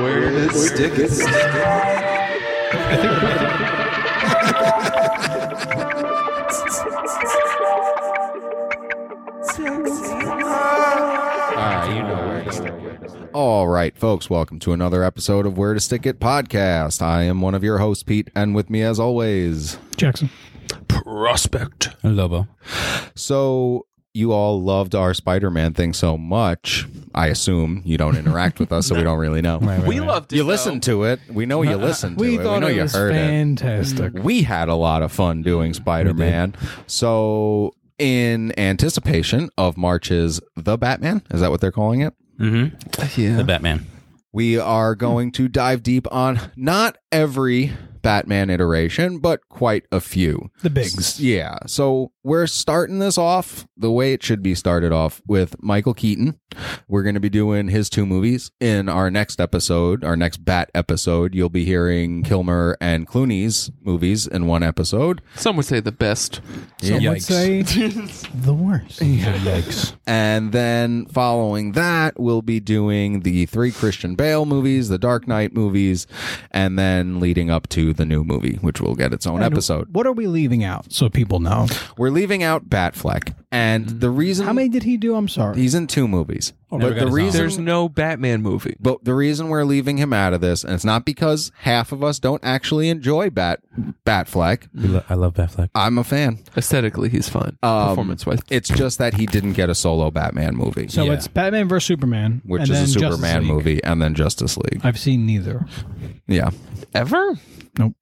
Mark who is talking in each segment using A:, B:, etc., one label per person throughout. A: Where did stick it? All right, folks, welcome to another episode of Where to Stick It podcast. I am one of your hosts, Pete, and with me, as always,
B: Jackson.
C: Prospect.
D: Lobo.
A: So you all loved our Spider-Man thing so much. I assume you don't interact with us, so we don't really know.
C: We loved it.
A: You
C: though.
A: listened to it. We know you listened to
B: We
A: it.
B: thought
A: we know
B: it
A: you
B: was
A: heard it.
B: fantastic.
A: We had a lot of fun doing Spider-Man. So in anticipation of March's The Batman, is that what they're calling it?
D: Mm-hmm.
A: Yeah.
D: The Batman.
A: We are going to dive deep on not every Batman iteration, but quite a few.
B: The bigs.
A: Yeah. So we're starting this off the way it should be started off with Michael Keaton. We're going to be doing his two movies in our next episode, our next Bat episode. You'll be hearing Kilmer and Clooney's movies in one episode.
C: Some would say the best.
B: Some would
D: Yikes.
B: say the worst.
D: Yikes.
A: And then following that, we'll be doing the three Christian Bale movies, the Dark Knight movies, and then leading up to the new movie, which will get its own
B: And
A: episode.
B: What are we leaving out so people know?
A: We're leaving out Batfleck. And the reason
B: Mm-hmm. How many Oh, did he do? I'm sorry.
A: he's in two movies. but
D: Never got
A: the
D: his
A: reason
D: own.
C: There's no Batman movie.
A: but the reason we're leaving him out of this, and it's not because half of us don't actually enjoy Bat Batfleck.
D: I love Batfleck.
A: I'm a fan.
C: Aesthetically, he's fine.
A: Um,
C: Performance wise.
A: It's just that he didn't get a solo Batman movie,
B: So
D: Yeah.
B: it's Batman versus Superman,
A: which
B: and
A: is
B: then
A: a
B: Justice
A: Superman
B: League.
A: movie, and then Justice League.
B: I've seen neither.
A: Yeah.
C: Ever?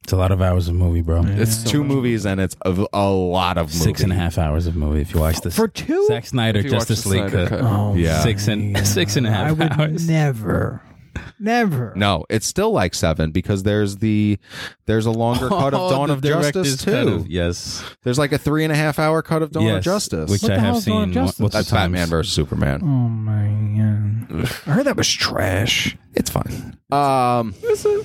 D: It's a lot of hours of movie, bro.
A: It's two movies and it's a, a lot of movies.
D: Six and a half hours of movie if you watch this.
B: For two?
D: Zack Snyder
C: If you watch
D: Justice
C: the
D: League
C: Snyder
D: cut.
C: Cut.
B: Oh,
A: Yeah.
D: Six and six and a
B: I
D: half
B: would
D: hours.
B: never, never.
A: No, it's still like seven because there's the there's a longer cut of Dawn
D: Oh, The
A: of Justice
D: director's cut
A: too.
D: of- yes.
A: There's like a three and a half hour cut of Dawn
D: yes.
A: of Justice.
D: Which
B: What
D: I
B: the
D: have
B: hell's
D: seen.
B: Dawn of Justice?
D: multiple
A: That's Batman
D: times.
A: versus Superman.
B: Oh my god! I heard that was trash.
A: It's fine. Um, it's fine.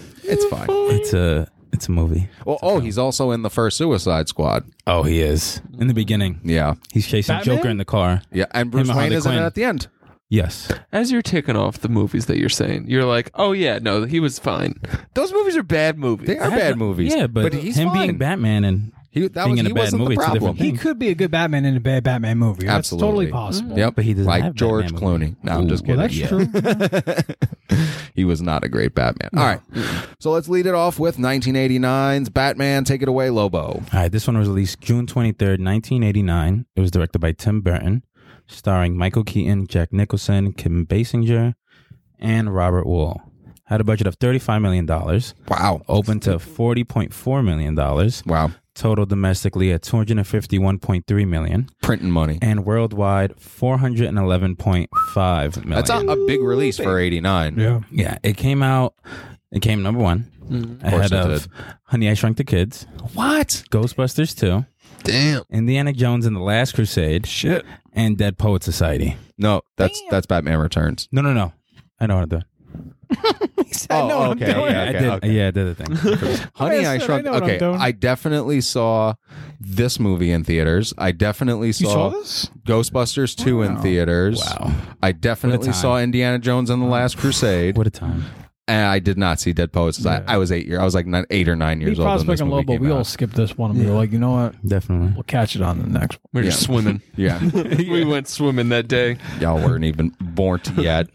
D: It's a it's a movie.
A: Well, oh, he's also in the first Suicide Squad.
D: Oh, he is. In the beginning.
A: Yeah,
D: He's chasing
B: Batman?
D: Joker in the car.
A: yeah, and Bruce
D: and
A: Wayne
D: Harley
A: is in it
D: Quinn.
A: at the end.
D: Yes.
C: As you're ticking off the movies that you're saying, you're like, oh yeah, no, he was fine. Those movies are bad movies.
A: They are bad movies.
D: Yeah, but,
A: he's
D: him
A: fine.
D: being Batman and
A: he, that
D: being
A: was,
D: in a
A: he
D: bad
A: wasn't
D: movie,
A: the
D: it's a
A: problem.
D: different
B: He
D: Mm.
B: could be a good Batman in a bad Batman movie.
A: Absolutely.
B: That's totally possible.
A: Yep,
D: But he doesn't
A: like
D: have
A: George
D: Batman
A: Clooney.
D: movies.
A: No, I'm just
B: Well,
A: kidding.
B: that's true.
A: he was not a great Batman. All right. So let's lead it off with 1989's Batman. Take it away, Lobo.
D: All right, this one was released June 23rd, 1989. It was directed by Tim Burton, starring Michael Keaton, Jack Nicholson, Kim Basinger, and Robert Wool. Had a budget of $35 million,
A: Wow.
D: open to $40.4 million,
A: Wow.
D: total domestically at $251.3 million,
A: Printing money.
D: and worldwide $411.5 million.
A: That's a, a big release for 89.
B: yeah.
D: yeah, it came out, it came number one
A: course
D: ahead
A: it
D: of
A: did.
D: Honey, I Shrunk the Kids,
A: Mm-hmm. What?
D: Ghostbusters 2,
C: Damn.
D: Indiana Jones and the Last Crusade. Shit. And Dead Poet Society.
A: No, that's that's Batman Returns.
D: No, no, no. I know how to do it.
A: Oh, okay, okay,
D: I did.
A: okay.
D: Yeah, I did the thing.
A: Honey,
B: I
A: I
B: said I
A: shrunk.
B: know what I'm
A: Okay,
B: doing.
A: I definitely saw this movie in theaters. I definitely
B: You saw
A: saw,
B: this?
A: Ghostbusters 2 in theaters.
D: wow.
A: I definitely
D: time.
A: saw Indiana Jones and the Last Crusade.
D: What a time.
A: and I did not see Dead Poets Society. I was eight year. I was like nine, eight or nine
B: Me,
A: years old. When
B: Prospect,
A: this
B: and
A: movie
B: Lobo,
A: came
B: we all
A: out.
B: skipped this one, and we were like, you know what?
D: Definitely.
B: We'll catch it on the next one.
C: We were just swimming.
A: yeah,
C: We went swimming that day.
A: y'all weren't even born yet.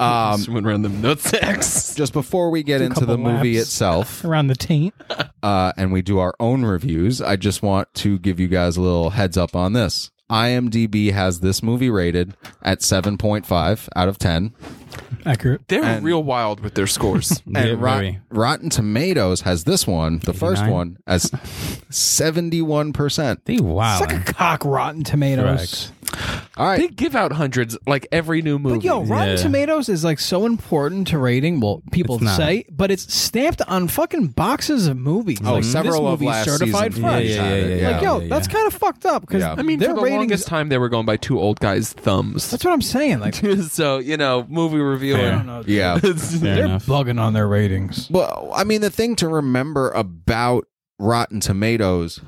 A: Um,
C: swimming around them nutsacks.
A: just before we get into
B: couple
A: the movie
B: laps.
A: itself,
B: Around the taint.
A: uh, and we do our own reviews, I just want to give you guys a little heads up on this. IMDb has this movie rated at 7.5 out of 10,
B: Accurate.
C: They're real wild with their scores.
D: Yeah,
A: and Rot-
D: very.
A: Rotten Tomatoes has this one, the first
D: 89?
A: one, as 71%.
D: They wow.
B: It's like a cock rotten tomatoes.
D: Correct.
A: All right.
C: They give out hundreds like every new movie.
B: But yo, Rotten
D: Yeah.
B: Tomatoes is like so important to rating. Well, people
D: It's not.
B: say, but it's stamped on fucking boxes of movies.
A: Oh,
B: like,
A: several
B: this
A: of
B: movie's
A: last
B: certified
A: season.
B: fresh.
D: Yeah, yeah, yeah, yeah,
B: like, yo,
D: yeah.
B: that's kind of fucked up because
A: Yeah.
C: I mean,
B: their
C: for the
B: ratings.
C: longest time, they were going by two old guys' thumbs.
B: that's what I'm saying. Like,
C: so you know, movie
D: Fair.
C: reviewer.
B: know.
A: Yeah.
D: Fair
B: They're
D: enough.
B: bugging on their ratings.
A: Well, I mean, the thing to remember about Rotten Tomatoes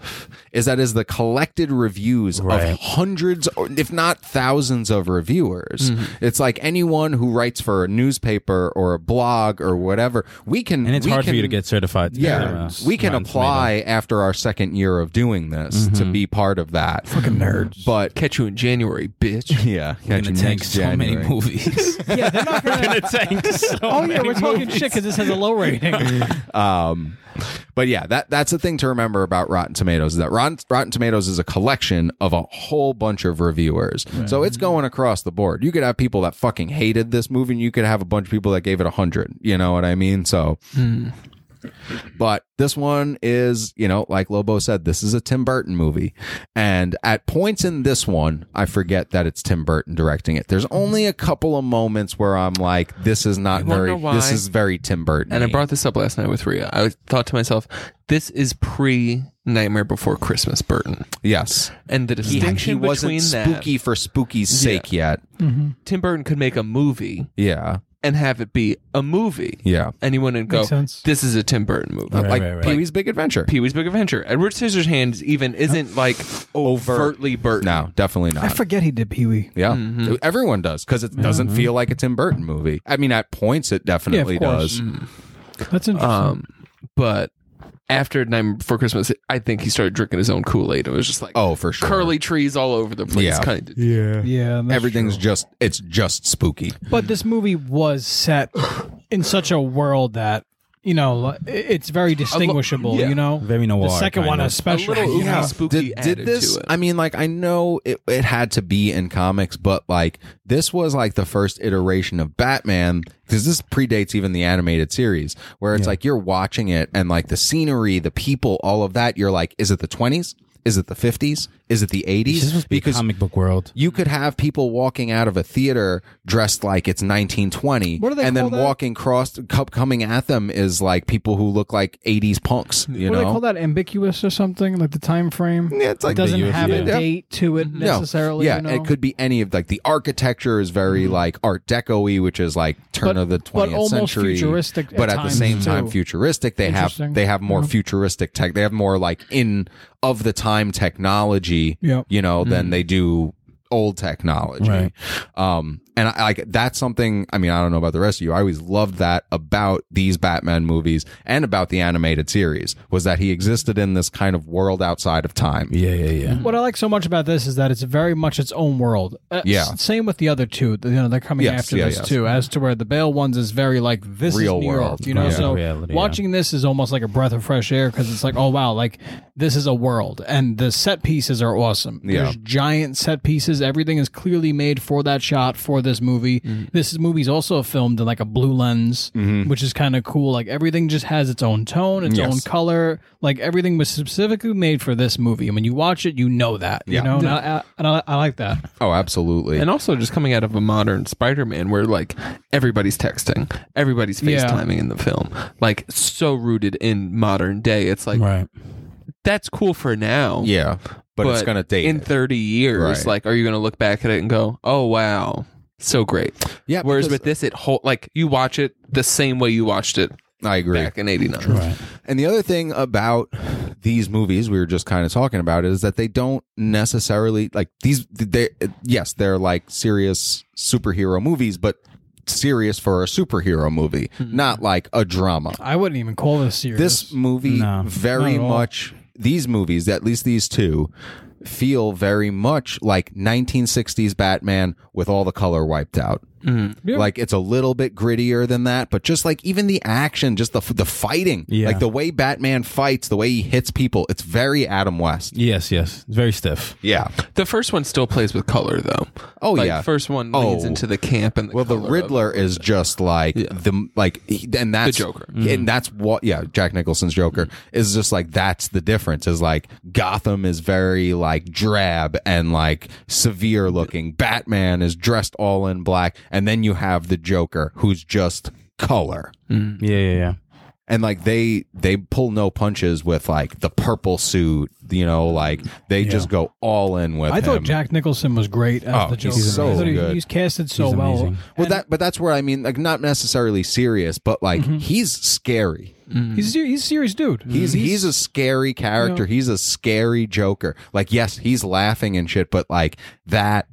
A: is that is the collected reviews
D: Right.
A: of hundreds, or if not thousands, of reviewers.
D: Mm-hmm.
A: It's like anyone who writes for a newspaper or a blog or whatever. We can
D: and it's
A: we
D: hard for you to
A: can-
D: get certified. to get,
A: yeah,
D: uh,
A: we can
D: Rotten Mm-hmm.
A: apply after our second year of doing this to be part of that. Fucking nerds, but
C: Catch you in January, bitch.
A: yeah,
D: Tomatoes. It's gonna tank so many movies.
E: Yeah, they're not gonna.
D: gonna tank so
E: Oh yeah, we're talking shit because this has a low rating.
A: Um, but yeah, that that's the thing to remember about Rotten Tomatoes is that Rotten, Rotten Tomatoes is a collection of a whole bunch of reviewers. So it's going across the board. You could have people that fucking hated this movie, and you could have a bunch of people that gave it a hundred. You know what I mean? So.
C: Hmm.
A: But this one is, you know, like Lobo said, this is a Tim Burton movie. And at points in this one, I forget that it's Tim Burton directing it. There's only a couple of moments where I'm like, this is not
C: I wonder
A: very,
C: why.
A: this is very Tim Burton.
C: And I brought this up last night with Ria. I thought to myself, this is pre Nightmare Before Christmas Burton.
A: Yes.
C: And the
A: he,
C: distinction
A: he wasn't
C: between
A: spooky for spooky's sake yet.
C: that, Tim Burton could make a movie
A: Yeah,
C: and have it be a movie.
A: yeah.
C: Anyone would go,
E: Makes sense.
C: this is a Tim Burton movie.
D: Right,
A: like
D: right, right.
A: Pee Wee's Big Adventure.
C: Pee Wee's Big Adventure. Edward Scissorhands even isn't like oh, overtly Burton.
A: no, definitely
E: I
A: not.
E: forget he did Pee Wee.
A: yeah, everyone does because it doesn't feel like a Tim Burton movie. I mean, at points it definitely
E: course.
A: does.
E: That's interesting.
C: Um, but after Nightmare Before Christmas, I think he started drinking his own Kool Aid. It was just like
A: Oh, for sure.
C: curly trees all over the place.
A: Yeah.
C: Kind of.
D: Yeah.
E: yeah, that's
A: Everything's just it's just spooky.
E: But this movie was set in such a world that you know li- it's very distinguishable.
C: yeah.
E: You know,
D: Very noir,
E: The second
D: kind
E: one
D: of.
E: especially.
C: A little
E: you know?
C: oogie spooky
A: did,
C: added
A: did this
C: to it.
A: i mean like i know it, it had to be in comics but like this was like the first iteration of batman because this predates even the animated series where it's like you're watching it and like the scenery the people all of that you're like is it the 20s is it the 50s is it the 80s
D: This must be
A: because
D: comic book world.
A: you could have people walking out of a theater dressed like it's 1920
E: What do they
A: and then
E: call that?
A: walking cross co- coming at them is like people who look like 80s punks you know
E: what do they call that? Ambiguous or something like the time frame.
A: Yeah, it's like
E: it doesn't
A: ambiguous,
E: have a
A: yeah. Mm-hmm.
E: date to it
A: No.
E: necessarily.
A: Yeah,
E: you know? Mm-hmm.
A: it could be any of like the architecture is very like Art Deco-y, which is like turn
E: But-
A: of the
E: but
A: twentieth
E: almost
A: century,
E: futuristic at
A: but at, the
E: times,
A: same time
E: too.
A: futuristic. They have
E: Interesting. Mm-hmm.
A: they have more futuristic tech. They have more like in of the time technology,
E: Yep. Mm-hmm.
A: you know, than they do old technology.
D: Right.
A: Um, and I like that's something. I mean, I don't know about the rest of you. I always loved that about these Batman movies and about the animated series was that he existed in this kind of world outside of time.
D: Yeah, yeah, yeah.
E: What I like so much about this is that it's very much its own world. Uh,
A: Yeah.
E: s- Same with the other two. the- You know, they're coming
A: Yes,
E: after
A: yeah,
E: this
A: yes.
E: too. As to where the Bale ones is very like this
A: Real
E: is New
A: world.
E: York. You know,
D: Yeah.
E: so
D: Reality, yeah.
E: watching this is almost like a breath of fresh air because it's like, oh wow, like this is a world, and the set pieces are awesome.
A: Yeah.
E: There's giant set pieces. Everything is clearly made for that shot for this movie.
A: Mm-hmm.
E: This movie's also filmed in like a blue lens, which is kind of cool. Like everything just has its own tone, its
A: Yes.
E: own color. Like everything was specifically made for this movie, and when you watch it, you know that.
A: Yeah.
E: You know, and, I, and I, I like that.
A: Oh, absolutely.
C: And also just coming out of a modern Spider-Man where like everybody's texting, everybody's
E: Yeah.
C: FaceTiming in the film. Like so rooted in modern day. It's like
D: Right.
C: that's cool for now.
A: Yeah, but, it's gonna date.
C: in
A: it.
C: 30 years.
A: Right.
C: Like are you going to look back at it and go, "Oh wow, so great."
A: yeah,
C: Whereas
A: because-
C: with this it whole like you watch it the same way you watched it
A: I agree.
C: back in 89.
D: Right.
A: And the other thing about these movies we were just kind of talking about is that they don't necessarily like these. They yes, they're like serious superhero movies, but serious for a superhero movie, not like a drama.
E: I wouldn't even call this serious.
A: This movie
D: No.
A: very
E: Not at all.
A: much. These movies, at least these two, feel very much like 1960s Batman with all the color wiped out.
E: Mm-hmm. Yeah.
A: Like it's a little bit grittier than that, but just like even the action, just the the fighting,
D: Yeah.
A: like the way Batman fights, the way he hits people, it's very Adam West.
D: Yes, yes. It's very stiff.
A: Yeah.
C: The first one still plays with color though.
A: Oh
C: like,
A: yeah.
C: first one
A: Oh.
C: leads into the camp and the
A: well, the
C: color of-
A: Riddler is just like the like, he, and that's
C: Joker.
A: and that's what yeah, Jack Nicholson's Joker is just like that's the difference. Is like Gotham is very like drab and like severe looking. Batman is dressed all in black, and then you have the Joker who's just color.
D: Yeah, yeah, yeah.
A: and like they they pull no punches with like the purple suit. You know, like they just go all in with.
E: I thought
A: him.
E: Jack Nicholson was great as
A: Oh,
E: the
A: he's
E: Joker.
A: so
E: I thought he-
A: good.
E: He's casted so
D: He's
E: well.
D: amazing.
A: Well,
E: And
A: that but that's where I mean, like not necessarily serious, but like
E: Mm-hmm.
A: he's scary.
E: he's ser- he's a serious dude.
A: He's he's a scary character. He's a scary Joker. Like yes, he's laughing and shit, but like that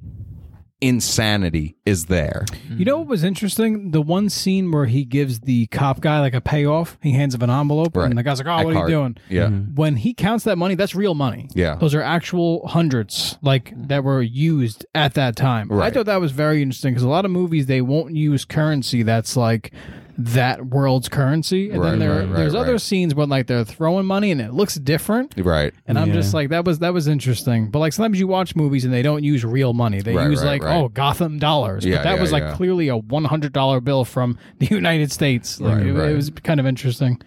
A: insanity is there.
E: You know what was interesting? The one scene where he gives the cop guy like a payoff, he hands him an envelope,
A: Right.
E: and the guy's like, "Oh,
A: At
E: what are
A: card.
E: you doing?"
A: Yeah.
E: When he counts that money, that's real money.
A: Yeah.
E: those are actual hundreds, like that were used at that time. I
A: Right.
E: thought that was very interesting because a lot of movies they won't use currency that's like that world's currency, and
A: Right,
E: then there
A: right, right,
E: there's other
A: right.
E: scenes where like they're throwing money and it looks different.
A: Right.
E: And I'm
D: Yeah.
E: just like that was that was interesting. But like sometimes you watch movies and they don't use real money. They
A: Right,
E: use
A: right,
E: like
A: right.
E: oh Gotham dollars.
A: Yeah,
E: but that
A: yeah,
E: was like
A: yeah.
E: clearly a one hundred dollar bill from the United States. Like
A: Right,
E: it,
A: right.
E: it was kind of interesting.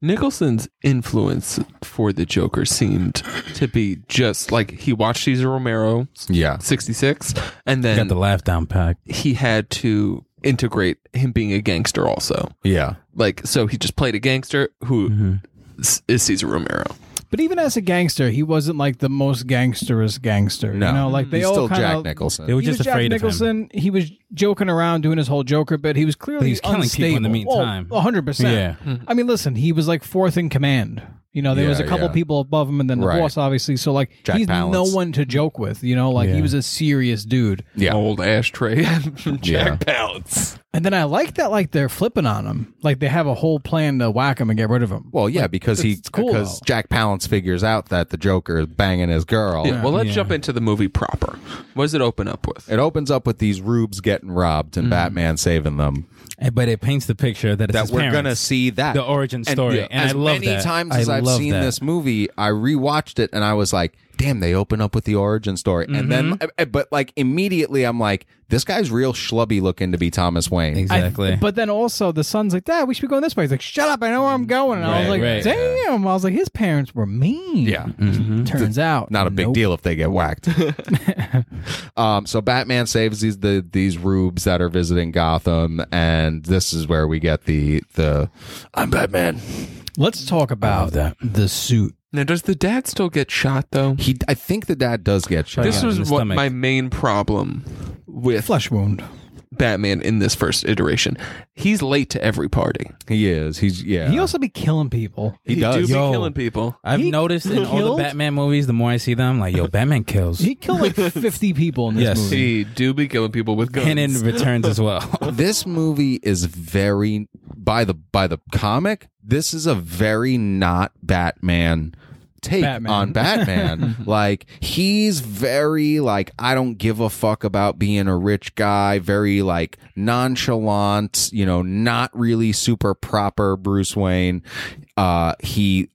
C: Nicholson's influence for the Joker seemed to be just like he watched Cesar Romero
A: Yeah.
C: 66 and
D: Got
C: then
D: the laugh down pack.
C: he had to integrate him being a gangster also.
A: Yeah.
C: Like so he just played a gangster who is is Cesar Romero.
E: But even as a gangster, he wasn't like the most gangsterous gangster.
A: No.
E: You know, like they
A: he's
E: all
A: still
E: kinda,
A: Jack Nicholson.
D: They were
E: He was
D: just
E: Jack
D: afraid of him.
E: Nicholson. He was joking around doing his whole Joker bit. He was clearly
D: But he was killing
E: unstable. Oh,
D: people in the meantime.
E: Well, 100%.
D: Yeah.
E: I mean, listen, he was like fourth in command. You know, there was a
A: Yeah,
E: couple
A: yeah.
E: people above him and then the
A: Right.
E: boss, obviously. So, like,
A: Jack
E: he's
A: Palance.
E: no one to joke with. You know, like, he
D: Yeah.
E: was a serious dude.
A: Yeah.
C: Old ashtray Jack
A: Yeah.
C: Palance.
E: And then I like that, like, they're flipping on him. Like, they have a whole plan to whack him and get rid of him.
A: Well, yeah, because he
E: it's cool,
A: because
E: though.
A: Jack Palance figures out that the Joker is banging his girl.
C: Yeah, well, let's jump into the movie proper. What does it open up with?
A: It opens up with these rubes getting robbed
E: Mm-hmm.
A: and Batman saving them.
D: And- But it paints the picture that it's
A: that
D: his
A: we're
D: parents.
A: gonna see that
D: The origin story. And
A: as
D: I love
A: many
D: that.
A: times
D: I
A: as I've
D: love
A: seen
D: that.
A: this movie, I rewatched it and I was like, "Damn, they open up with the origin story," and
D: Mm-hmm.
A: then, uh, but like immediately, I'm like, "This guy's real schlubby looking to be Thomas Wayne."
E: I-
D: Exactly.
E: but then also the son's like, Dad, we should be going this way. He's like, Shut up, I know where I'm going. And I was
D: Right,
E: like,
D: right.
E: Damn. I was like, his parents were mean.
A: Yeah.
D: Mm-hmm.
E: Turns out.
A: Not a big
E: nope.
A: deal if they get whacked. um, so Batman saves these the these rubes that are visiting Gotham, and this is where we get the the I'm Batman.
E: Let's talk about
D: that.
E: the suit.
C: Now, does the dad still get shot though?
A: He, I think the dad does get shot.
C: This
D: Yeah, in
C: was
D: the
C: what
D: stomach.
C: my main problem with
E: Flesh wound.
C: Batman in this first iteration. He's late to every party.
A: he is. He's yeah.
E: He also be killing people.
A: he, does.
C: do be
D: Yo.
C: killing people.
D: I've
E: He
D: noticed in all
E: killed-
D: the Batman movies, the more I see them, like, yo, Batman kills.
E: He killed like 50 people in this
D: Yes.
E: movie.
C: He do be killing people with guns.
D: and in returns as well.
A: this movie is very by the by the comic. This is a very not Batman take
E: Batman.
A: on Batman. like he's very like I don't give a fuck about being a rich guy, very like nonchalant, you know, not really super proper Bruce Wayne. Uh he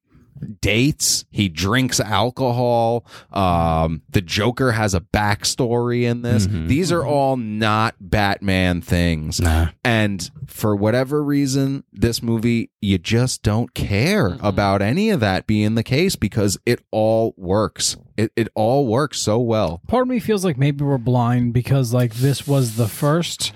A: dates he drinks alcohol um the joker has a backstory in this these are all not batman things and for whatever reason this movie you just don't care about any of that being the case because it all works it, it all works so well
E: Part of me feels like maybe we're blind because like this was the first.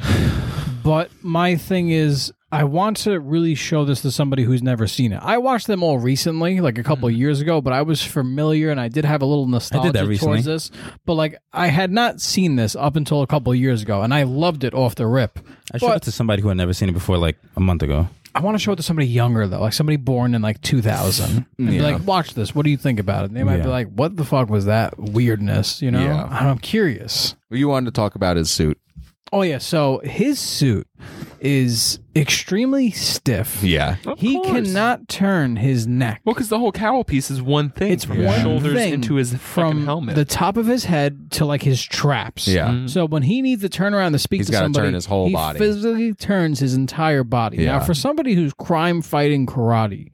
E: But my thing is I want to really show this to somebody who's never seen it. I watched them all recently, like a couple of years ago, but I was familiar and I did have a little nostalgia
D: recently.
E: towards this. But like I had not seen this up until a couple of years ago and I loved it off the rip.
D: I showed it to somebody who had never seen it before, like a month ago.
E: I want to show it to somebody younger though, like somebody born in like 2000, and be like, "Watch this. What do you think about it?" And they might be
D: Yeah.
E: like, "What the fuck was that weirdness?" You know,
A: Yeah.
E: I'm curious.
A: you wanted to talk about his suit
E: Oh yeah, so his suit is extremely stiff.
A: yeah
E: he
C: course.
E: cannot turn his neck.
C: well, because the whole cowl piece is one thing.
E: It's
C: from his
E: one
C: shoulders
E: thing
C: into his
E: from
C: fucking helmet. Mm-hmm.
E: the top of his head to like his traps.
A: yeah
E: So when he needs to turn around to speak
A: He's
E: to
A: gotta
E: somebody,
A: turn his whole
E: he
A: body.
E: physically turns his entire body.
A: Yeah.
E: Now, for somebody who's crime fighting karate,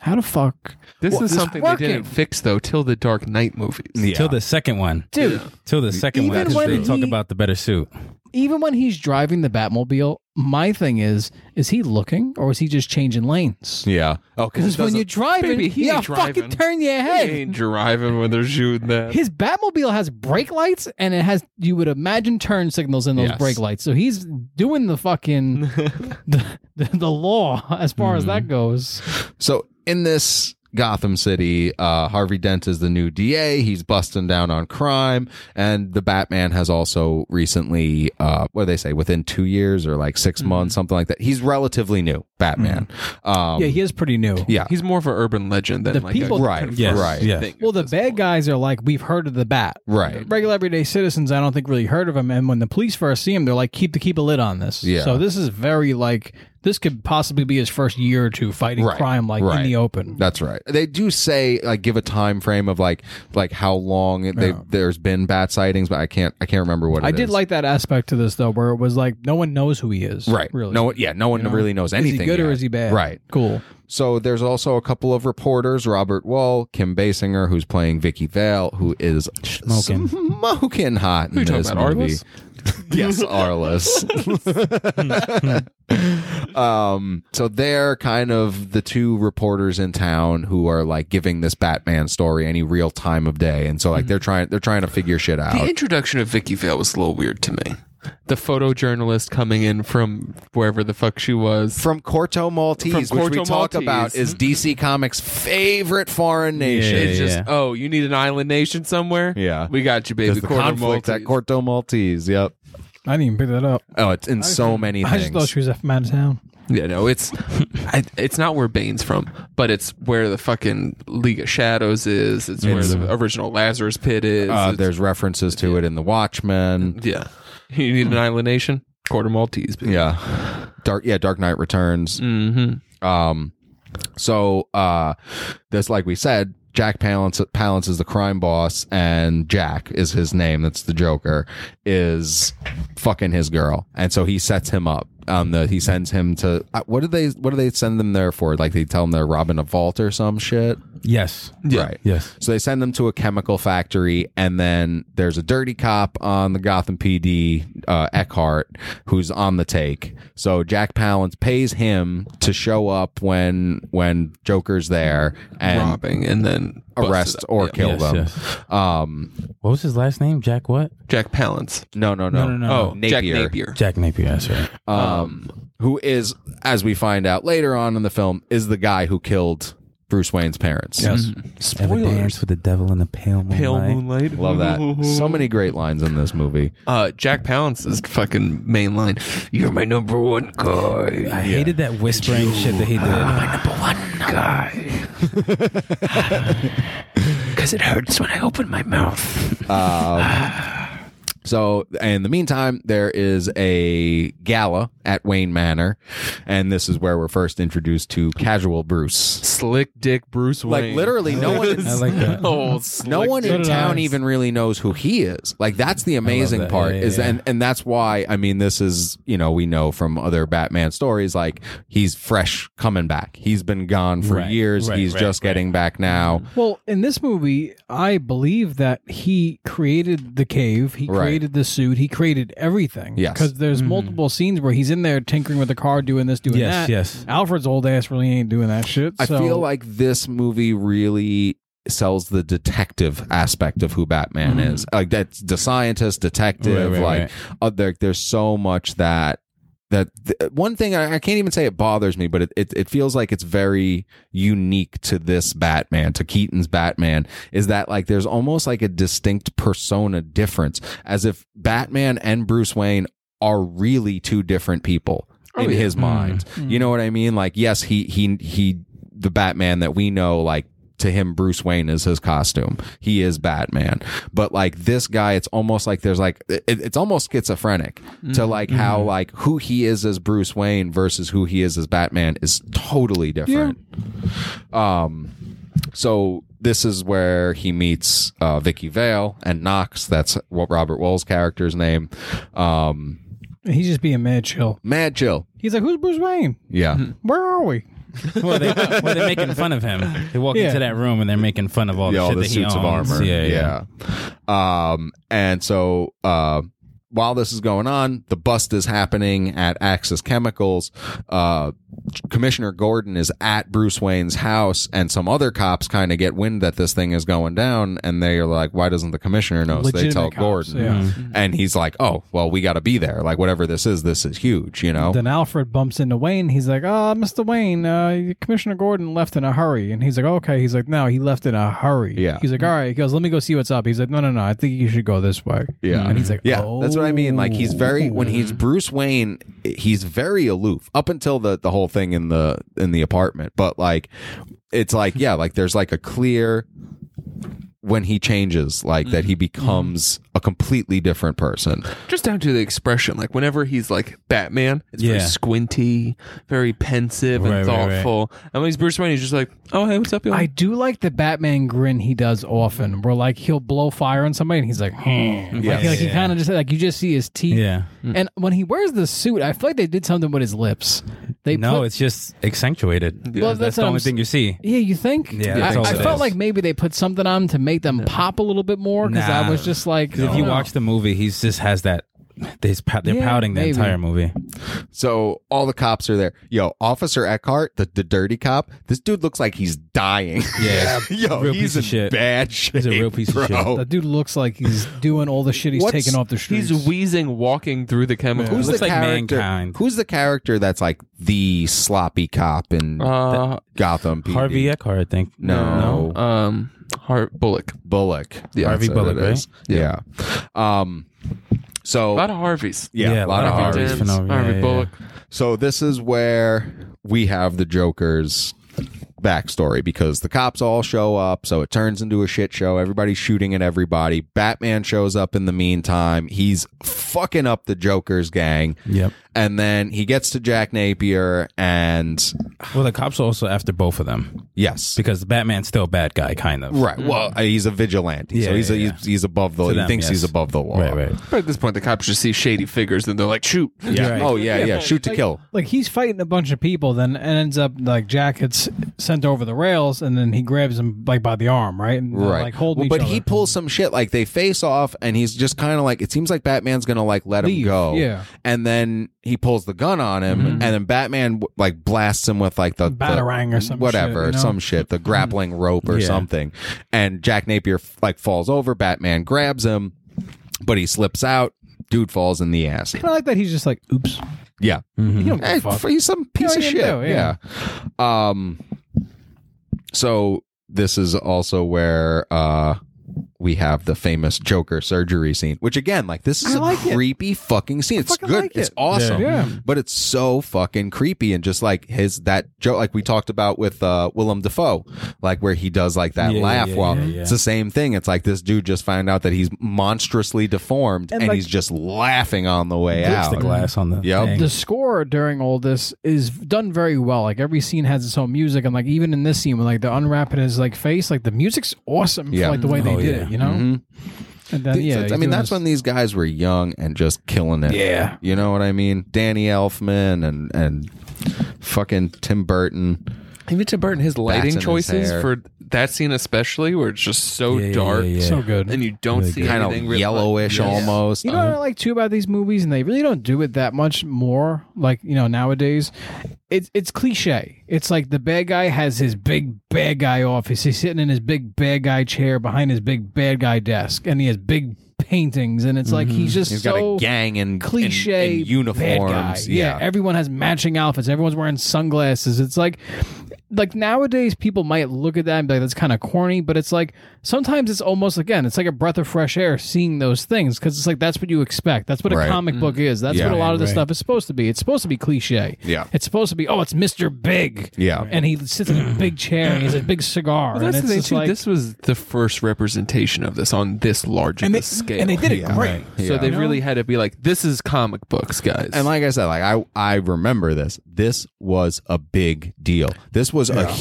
E: how the fuck
C: this
E: Well,
C: is
E: this
C: something
E: working.
C: they didn't fix though till the Dark Knight movies.
A: yeah
D: Till the second one.
E: Dude,
D: Till the second
E: Even
D: one. 'cause
E: when
D: they talk
E: he-
D: about the better suit.
E: even when he's driving the Batmobile, my thing is, is he looking or is he just changing lanes?
A: Yeah. Oh,
E: Because
A: because
E: when you're driving,
C: Baby, he
E: you
C: ain't
E: fucking
C: driving.
E: turn your
C: He
E: head.
C: ain't driving when they're shooting that.
E: His Batmobile has brake lights and it has you would imagine turn signals in those
C: Yes.
E: brake lights. So he's doing the fucking the, the, the law as far as
C: Mm-hmm.
E: that goes.
A: So in this Gotham City, uh, Harvey Dent is the new DA. He's busting down on crime, and the Batman has also recently, uh, what do they say, within two years or like 6
E: Mm-hmm.
A: months, something like that. He's relatively new, Batman. Um,
E: yeah, he is pretty new.
A: yeah.
C: He's more of an urban legend than
E: The
C: like
E: people-
C: a
A: Right,
C: confirmed
A: yes, right.
D: yes.
C: thing
E: Well,
C: at
E: the
C: this
E: bad
C: point.
E: guys are like, we've heard of the bat.
A: right.
E: Regular everyday citizens, I don't think really heard of him. And when the police first see him, they're like, keep the keep a lid on this.
A: Yeah.
E: So this is very like this could possibly be his first year or two fighting
A: Right,
E: crime like
A: right.
E: in the open.
A: That's right. They do say like give a time frame of like like how long they there's been bat sightings, but I can't I can't remember what
E: I
A: it
E: did
A: is.
E: like that aspect to this though, where it was like no one knows who he is.
A: right
E: Really.
A: no one- yeah no one
E: You know?
A: really knows anything
E: Is he good or
A: yet.
E: is he bad?
A: right
E: Cool.
A: So there's also a couple of reporters, Robert Wall, Kim Basinger, who's playing Vicky Vale, who is
D: Smoking.
A: smoking hot in
C: Who you talking
A: this
C: about,
A: movie.
C: Arliss?
A: yes, Arliss. um, so they're kind of the two reporters in town who are like giving this Batman story any real time of day, and
C: Mm-hmm.
A: so like they're trying they're trying to figure shit
C: The
A: out.
C: introduction of Vicky Vale was a little weird to me. The photojournalist coming in from wherever the fuck she was.
A: From Corto Maltese,
C: From
A: which we
C: Corto
A: talk
C: Maltese.
A: about, is DC Comics' favorite foreign nation.
D: Yeah,
C: It's just,
D: yeah.
C: oh, you need an island nation somewhere?
A: Yeah.
C: We got you, baby.
A: There's the
C: Corto
A: conflict
C: Maltese.
A: at Corto Maltese. Yep.
E: I didn't even pick that up.
A: Oh, it's in so many
E: I just thought
A: things.
E: she was a man of town.
C: Yeah, no, it's I, it's not where Bane's from, but it's where the fucking League of Shadows is. It's where the original Lazarus Pit is.
A: Uh,
C: It's-
A: there's references to it in The Watchmen.
C: yeah, you need an island nation. Quarter Maltese.
A: Yeah, Dark. Yeah, Dark Knight Returns.
C: Mm-hmm.
A: Um, so uh, this, like we said, Jack Palance, Palance is the crime boss, and Jack is his name. That's the Joker. Is fucking his girl, and so he sets him up. Um, the he sends him to uh, what do they what do they send them there for? Like they tell him they're robbing a vault or some shit.
D: Yes.
C: Yeah.
A: Right.
D: Yes. So
A: So they send them to a chemical factory, and then there's a dirty cop on the Gotham PD, uh, Eckhart, who's on the take. So Jack Palance pays him to show up when when Joker's there and
C: Robbing and then busted
A: arrest
C: up.
A: or
C: Yeah.
A: kill
D: Yes,
A: them.
D: yes.
A: Um,
D: What was his last name? Jack what?
C: Jack Palance.
A: no, no, no,
D: No, no, no.
C: Oh, Jack
A: Uh, Napier.
C: Napier.
D: Jack Napier. That's right.
A: Um, who is, as we find out later on in the film, is the guy who killed Bruce Wayne's parents.
D: Ever dance with the devil in the pale moonlight?
C: Pale moonlight.
A: Love that. So many great lines in this movie.
C: Uh, Jack Palance is fucking main line. You're my number one guy.
D: I hated that whispering shit that he
A: Ah,
D: did.
C: Number one guy. Because it hurts when I open my mouth.
A: So, in the meantime, there is a gala at Wayne Manor, and this is where we're first introduced to casual Bruce.
C: Slick Dick Bruce Wayne.
A: Like literally, no one,
D: I
A: in,
D: like that.
C: Oh,
A: no one in
E: did
A: town
E: I.
A: even really knows who he is. Like that's the amazing
D: that.
A: part
D: Yeah, yeah,
A: is,
D: yeah.
A: and and that's why I mean, this is you know we know from other Batman stories like he's fresh coming back. He's been gone for
D: Right,
A: years.
D: right,
A: he's
D: right, Mm-hmm.
A: just getting back now.
E: Well, in this movie, I believe that he created the cave, he
A: Right.
E: created the suit, he created everything.
A: Yes.
E: Because there's multiple scenes where he's in there tinkering with the car, doing this, doing
D: Mm-hmm. Yes,
E: that.
D: yes.
E: Alfred's old ass really ain't doing that shit.
A: I
E: so-
A: feel like this movie really sells the detective aspect of who Batman is. Like that's the scientist, detective,
D: Mm-hmm. Right, right,
A: like uh, there, there's so much that that th- one thing I, I can't even say it bothers me, but it, it it feels like it's very unique to this Batman, to Keaton's Batman, is that like there's almost like a distinct persona difference, as if Batman and Bruce Wayne are really two different people
C: Oh,
A: in
C: yeah.
A: his mind. You know what I mean? Like, yes, he he he, the Batman that we know, like to him, Bruce Wayne is his costume. He is Batman. But like this guy, it's almost like there's like it, it's almost schizophrenic to like how like who he is as Bruce Wayne versus who he is as Batman is totally different. Um, so this is where he meets uh, Vicky Vale and Knox. That's what Robert Wall's character's name. Um,
E: he's just being mad chill.
A: Mad Chill.
E: He's like, Who's Bruce Wayne?
A: Yeah.
E: Where are we?
D: well, they, well, they're making fun of him. They walk
E: Yeah.
D: into that room and they're making fun of all the
A: yeah, all
D: shit
A: the
D: that he
A: suits of
D: owns.
A: armor.
D: Yeah, yeah.
A: Um, and Um, so uh, while this is going on, the bust is happening at Axis Chemicals. Uh, Commissioner Gordon is at Bruce Wayne's house, and some other cops kind of get wind that this thing is going down, and they're like, "Why doesn't the commissioner know?" So they
E: Legitimate
A: tell
E: cops,
A: Gordon,
E: yeah.
A: and he's like, "Oh, well, we got to be there. Like, whatever this is, this is huge, you know."
E: Then Alfred bumps into Wayne. He's like, "Ah, Mr. Wayne, uh, Commissioner Gordon left in a hurry." And he's like, "Okay." He's like, "No, he left in a hurry."
A: Yeah.
E: He's like, "All right." He goes, "Let me go see what's up." He's like, "No, no, no. I think you should go this way."
A: Yeah.
E: And he's like,
A: Yeah,
E: "Oh."
A: that's what I mean. Like he's very
D: Oh.
A: when he's Bruce Wayne, he's very aloof up until the the whole thing in the in the apartment. But like it's like yeah, like there's like a clear when he changes, like that
D: Mm-hmm.
A: he becomes a completely different person.
C: Just down to the expression, like whenever he's like Batman, it's very
D: Yeah.
C: squinty, very pensive and
D: Right, right, right.
C: thoughtful. And when he's Bruce Wayne, he's just like, "Oh hey, what's up, y'all?"
E: I do like the Batman grin he does often, where like he'll blow fire on somebody and he's like, hmm. like, like, he
D: Mm-hmm. Yeah.
E: kind of just like you just see his teeth.
D: Yeah.
E: And when he wears the suit, I feel like they did something with his lips. They
D: no,
E: put,
D: it's just accentuated.
E: well,
D: That's, the
E: what I'm
D: only
E: s-
D: thing you see.
E: Yeah, you think?
D: Yeah,
E: I,
D: that's all
E: I
D: it
E: felt
D: is.
E: like maybe they put something on to make them pop a little bit more because I
D: Nah.
E: was just like, "Oh,
D: Because if you watch the movie, he's just has that. They're, they're
E: Yeah,
D: pouting the
E: maybe.
D: entire movie.
A: So all the cops are there. Yo, Officer Eckhart, the, the dirty cop, this dude looks like he's dying.
D: Yeah.
A: Yo,
D: Real
A: he's
D: piece
A: in
D: of shit.
A: bad shape.
D: He's a real piece of
A: bro.
D: shit.
E: that dude looks like he's doing all the shit he's
A: What's-
E: taking off the streets.
C: he's wheezing, walking through the chemicals.
A: Who's the
D: Looks like
A: character?
D: mankind.
A: Who's the character that's like the sloppy cop in
C: uh,
A: Gotham? PD?
D: Harvey Eckhart, I think.
A: No.
C: um, Hart Bullock.
A: Bullock. Yeah,
D: Harvey
A: that's what
D: Bullock,
A: it is. Yeah. Um.
C: A
A: So
C: lot of Harveys.
A: yeah, a lot of
C: Harvey
A: Harveys.
D: Harveys.
C: Dent,
D: Phenomenal.
C: Harvey
D: Yeah, yeah,
C: Bullock.
A: So this is where we have the Joker's backstory because the cops all show up, so it turns into a shit show. Everybody's shooting at everybody. Batman shows up in the meantime. He's fucking up the Joker's gang.
D: Yep.
A: And then he gets to Jack Napier, and
D: Well, the cops are also after both of them
A: yes,
D: because Batman's still a bad guy, kind of.
A: right. Well, uh, he's a vigilante, so
D: Mm-hmm. Yeah,
A: he's, a,
D: yeah, yeah.
A: he's he's above the.
D: To
A: he
D: them,
A: thinks he's
D: yes.
A: above the law.
D: Right, right.
C: But at this point, the cops just see shady figures and they're like, "Shoot!"
A: Yeah.
D: Right.
A: Oh yeah, yeah. Shoot to
E: Like-
A: kill.
E: Like he's fighting a bunch of people, then and ends up like Jack gets sent over the rails, and then he grabs him like by the arm, right? And they're,
A: Right.
E: like holding
A: Well, but
E: each
A: he
E: other.
A: pulls some shit. Like they face off, and he's just kind of like it seems like Batman's gonna like let him
E: Leave,
A: go.
E: yeah.
A: And then he pulls the gun on him,
D: Mm-hmm.
A: and then Batman w- like blasts him with like the the-
E: Batarang or some
A: whatever,
E: shit, you know?
A: some shit, the grappling rope or
D: Mm-hmm. Yeah.
A: something. And Jack Napier f- like falls over. Batman grabs him, but he slips out. Dude falls in the ass.
E: I like that he's just like, oops,
A: Yeah.
E: you don't give
A: Eh,
E: a fuck.
A: f- he's some piece of
E: you
A: shit.
E: do,
A: yeah.
E: yeah.
A: Um. So this is also where uh we have the famous Joker surgery scene, which again, like this is
E: I
A: a
E: like it.
A: creepy fucking scene. It's
E: fucking
A: good.
E: like
A: it's
E: it.
A: awesome.
E: Yeah. Yeah.
A: But it's so fucking creepy and just like his that joke, like we talked about with uh Willem Dafoe, like where he does like that
D: Yeah, yeah,
A: laugh
D: yeah,
A: while
D: yeah, yeah.
A: it's the same thing. It's like this dude just found out that he's monstrously deformed and,
E: And, like,
A: he's just laughing on the way
D: Breaks
A: out.
D: the glass on the.
A: Yep.
D: thing.
E: the score during all this is done very well. Like every scene has its own music, and like even in this scene, when like they're unwrapping his like face, like the music's awesome
A: Yeah.
E: for like the way they
D: Oh,
E: did
D: yeah.
E: it, you know.
A: Mhm.
E: And then yeah,
A: I
E: he's
A: mean,
E: doing
A: that's
E: this-
A: when these guys were young and just killing it.
E: Yeah.
A: you know what I mean. Danny Elfman and and fucking Tim Burton.
C: Even Tim Burton, his
A: in
C: lighting
A: his
C: choices
A: hair.
C: for that scene especially, where it's just so
D: Yeah, yeah,
C: dark
D: yeah, yeah.
E: so good.
C: and you don't see
A: kind
C: anything
A: of
C: really-
A: yellowish
C: Yes.
A: almost. Uh-huh.
E: You know what I like too about these movies, and they really don't do it that much more. Like you know nowadays, it's it's cliche. It's like the bad guy has his big bad guy office. He's sitting in his big bad guy chair behind his big bad guy desk, and he has big paintings, and it's like he's just
A: Mm-hmm. He's got
E: so
A: a gang and
E: cliche
A: and, uniforms.
E: bad guy.
A: Yeah,
E: everyone has matching outfits. Everyone's wearing sunglasses. It's like like nowadays people might look at that and be like that's kind of corny, but it's like sometimes it's almost again, it's like a breath of fresh air seeing those things cuz it's like that's what you expect. That's what
A: Right.
E: a comic book
C: Mm-hmm.
E: is. That's
A: Yeah.
E: what a lot of this
D: Right, right.
E: stuff is supposed to be. It's supposed to be cliché.
A: Yeah.
E: It's supposed to be oh, it's Mr. Big.
A: yeah.
E: And he sits in a big chair. And he has a big cigar.
C: Well, that's
E: and
C: the
E: it's
C: thing
E: just
C: too.
E: like,
C: this was the first representation of this on this large of
E: and,
C: a
E: they,
C: scale,
E: and they did it great.
A: Yeah.
C: So they
E: You know?
C: really had to be like, "This is comic books, guys."
A: And like I said, like I I remember this. this was a big deal. This was a
B: Yeah. Oh,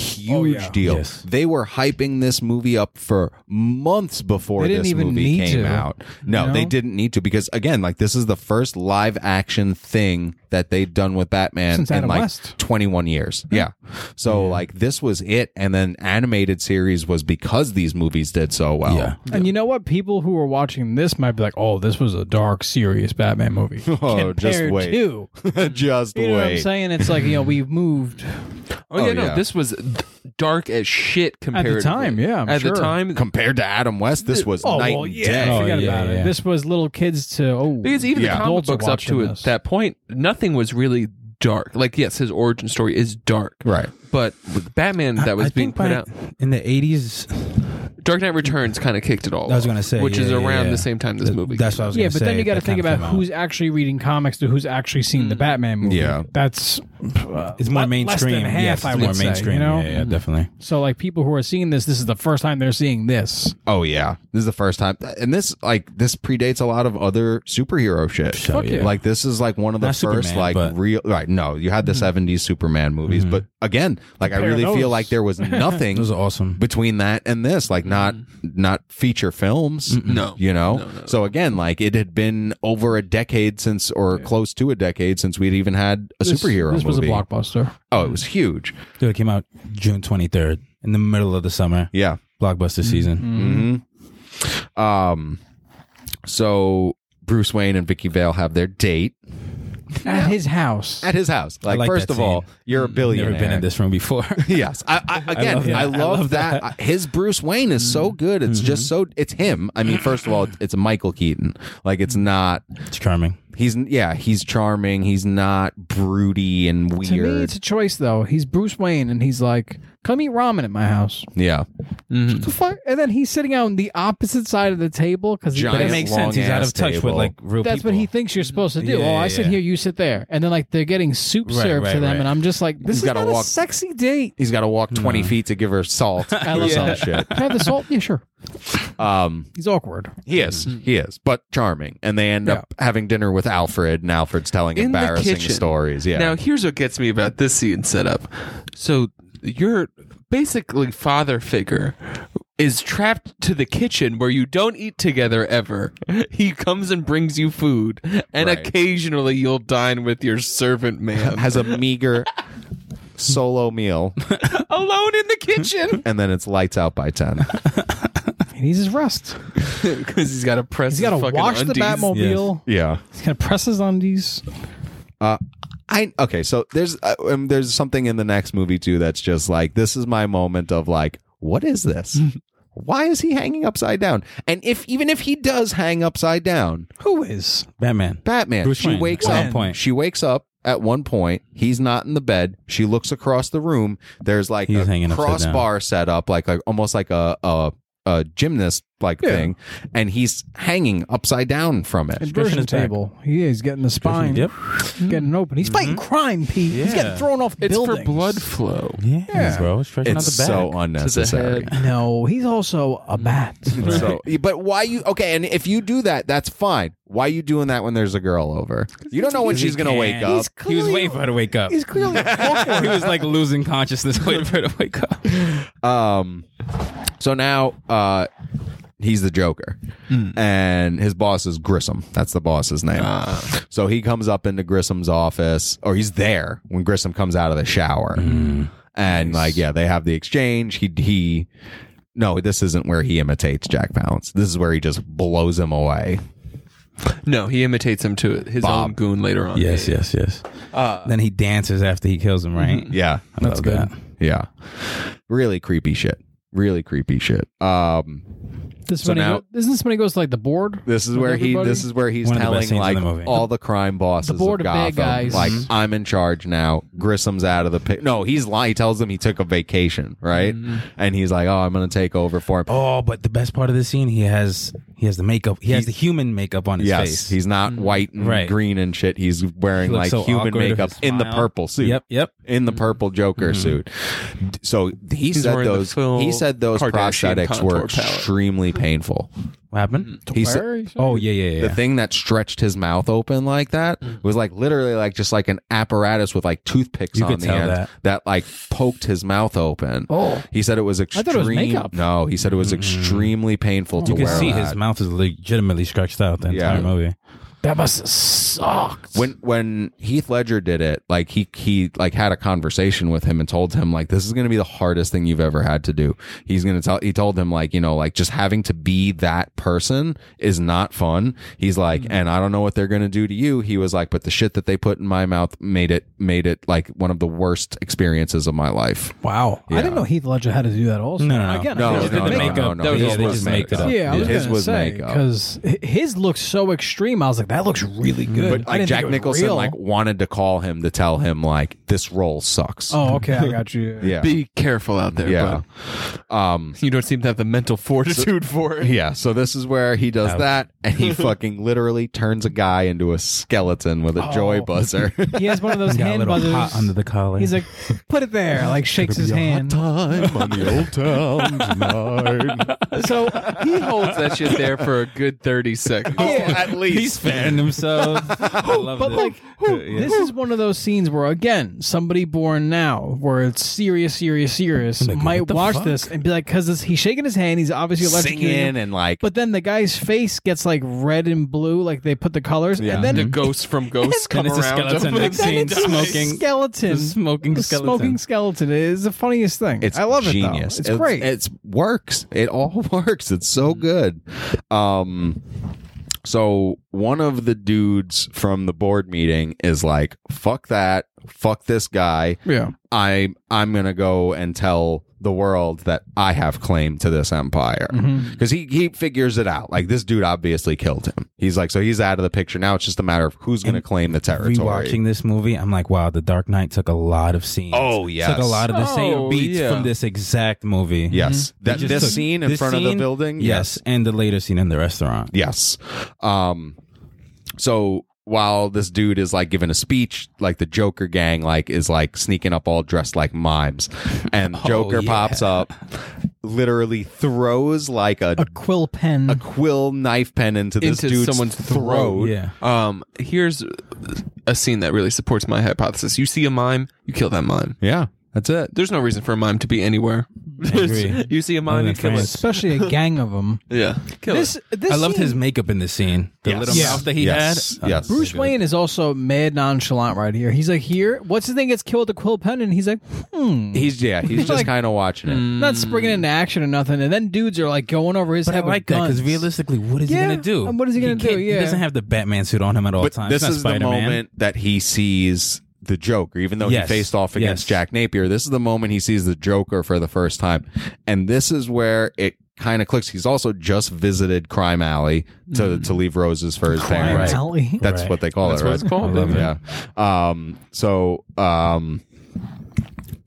A: huge
B: yeah.
A: deal.
D: Yes.
A: They were hyping this movie up for months before
E: They didn't
A: this
E: even
A: movie
E: need
A: came
E: to.
A: out. No,
E: No?
A: they didn't need to because again, like this is the first live action thing that they've done with Batman
E: Since
A: in
E: Adam
A: like
E: West.
A: 21 years. Yeah. So like this was it and then animated series was because these movies did so well.
D: Yeah.
E: And you know what? People who are watching this might be like, "Oh, this was a dark, serious Batman movie."
A: Oh, just
E: Compared
A: wait.
E: to-
A: just
E: you know what I'm
A: wait.
E: saying? It's like you know we've moved.
C: Oh, yeah,
A: Oh,
C: no,
A: yeah.
C: this was dark as shit compared
E: time, yeah, I'm
C: at
E: sure.
C: the time,
A: Compared to Adam West, this was
E: Oh
A: night
E: well,
A: and day.
E: yeah,
D: Oh,
E: forget
D: yeah,
E: about
D: yeah.
E: it. This was little kids to oh
C: because even
A: Yeah.
C: the comic
E: Adults are
C: books up to
E: watching
C: it,
E: this.
C: that point, nothing was really dark. Like, yes, his origin story is dark,
A: Right.
C: But with Batman that was
D: I
C: being
D: think
C: put
D: by-
C: out,
D: in the eighties.
C: Dark Knight Returns kind of kicked it all.
D: I was
C: off,
D: gonna say,
C: which is
D: yeah, yeah,
C: around
D: yeah.
C: the same time this movie.
D: That's what I was.
E: yeah,
D: gonna
E: but
D: say,
E: then you got to
D: that
E: think
D: kinda
E: about
D: came out.
E: who's actually reading comics to who's actually seen the Batman movie.
A: Mm. Yeah.
E: that's
D: It's more
E: less than
D: mainstream.
E: half,
D: yes,
E: I
D: it's more
E: would say, you
D: mainstream.
E: know?
D: Yeah, yeah, definitely.
E: so like people who are seeing this. This is the first time they're seeing this.
A: Oh yeah, this is the first time, and this like this predates a lot of other superhero shit.
D: Fuck yeah.
A: Like this is like one of the
D: Not
A: first
D: Superman,
A: like
D: but- Mm-hmm.
A: real right. No, you had the '70s Superman movies, but again, like I
E: Compare
A: really feel
E: those.
A: like there was nothing
D: Those are Mm-hmm. awesome.
A: between that and this. Like not not feature films.
C: No.
A: you know. So again, like it had been over a decade since, or close to a decade since we'd even had a
E: This-
A: superhero
E: This was a
A: movie.
E: blockbuster.
A: Oh, it was huge.
D: Dude, it came out June 23rd in the middle of the summer.
A: Yeah.
D: Blockbuster
C: Mm-hmm.
D: season.
A: hmm Um, so Bruce Wayne and Vicky Vale have their date
E: At his house.
A: at his house. Like,
D: like
A: first
D: that
A: of all,
D: scene. Mm-hmm.
A: you're a billionaire.
D: Never been in this room before.
A: Yes, I, I again, I love,
D: love that. I love
A: that.
D: that. Mm-hmm.
A: His Bruce Wayne is so good. It's just so. It's him. I mean, first of all, it's Michael Keaton. Like,
D: Mm-hmm.
A: it's not.
D: it's charming.
A: He's yeah. He's charming. He's not broody and weird.
E: to me, it's a choice though. He's Bruce Wayne, and he's like, "Come eat ramen at my house."
A: yeah.
E: What the fuck? And then he's sitting on the opposite side of the table because he
A: Giant
D: But it
A: Nice
D: makes sense. He's out
A: long-ass
D: of touch with
A: table.
D: like real
E: That's
D: people.
E: what he thinks you're supposed to do.
D: Yeah,
E: oh, I
D: yeah,
E: sit
D: yeah.
E: here, you sit there, and then like they're getting soup
D: Right,
E: served
D: right,
E: to them,
D: right.
E: and I'm just like, this
A: He's
E: is
A: gotta
E: not
A: walk-
E: a sexy date.
A: He's got to walk twenty
D: Mm-hmm.
A: feet to give her salt
E: I
A: or
E: love
A: some
E: that.
A: shit.
E: Can I have the salt? Yeah, sure.
A: Um,
E: He's awkward.
A: He is.
C: Mm-hmm.
A: He is, but charming. And they end
E: Yeah.
A: up having dinner with Alfred, and Alfred's telling
C: In the
A: embarrassing
C: kitchen.
A: stories. Yeah.
C: Now, here's what gets me about this scene setup. So, your basically father figure is trapped to the kitchen where you don't eat together ever. He comes and brings you food, and
A: Right.
C: occasionally you'll dine with your servant man
A: has a meager solo meal,
C: alone in the kitchen
A: and then it's lights out by 10.
E: He needs his rest.
C: because he's got to press.
E: He's got to
C: his fucking
E: wash the
C: undies.
E: Batmobile.
A: yeah.
E: He's gonna press his undies.
A: I okay, so there's uh, um, there's something in the next movie too that's just like this is my moment of like what is this? Why is he hanging upside down? And if even if he does hang upside down,
E: Who is?
D: Batman.
A: Batman.
D: Bruce
A: she
D: Wayne.
A: wakes
D: At
A: up.
D: one point.
A: She wakes up at one point. He's not in the bed. She looks across the room. There's like
D: He's
A: a
D: hanging upside
A: crossbar set up, like like almost like a a, a gymnast like thing, and he's hanging upside down from it.
D: Stretching
E: Inversion
D: his back.
E: table. He is getting the spine.
D: Yep.
E: Getting open. He's fighting crime, Pete. He's
D: Yeah.
E: getting thrown off
C: It's
E: buildings.
C: for blood flow.
D: Yeah, bro. Stretching out
A: It's
D: the back.
A: so unnecessary.
C: head.
E: No, he's also a bat.
A: So, but why you okay? And if you do that, that's fine. Why you doing that when there's a girl over? You don't know when she's gonna wake up.
E: He's
D: He was
E: clearly-
D: waiting for her to wake up.
E: He's clearly awkward.
D: he was like losing consciousness, waiting for her to wake up.
A: Um, so now uh, he's the Joker,
D: Hmm.
A: and his boss is Grissom. That's the boss's name.
D: Ah.
A: So he comes up into Grissom's office, or he's there when Grissom comes out of the shower,
D: Hmm.
A: and like yeah, they have the exchange. He he. No, this isn't where he imitates Jack Palance. This is where he just blows him away.
C: No, he imitates him to his own goon later on.
D: Yes, yes, yes.
C: Uh,
D: then he dances after he kills him, right?
A: Yeah.
D: I love
E: good.
D: that.
A: Yeah. Really creepy shit. Really creepy shit. Um
E: This is
A: So
E: when he
A: now-
E: go- isn't this when he goes to like the board?
A: This is
E: With
A: where he.
E: everybody?
A: This is where he's
D: One of the best
A: telling
D: scenes in
A: like
D: the movie. Mm-hmm.
A: all the crime bosses,
E: The board
A: of
E: of
A: Gotham,
E: bad guys.
A: like I'm in charge now. Grissom's out of the pic. No, he's lying. He tells them he took a
C: Mm-hmm.
A: vacation, right? And he's like, "Oh, I'm going to take over for him."
D: Oh, but the best part of the scene, he has He has the makeup. He, has the human makeup on his
A: yes,
D: face.
A: he's not
C: Mm-hmm.
A: white and
D: Right.
A: green and shit. He's wearing
D: He
A: like
D: looks so
A: human
D: awkward with
A: makeup
D: his
A: in the
D: smile.
A: purple suit.
D: Yep, Mm-hmm. yep.
A: in the purple Joker suit. D- So he said
C: wearing the
A: those.
C: full
A: He said those
C: Kardashian
A: prosthetics
C: contour
A: were
C: palette.
A: extremely painful.
D: What happened?
A: He said
D: Oh yeah, yeah, yeah. Mm.
A: the thing that stretched his mouth open like that was like literally like just like an apparatus with like toothpicks
D: You
A: on
D: could
A: the
D: tell
A: end
D: that.
A: like poked his mouth open.
E: Oh.
A: He said it was extreme.
E: thought it was makeup.
A: No, he said it was extremely painful to
D: you can
A: wear.
D: see
A: that.
D: his mouth is legitimately stretched out the entire
A: Yeah.
D: movie.
E: That must have sucked.
A: when when Heath Ledger did it, like he he like had a conversation with him and told him like this is going to be the hardest thing you've ever had to do. He's going to tell he told him like, you know, like just having to be that person is not fun. He's like,
E: Mm-hmm.
A: and I don't know what they're going to do to you. He was like, but the shit that they put in my mouth made it made it like one of the worst experiences of my life.
D: Wow.
E: I didn't know Heath Ledger had to do that. Also,
D: No, no, no.
E: Again, I
A: No,
E: think
A: no,
E: it's
A: no,
E: the makeup.
A: no, no,
C: That was
A: his
C: all
D: they
A: was
D: just make it
A: makeup.
D: up.
E: Yeah, I was
A: His
E: gonna
A: was
E: say,
A: makeup.
E: because his looked so extreme. I was like, that looks really good.
A: But
E: I
A: like
E: didn't
A: Jack
E: think it was
A: Nicholson
E: real.
A: like wanted to call him to tell him like this role sucks.
E: oh, okay, I got you.
A: yeah.
C: Be careful out there,
A: yeah.
C: bro. You don't seem to have the mental fortitude for it.
A: Yeah, so this is where he does that, and he fucking literally turns a guy into a skeleton with a joy
E: Oh.
A: buzzer.
E: He has one of those
D: Got a
E: hand
D: little
E: buzzers.
D: hot under the collar.
E: He's like, put it there. Like shakes his hand.
A: Time on the old town tonight.
C: So he holds that shit there for a good 30 seconds.
A: At
D: He's
A: least.
D: fanning himself. I love
E: But
D: this.
E: like, who-
D: Yeah.
E: this is one of those scenes where again, somebody born now, where it's serious, serious, serious,
D: like,
E: might
D: what the
E: watch
D: fuck?
E: this and be like, because he's shaking his hand, he's obviously electrocuting. him.
A: Singing and like,
E: But then the guy's face gets like red and blue, like they put the colors,
A: Yeah. Mm-hmm.
E: and then
C: the ghosts from ghosts
D: Then
C: come
D: it's a
C: around.
D: skeleton
C: over
D: next
C: the-
D: scene,
E: smoking
D: smoking
E: skeleton,
D: the smoking
E: The
D: skeleton.
E: smoking skeleton is the funniest thing.
A: it's
E: I love
A: genius.
E: it. Though. It's great. Mm.
A: It's works. It all works. It's so good. Um, so one of the dudes from the board meeting is like, "Fuck that! Fuck this guy!
E: yeah,
A: I I'm gonna go and tell the world that I have claim to this empire
D: Mm-hmm.
A: because he he figures it out. Like this dude obviously killed him. He's like so he's out of the picture now. It's just a matter of who's gonna claim the territory.
D: Rewatching this movie, I'm like, wow, The Dark Knight took a lot of scenes.
A: Oh, yes.
D: took a lot of the
C: Oh,
D: same beats
C: yeah.
D: from this exact movie.
A: Yes,
D: They
A: that
D: Mm-hmm. just
A: this
D: took
A: scene in
D: this
A: front of
D: scene,
A: the building.
D: Yes, and the later scene in the restaurant.
A: Yes. Um so while this dude is like giving a speech, like the Joker gang like is like sneaking up all dressed like mimes. And Joker pops up, literally throws like a,
E: a quill pen.
A: a quill knife pen into this
C: Into
A: dude's
C: someone's
A: throat.
C: throat.
D: Yeah.
C: Um, here's a scene that really supports my hypothesis. You see a mime, you kill that mime.
A: Yeah. That's it.
C: There's no reason for a mime to be anywhere.
D: agree.
C: you see a mime,
D: Other
C: you
D: than
C: kill it.
D: France.
E: especially a gang of them.
C: Yeah, kill
E: This,
C: it.
E: this
D: I loved
E: scene-
D: his makeup in this scene. The
A: Yes.
D: little
A: Yeah.
D: mouth that he
A: Yes.
D: had.
A: Yes.
E: Bruce Wayne is also mad nonchalant right here. He's like, here, what's his thing gets killed with a quill pen, and he's like, hmm,
A: He's yeah, he's just
E: Like- hmm.
A: kind of watching it.
E: not springing into action or nothing. And then dudes are like going over his
D: Hmm. But I
E: head. with
D: like that because
E: guns.
D: realistically, what is
E: Yeah,
D: he gonna do?
E: and what is he gonna do?
D: can't-
E: Yeah.
D: he doesn't have the Batman suit on him at all
A: But
D: times.
A: this
D: It's not
A: is
D: Spider-Man.
A: the moment that he sees the Joker, even though
D: Yes.
A: he faced off against
D: Yes.
A: Jack Napier. This is the moment he sees the Joker for the first time. And this is where it kind of clicks. He's also just visited Crime Alley to, to leave roses for his
E: Right.
A: parents.
E: Alley.
A: That's
D: Right.
A: what they call
C: That's
A: it,
C: what
A: right?
C: it's called.
D: I love
C: baby.
A: Yeah. Um, so, um,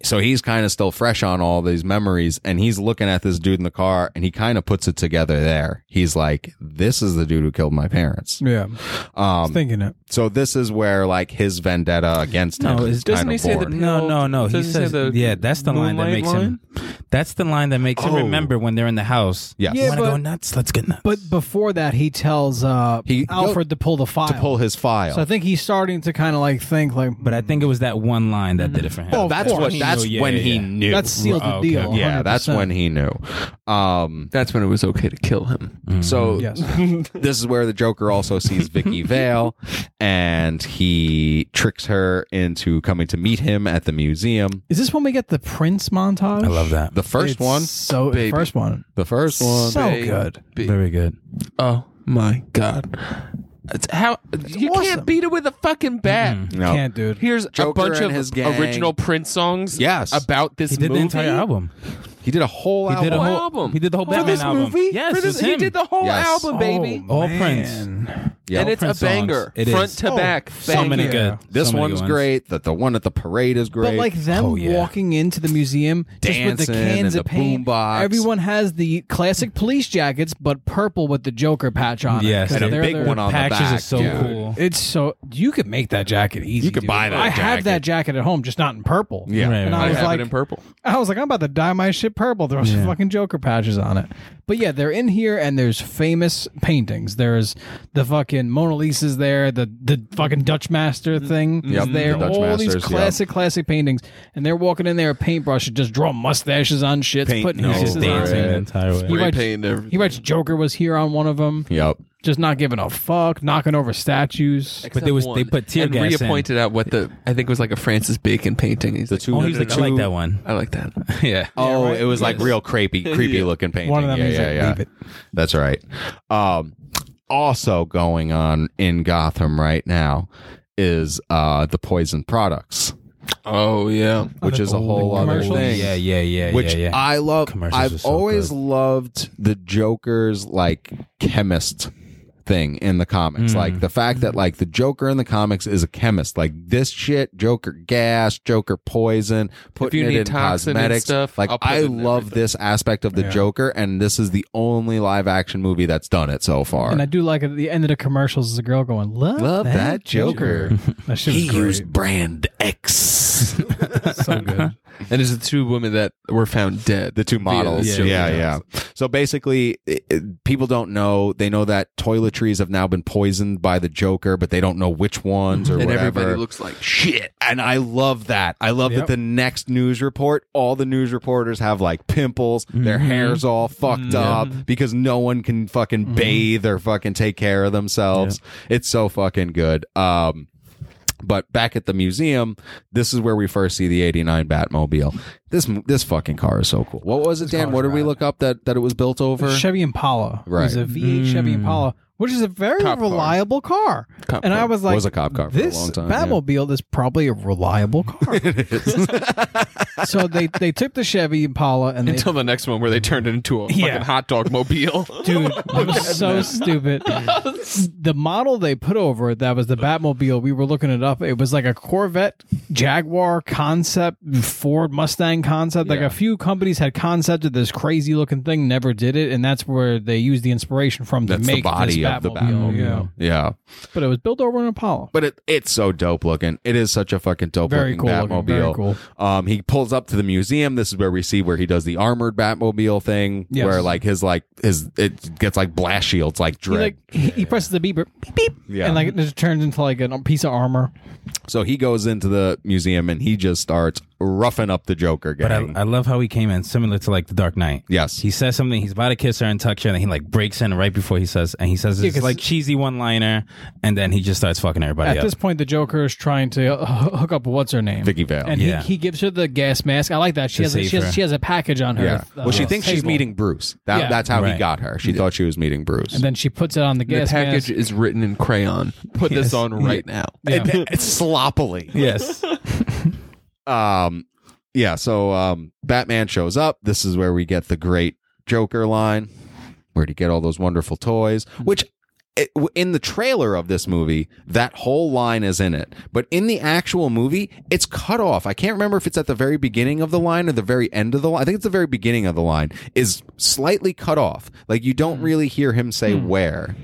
A: so he's kind of still fresh on all these memories, and he's looking at this dude in the car, and he kind of puts it together there. He's like, "This is the dude who killed my parents."
E: Yeah, I was
A: Um,
E: thinking it.
A: So this is where like his vendetta against him.
D: No,
A: is
D: it's- doesn't
A: kind
C: he
A: of
C: say that-
A: born.
D: No, no, no. He
C: Doesn't he say
D: says,
C: the
D: yeah, that's the line that
C: moonlight
D: makes him. That's the line that makes him
A: Oh.
D: remember when they're in the house.
A: Yes.
D: You
A: Yeah,
D: wanna
E: but-
D: go nuts? Let's get nuts.
E: But before that, he tells uh,
A: He-
E: Alfred to pull the file.
A: to pull his file?
E: So I think he's starting to kind of like think like,
D: but I think it was that one line that did it for him.
E: Oh,
A: that's
E: of
A: what.
E: course.
A: That's
D: Yeah,
A: when
D: yeah,
A: he
D: yeah.
A: knew.
E: that's sealed the
D: Okay.
E: deal.
A: yeah, that's
E: 100%.
A: when he knew. Um,
C: That's when it was okay to kill him.
A: So
E: Yes.
A: this is where the Joker also sees Vicky Vale, and he tricks her into coming to meet him at the museum.
E: Is this when we get the Prince montage?
D: I love that.
A: The first
E: It's
A: one,
E: So
C: Baby.
E: first one.
A: the first one.
E: So
C: baby.
E: good.
D: Very good.
C: Oh my god. It's how you
E: awesome.
C: can't beat it with a fucking bat.
A: No.
E: Can't dude.
C: Here's
A: Joker
C: a bunch
A: and
C: of
A: his gang.
C: original Prince songs.
A: Yes.
C: about this
D: He did
C: movie.
D: the entire album.
A: He did a whole
D: He
A: album.
D: did a whole
C: album.
D: He did the whole
C: Oh, for
D: Batman
C: this
D: album.
C: movie.
D: Yes,
C: For
D: it
C: this-
D: was
C: he
D: him.
C: did the whole
A: Yes.
C: album, baby.
D: All
E: man.
D: Prince.
A: Yeah.
C: and
D: All
C: it's
D: oh, Prince
C: a
D: songs.
C: banger,
D: It
C: front
D: is.
C: to back.
D: so many
C: banger.
D: good.
A: This
D: so many
A: one's
D: good ones.
A: great. That the one at the parade is great.
E: But like them
D: Oh, yeah.
E: walking into the museum just with the
A: Dancing
E: cans
A: and
E: of
A: the
E: paint.
A: boombox.
E: Everyone has the classic police jackets, but purple with the Joker patch on. it,
D: Yes,
E: 'cause
D: and a
E: they're
A: big
E: their-
A: one on the
D: Patches
A: back,
D: is so
A: dude.
D: cool.
E: It's so you could make that jacket easy.
A: You could
E: dude.
A: buy that
E: I have
A: jacket.
E: that jacket at home, just not in purple.
A: yeah.
D: Right,
E: And
D: right,
E: I
C: I
E: was
C: have
E: like,
C: it in purple.
E: I was like, I'm about to dye my shit purple. There was
D: Yeah.
E: fucking Joker patches on it. But yeah, they're in here and there's famous paintings. There's the fucking Mona Lisa's there, the the fucking Dutch Master thing
A: Yep,
E: is there.
A: the Dutch
E: All these
A: Masters,
E: classic, classic paintings. And they're walking in there with paintbrushes, just drawing mustaches on shit,
A: Paint
E: putting
A: noses,
D: He's
E: pieces
D: just
E: on
D: dancing
E: it.
D: the entire way.
E: You
C: Spray
E: might-
C: paint everything.
E: He writes Joker was here on one of them,
A: Yep.
E: just not giving a fuck, knocking over statues.
D: But they was-
C: Except
D: they
C: one.
D: put tear
C: and
D: gas in.
C: reappointed out what the I think it was like a Francis Bacon painting. He's
A: The
C: like,
A: two.
D: Oh, he's
A: the
D: like, I like that one.
C: I like that.
D: yeah.
A: Oh,
E: right?
A: it was like
C: Yes.
A: real creepy, creepy
C: Yeah.
A: looking painting.
E: One of them
A: yeah,
E: he's
A: yeah,
E: like,
A: yeah.
E: "Leave it."
A: That's right. Um, also going on in Gotham right now is uh, the poison products,
C: Oh yeah.
A: which is a whole other
E: commercials?
A: thing.
D: Yeah, yeah, yeah,
A: which
D: yeah, yeah.
A: I love.
D: Commercials are
A: I've
D: so
A: always
D: good.
A: loved the Joker's like chemist thing in the
D: Mm.
A: comics. Like the fact that like the Joker in the comics is a chemist. Like this shit, Joker gas, Joker poison, putting
C: you
A: it
C: need
A: in
C: toxin and
A: cosmetics.
C: stuff,
A: like
C: I'll put
A: I
C: it in
A: love
C: everything.
A: this aspect of the Joker, and this is the only live action movie that's done it so far.
E: And I do like at the end of the commercials is a girl going, Love,
A: Love that
E: that shit was great.
A: brand X.
E: so good.
C: And there's the two women that were found dead.
A: the two
C: via
A: models.
C: this
A: Yeah,
C: Joker
A: yeah.
C: contest.
A: So basically, it, it- people don't know. They know that toiletries have now been poisoned by the Joker, but they don't know which ones or
C: And everybody
A: whatever.
C: looks like
A: Shit. And I love that. I love
E: Yep.
A: that the next news report, all the news reporters have like pimples, their hair's all fucked up because no one can fucking bathe or fucking take care of themselves. It's so fucking good. Um, but back at the museum, this is where we first see the '89 Batmobile. This this fucking car is so cool. What was it, Dan? What did we look up that that it was built over?
E: Chevy Impala. It was
A: Right.
E: a V8 Chevy Impala, which is a very
C: Cop car.
E: reliable car. and I was like,
A: was a cop car for a
E: this
A: long time, yeah.
E: Batmobile is probably a reliable car. so they, they took the Chevy Impala and they
C: until the next one where they turned it into a fucking
E: Yeah.
C: hot dog mobile.
E: Dude, it was so stupid. The model they put over it, that was the Batmobile, we were looking it up. It was like a Corvette, Jaguar concept, Ford Mustang concept. Like a few companies had concepted this crazy looking thing, never did it. And that's where they used the inspiration from to
A: That's the
E: make
A: body
E: this
A: of the
E: Batmobile.
A: Batmobile.
E: Yeah.
A: yeah,
E: But it was built over an Apollo.
A: but it it's so dope looking. It is such a fucking dope
E: Very
A: looking
E: cool.
A: Batmobile.
E: looking, Very cool.
A: Um, he pulls up to the museum. This is where we see where he does the armored Batmobile thing,
E: Yes.
A: where like his like his it gets like blast shields like
E: He,
A: dread.
E: like, he, he presses the beeper, beep, beep,
A: Yeah.
E: and like it just turns into like a piece of armor.
A: so he goes into the museum and he just starts roughing up the Joker
D: But
A: gang.
D: I, I love how he came in, similar to like the Dark Knight.
A: Yes.
D: he says something. He's about to kiss her and touch her, and he like breaks in right before he says, and he says this
E: 'cause-
D: like cheesy one liner, and then he just starts fucking everybody
E: At
D: up.
E: this point, the Joker is trying to uh, hook up what's her name,
A: Vicky Vale.
E: and
D: Yeah.
E: he, he gives her the gas mask. I like that she
D: To
E: has, a,
D: save
E: she
D: her.
E: has she has a package on her.
A: Yeah.
E: uh,
A: Well, she
E: uh,
A: thinks she's
E: table.
A: meeting Bruce. That,
E: Yeah.
A: That's how he
D: Right.
A: got her. She thought she was meeting Bruce.
E: and then she puts it on the
C: the
E: gas
C: package
E: mask.
C: is written in crayon. Put this on right now.
A: And then- it's sloppily.
D: yes,
A: Um, yeah. So um, Batman shows up. This is where we get the great Joker line. Where'd he get all those wonderful toys?
E: Hmm.
A: Which. It, w- in the trailer of this movie, that whole line is in it. But in the actual movie, it's cut off. I can't remember if it's at the very beginning of the line or the very end of the line. I think it's the very beginning of the line is slightly cut off. Like you
E: Hmm.
A: don't really hear him say where.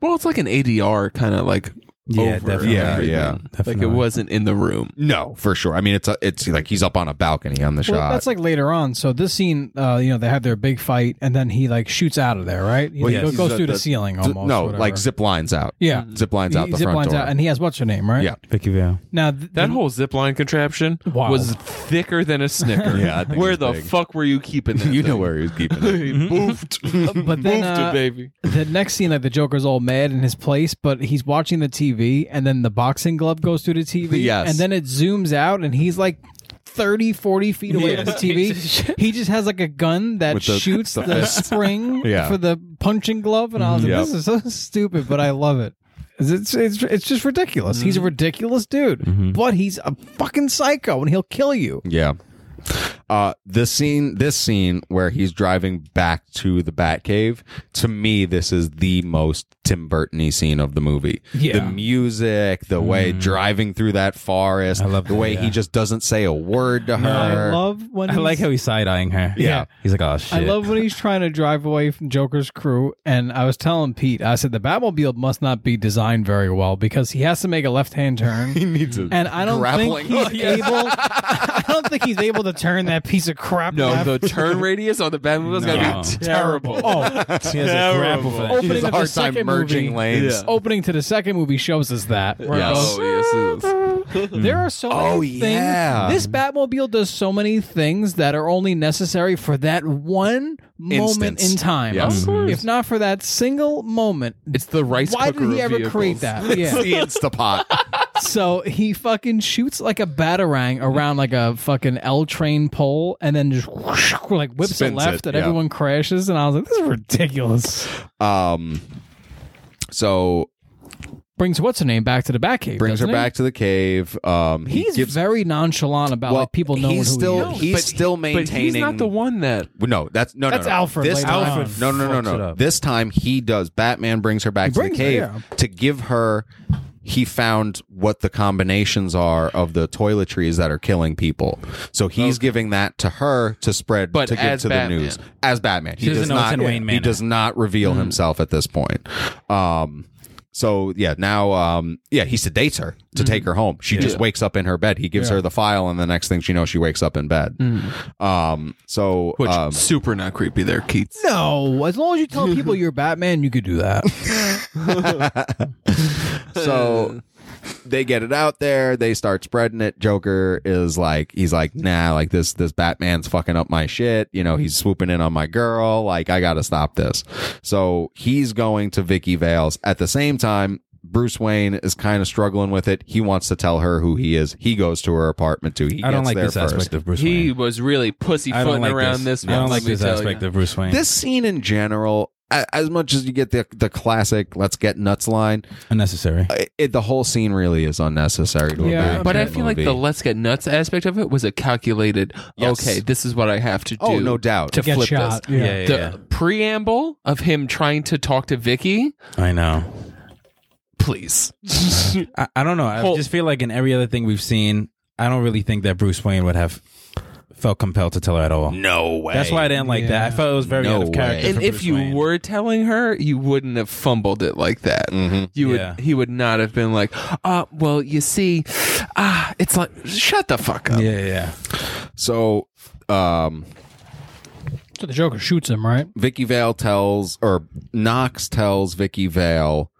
C: Well, it's like an ADR kind of like
D: Yeah,
C: over
D: definitely.
A: Yeah,
C: everything.
A: yeah.
C: Like it
D: Definitely.
C: wasn't in the room.
A: No, for sure. I mean, it's a, it's like he's up on a balcony on the
E: Well,
A: shot.
E: that's like later on. So this scene, uh, you know, they have their big fight, and then he like shoots out of there, right? He
A: Well,
E: like,
A: yes. Mm-hmm.
E: goes
A: The-
E: through the,
A: the-
E: ceiling
A: Z-
E: almost.
A: no,
E: whatever.
A: like zip lines out.
E: yeah,
A: Zip lines out
E: He
A: the
E: zip
A: front
E: lines
A: door.
E: out, and he has what's her name, right?
A: Yeah.
D: Vicky Vale.
E: Now th-
C: That
E: the-
C: whole zipline contraption
E: Wow.
C: was thicker than a snicker.
A: Yeah, I think
C: where
A: it's
C: the
A: big.
C: fuck were you keeping that?
A: you know
C: thing?
A: where he was keeping it.
E: Mm-hmm.
C: He boofed,
E: But then,
C: boofed
E: uh,
C: it, baby.
E: the next scene, like the Joker's all mad in his place, but he's watching the TV, and then the boxing glove goes through the TV.
A: Yes.
E: And then it zooms out, and he's like 30, 40 feet away from the TV. he just has like a gun that
A: With the-
E: shoots
A: the
E: the,
A: fist.
E: spring
A: Yeah. Mm-hmm.
E: for the punching glove. And I was like,
A: Yep.
E: this is so stupid, but I love it. It's, it's, it's just ridiculous.
A: Mm-hmm.
E: He's a ridiculous dude, but he's a fucking psycho, and he'll kill you.
A: Yeah. Uh, this scene, this scene where he's driving back to the Batcave, to me, this is the most Tim Burton scene of the movie.
E: Yeah. Mm-hmm.
A: The music, the way driving through that forest,
D: I love
A: the
D: that,
A: way he
D: yeah.
A: just doesn't say a word to
E: I
A: her.
E: love when
D: I like
E: he's-
D: how he's side eyeing her.
A: Yeah.
D: he's like, oh shit.
E: I love when he's trying to drive away from Joker's crew. And I was telling Pete, I said the Batmobile must not be designed very well because he has to make a left-hand turn.
A: he needs a
E: And I don't
A: Grappling.
E: think he's able. I don't think he's able to turn that piece of crap.
C: No,
E: left.
C: the turn radius on the Batmobile's
D: No.
C: gotta be terrible.
E: Oh,
D: He has a grapple for that
E: Oh,
D: shit.
A: He has
E: Opening
A: a
E: up the
A: hard time
E: second
A: merging
E: movie.
A: lanes.
E: opening to the second movie shows us that. Where it
A: Yes.
E: goes,
C: Oh, yes, yes.
E: There are so
A: Oh,
E: many
A: yeah.
E: things. This Batmobile does so many things that are only necessary for that one moment
A: Instance.
E: in time.
A: Yes. Of
E: If not for that single moment,
C: It's the rice
E: why
C: cooker
E: did he
C: of
E: ever
C: vehicles.
E: create that?
A: It's
E: Yeah.
A: the Instapot.
E: so he fucking shoots like a batarang around like a fucking L train pole, and then just whoosh, like whips
A: Spins
E: it left,
A: it,
E: and
A: yeah.
E: everyone crashes. And I was like, this is ridiculous.
A: Um, so
E: Brings what's her name back to the Batcave.
A: brings her
E: doesn't he?
A: back to the cave. Um, he
E: He's
A: gives
E: very nonchalant about
A: well,
E: like people knowing
A: he's
E: who
A: still
E: he is.
A: he's
C: but-
A: still
C: But
A: maintaining.
C: he's not the one that.
A: Well, No, that's no, no,
E: That's
A: no.
E: Alfred
A: This
E: later
A: time,
E: on.
A: no, no, no,
D: Fucks
A: no,
D: it
A: no.
D: up.
A: This time he does. Batman brings her back to the
E: brings her,
A: cave
E: yeah.
A: to give her. He found what the combinations are of the toiletries that are killing people. So he's giving that to her to spread
C: But
A: to give
C: as
A: to
C: Batman.
A: the news as Batman. He
D: doesn't
A: does
D: know it's
A: not.
D: in Wayne
A: he
D: Manor.
A: does not reveal himself at this point. Um. So yeah, now um yeah, he sedates her to
D: Mm-hmm.
A: take her home. She just wakes up in her bed. He gives her the file, and the next thing she knows, she wakes up in bed.
D: Mm-hmm.
A: Um. So
C: Which
A: um,
C: super not creepy there, Keats.
E: No, as long as you tell people you're Batman, you could do that.
A: so they get it out there they start spreading it joker is like he's like nah like this this batman's fucking up my shit you know he's swooping in on my girl like i gotta stop this so he's going to vicky vales at the same time bruce wayne is kind of struggling with it he wants to tell her who he is he goes to her apartment too he
D: I don't
A: gets
D: like
A: there
D: this
A: first.
D: aspect of Bruce
C: He
D: Wayne.
C: was really pussyfooting
D: I don't like
C: around
D: this.
C: this.
D: I don't
C: one,
D: like
C: let me
D: this
C: tell
D: aspect
C: you.
D: of Bruce Wayne.
A: this scene in general a- as much as you get the the classic let's get nuts line
D: unnecessary.
A: it, it, the whole scene really is unnecessary to
E: Yeah,
A: a Batman
C: But I feel like
A: movie.
C: the let's get nuts aspect of it was a calculated.
A: Yes.
C: Okay, this is what I have to do.
A: oh no doubt
C: to
E: Get
C: flip
E: shot.
C: this.
E: Yeah.
C: The preamble of him trying to talk to Vicky.
D: I know.
C: Please,
D: I, I don't know. I
C: Whole-
D: just feel like in every other thing we've seen, I don't really think that Bruce Wayne would have felt compelled to tell her at all.
A: No way.
D: That's why I didn't like that. I felt it was very
A: No
D: out of character.
A: way.
D: for
C: and if
D: Bruce
C: you
D: Wayne.
C: were telling her, you wouldn't have fumbled it like that.
A: Mhm.
C: You would.
D: Yeah.
C: He would not have been like, uh, well, you see, ah, it's like, shut the fuck up.
D: yeah, yeah, yeah.
A: So, um,
E: So the Joker shoots him, right?
A: Vicky Vale tells, or Knox tells Vicky Vale.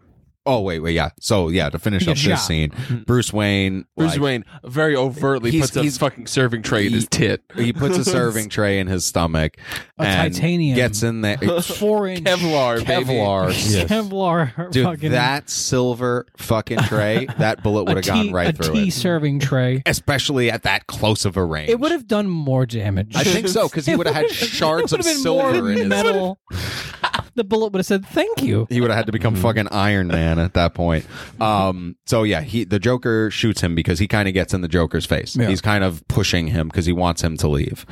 A: Oh wait, wait, yeah. So yeah, to finish up
E: gets
A: this
E: shot.
A: scene, Bruce Wayne,
C: Mm-hmm. Bruce
A: like,
C: Wayne very overtly
A: He's-
C: puts a
A: he's-
C: fucking serving tray in his tit.
A: he puts a serving tray in his stomach,
E: A
A: and
E: titanium.
A: gets in there. It's
E: Four inch
C: Kevlar, baby.
A: Kevlar,
D: Yes.
E: Kevlar
A: dude.
E: fucking
A: That silver fucking tray, that bullet would have
E: a tea,
A: gone
E: a
A: right through
E: tea
A: it,
E: serving tray.
A: especially at that close of a range.
E: It would have done more damage.
A: I think so because he
E: It
A: would have had
E: would've-
A: shards
E: it
A: of
E: would've been more
A: silver in his
E: metal. the bullet would have said thank you.
A: he would have had to become fucking Iron Man at that point. Um, so yeah, he the Joker shoots him because he kind of gets in the Joker's face. He's kind of pushing him because he wants him to leave.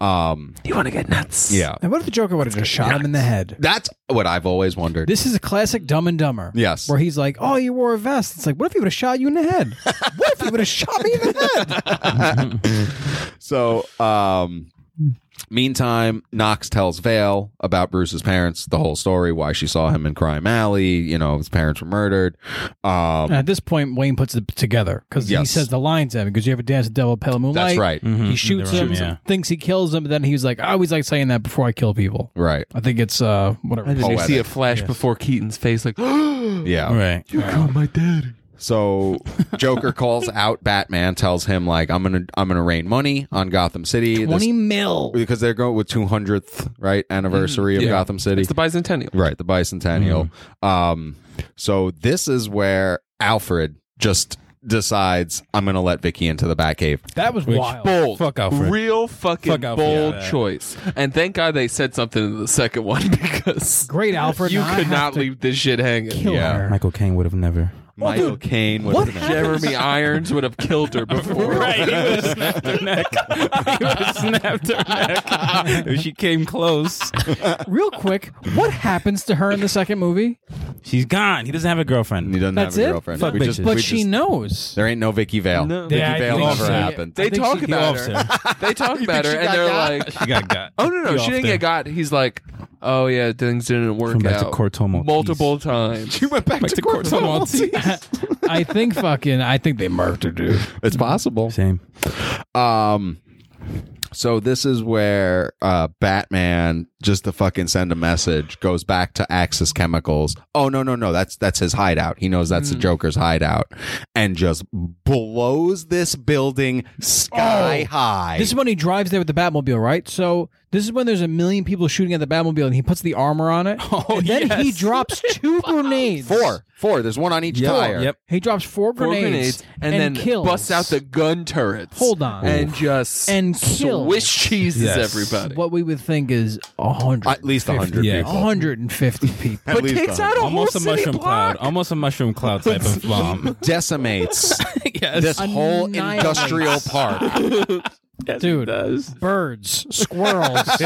A: Um,
C: You want to get nuts?
A: yeah,
E: And what if the Joker would have just shot him in the head?
A: that's what I've always wondered.
E: This is a classic Dumb and Dumber.
A: Yes.
E: Where he's like, oh, you wore a vest. It's like, what if he would have shot you in the head? what if he would have shot me in the head?
A: so, um, meantime, Knox tells Vale about Bruce's parents, the whole story, why she saw him in Crime Alley. You know, his parents were murdered. Um,
E: And at this point, Wayne puts it together because he
A: Yes.
E: says the lines at him because you ever dance the devil pale moonlight.
A: that's right,
D: Mhm.
E: He Mm-hmm. shoots
D: They were-
E: him, thinks he kills him, but then he's like, I always like saying that before I kill people.
A: right,
E: I think it's uh whatever.
C: And then you
A: Poetic.
C: see a flash before Keaton's face, like, you
A: yeah,
D: Yeah. Right.
C: killed my daddy.
A: So Joker calls out Batman, tells him like I'm gonna I'm gonna rain money on Gotham City This-
E: Twenty mil.
A: because they're going with 200th right anniversary of
C: Yeah.
A: Gotham City,
C: It's the bicentennial.
A: right? The bicentennial. Um, so this is where Alfred just decides I'm gonna let Vicky into the Batcave.
E: That was
D: Which-
E: wild.
C: Bold,
D: Fuck Alfred.
C: real fucking
D: Fuck Alfred.
C: bold
D: Yeah.
C: choice. And thank God they said something in the second one because
E: Great Alfred.
C: you
E: Now I
C: could
E: have
C: not
E: to
C: leave this shit hanging.
E: Kill
A: Yeah.
E: her.
D: Michael Caine would have never.
F: Michael
D: dude,
F: Caine would
D: what
F: have been-
D: happened?
C: Jeremy Irons would have killed her before.
D: Right, he would have snapped her neck. He would have snapped her neck if she came close.
E: Real quick, what happens to her in the second movie?
D: She's gone. He doesn't have a
A: He
D: girlfriend.
A: doesn't
E: That's
A: have a
E: it?
A: girlfriend.
D: Fuck
A: we just,
D: bitches.
A: we
E: But she
A: just-
E: knows.
A: There ain't no Vicky Vale.
C: No.
A: Vicky
E: Yeah, I
A: Vale
E: think
A: never
E: she-
A: happened.
E: I
C: They
E: think
C: talk
E: she
C: about
D: off
C: her. They talk about her,
A: she
C: and
A: got
C: they're
A: got?
C: like,
D: She got got.
C: "Oh no, no,
D: You
C: she
D: off
C: didn't
D: there.
C: get got." He's like, "Oh yeah, things didn't work
D: Come back to
C: out."
D: Cortomo,
C: multiple times.
A: She went back, to, court.
E: I think fucking. I think they murdered her, dude.
A: It's possible.
D: Same.
A: Um, so this is where uh, Batman, just to fucking send a message, goes back to Axis Chemicals. Oh no, no, no! That's that's his hideout. He knows that's the Joker's hideout, and just blows this building sky high.
E: This is when he drives there with the Batmobile, right? So this is when there's a million people shooting at the Batmobile, and he puts the armor on it. Oh, and then he drops two grenades.
A: four, four. There's one on each tire.
D: Yep.
E: He drops four
C: Four grenades,
E: grenades,
C: and, then
E: kills.
C: busts out the gun turrets.
E: Hold on.
C: and just
E: And kills.
C: swish cheeses
D: Yes.
C: everybody.
E: what we would think is a hundred,
A: At least a hundred
D: Yeah.
A: people.
E: 150 people.
A: At
C: but
A: least
C: takes
A: 100.
C: out a
D: Almost a
C: whole city
D: mushroom
C: block.
D: cloud. Almost a mushroom cloud type of bomb.
A: decimates
D: yes.
A: this whole
E: Annihilates.
A: industrial park.
E: Dude, birds, squirrels,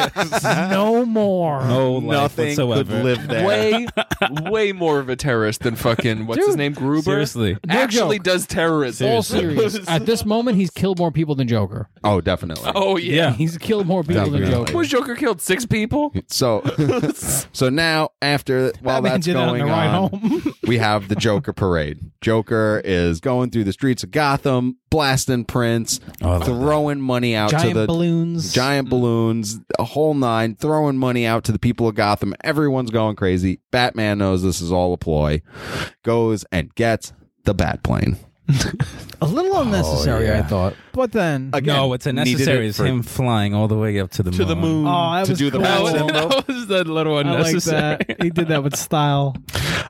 E: no more.
D: no life
A: Nothing could
D: whatsoever.
A: live there.
C: Way, way more of a terrorist than fucking what's his
E: Dude.
C: name Gruber.
D: Seriously.
E: No
C: actually
E: joke.
C: does terrorism.
E: All serious. At this moment, he's killed more people than Joker.
A: Oh, definitely.
C: Oh yeah.
D: Yeah.
E: He's killed more people than
A: Definitely.
E: Joker.
C: Was Joker killed six people?
A: So, so now after while
E: Batman
A: that's
E: did that on
A: going
E: the ride
A: on, we have the Joker parade. Joker is going through the streets of Gotham, blasting Prince,
D: I love
A: throwing money out
E: Giant
A: to the
E: balloons.
A: giant balloons, a whole nine, throwing money out to the people of Gotham. Everyone's going crazy. Batman knows this is all a ploy. Goes and gets the Bat plane.
E: A
A: Oh,
E: little unnecessary,
D: yeah.
E: I thought. But then,
D: No, what's unnecessary is him flying all the way up to the moon.
C: Uh-huh.
E: oh, that
A: to
E: was
A: do the
E: cool.
A: Bat
E: I
A: symbol.
C: was a little
E: like that. He did that with style.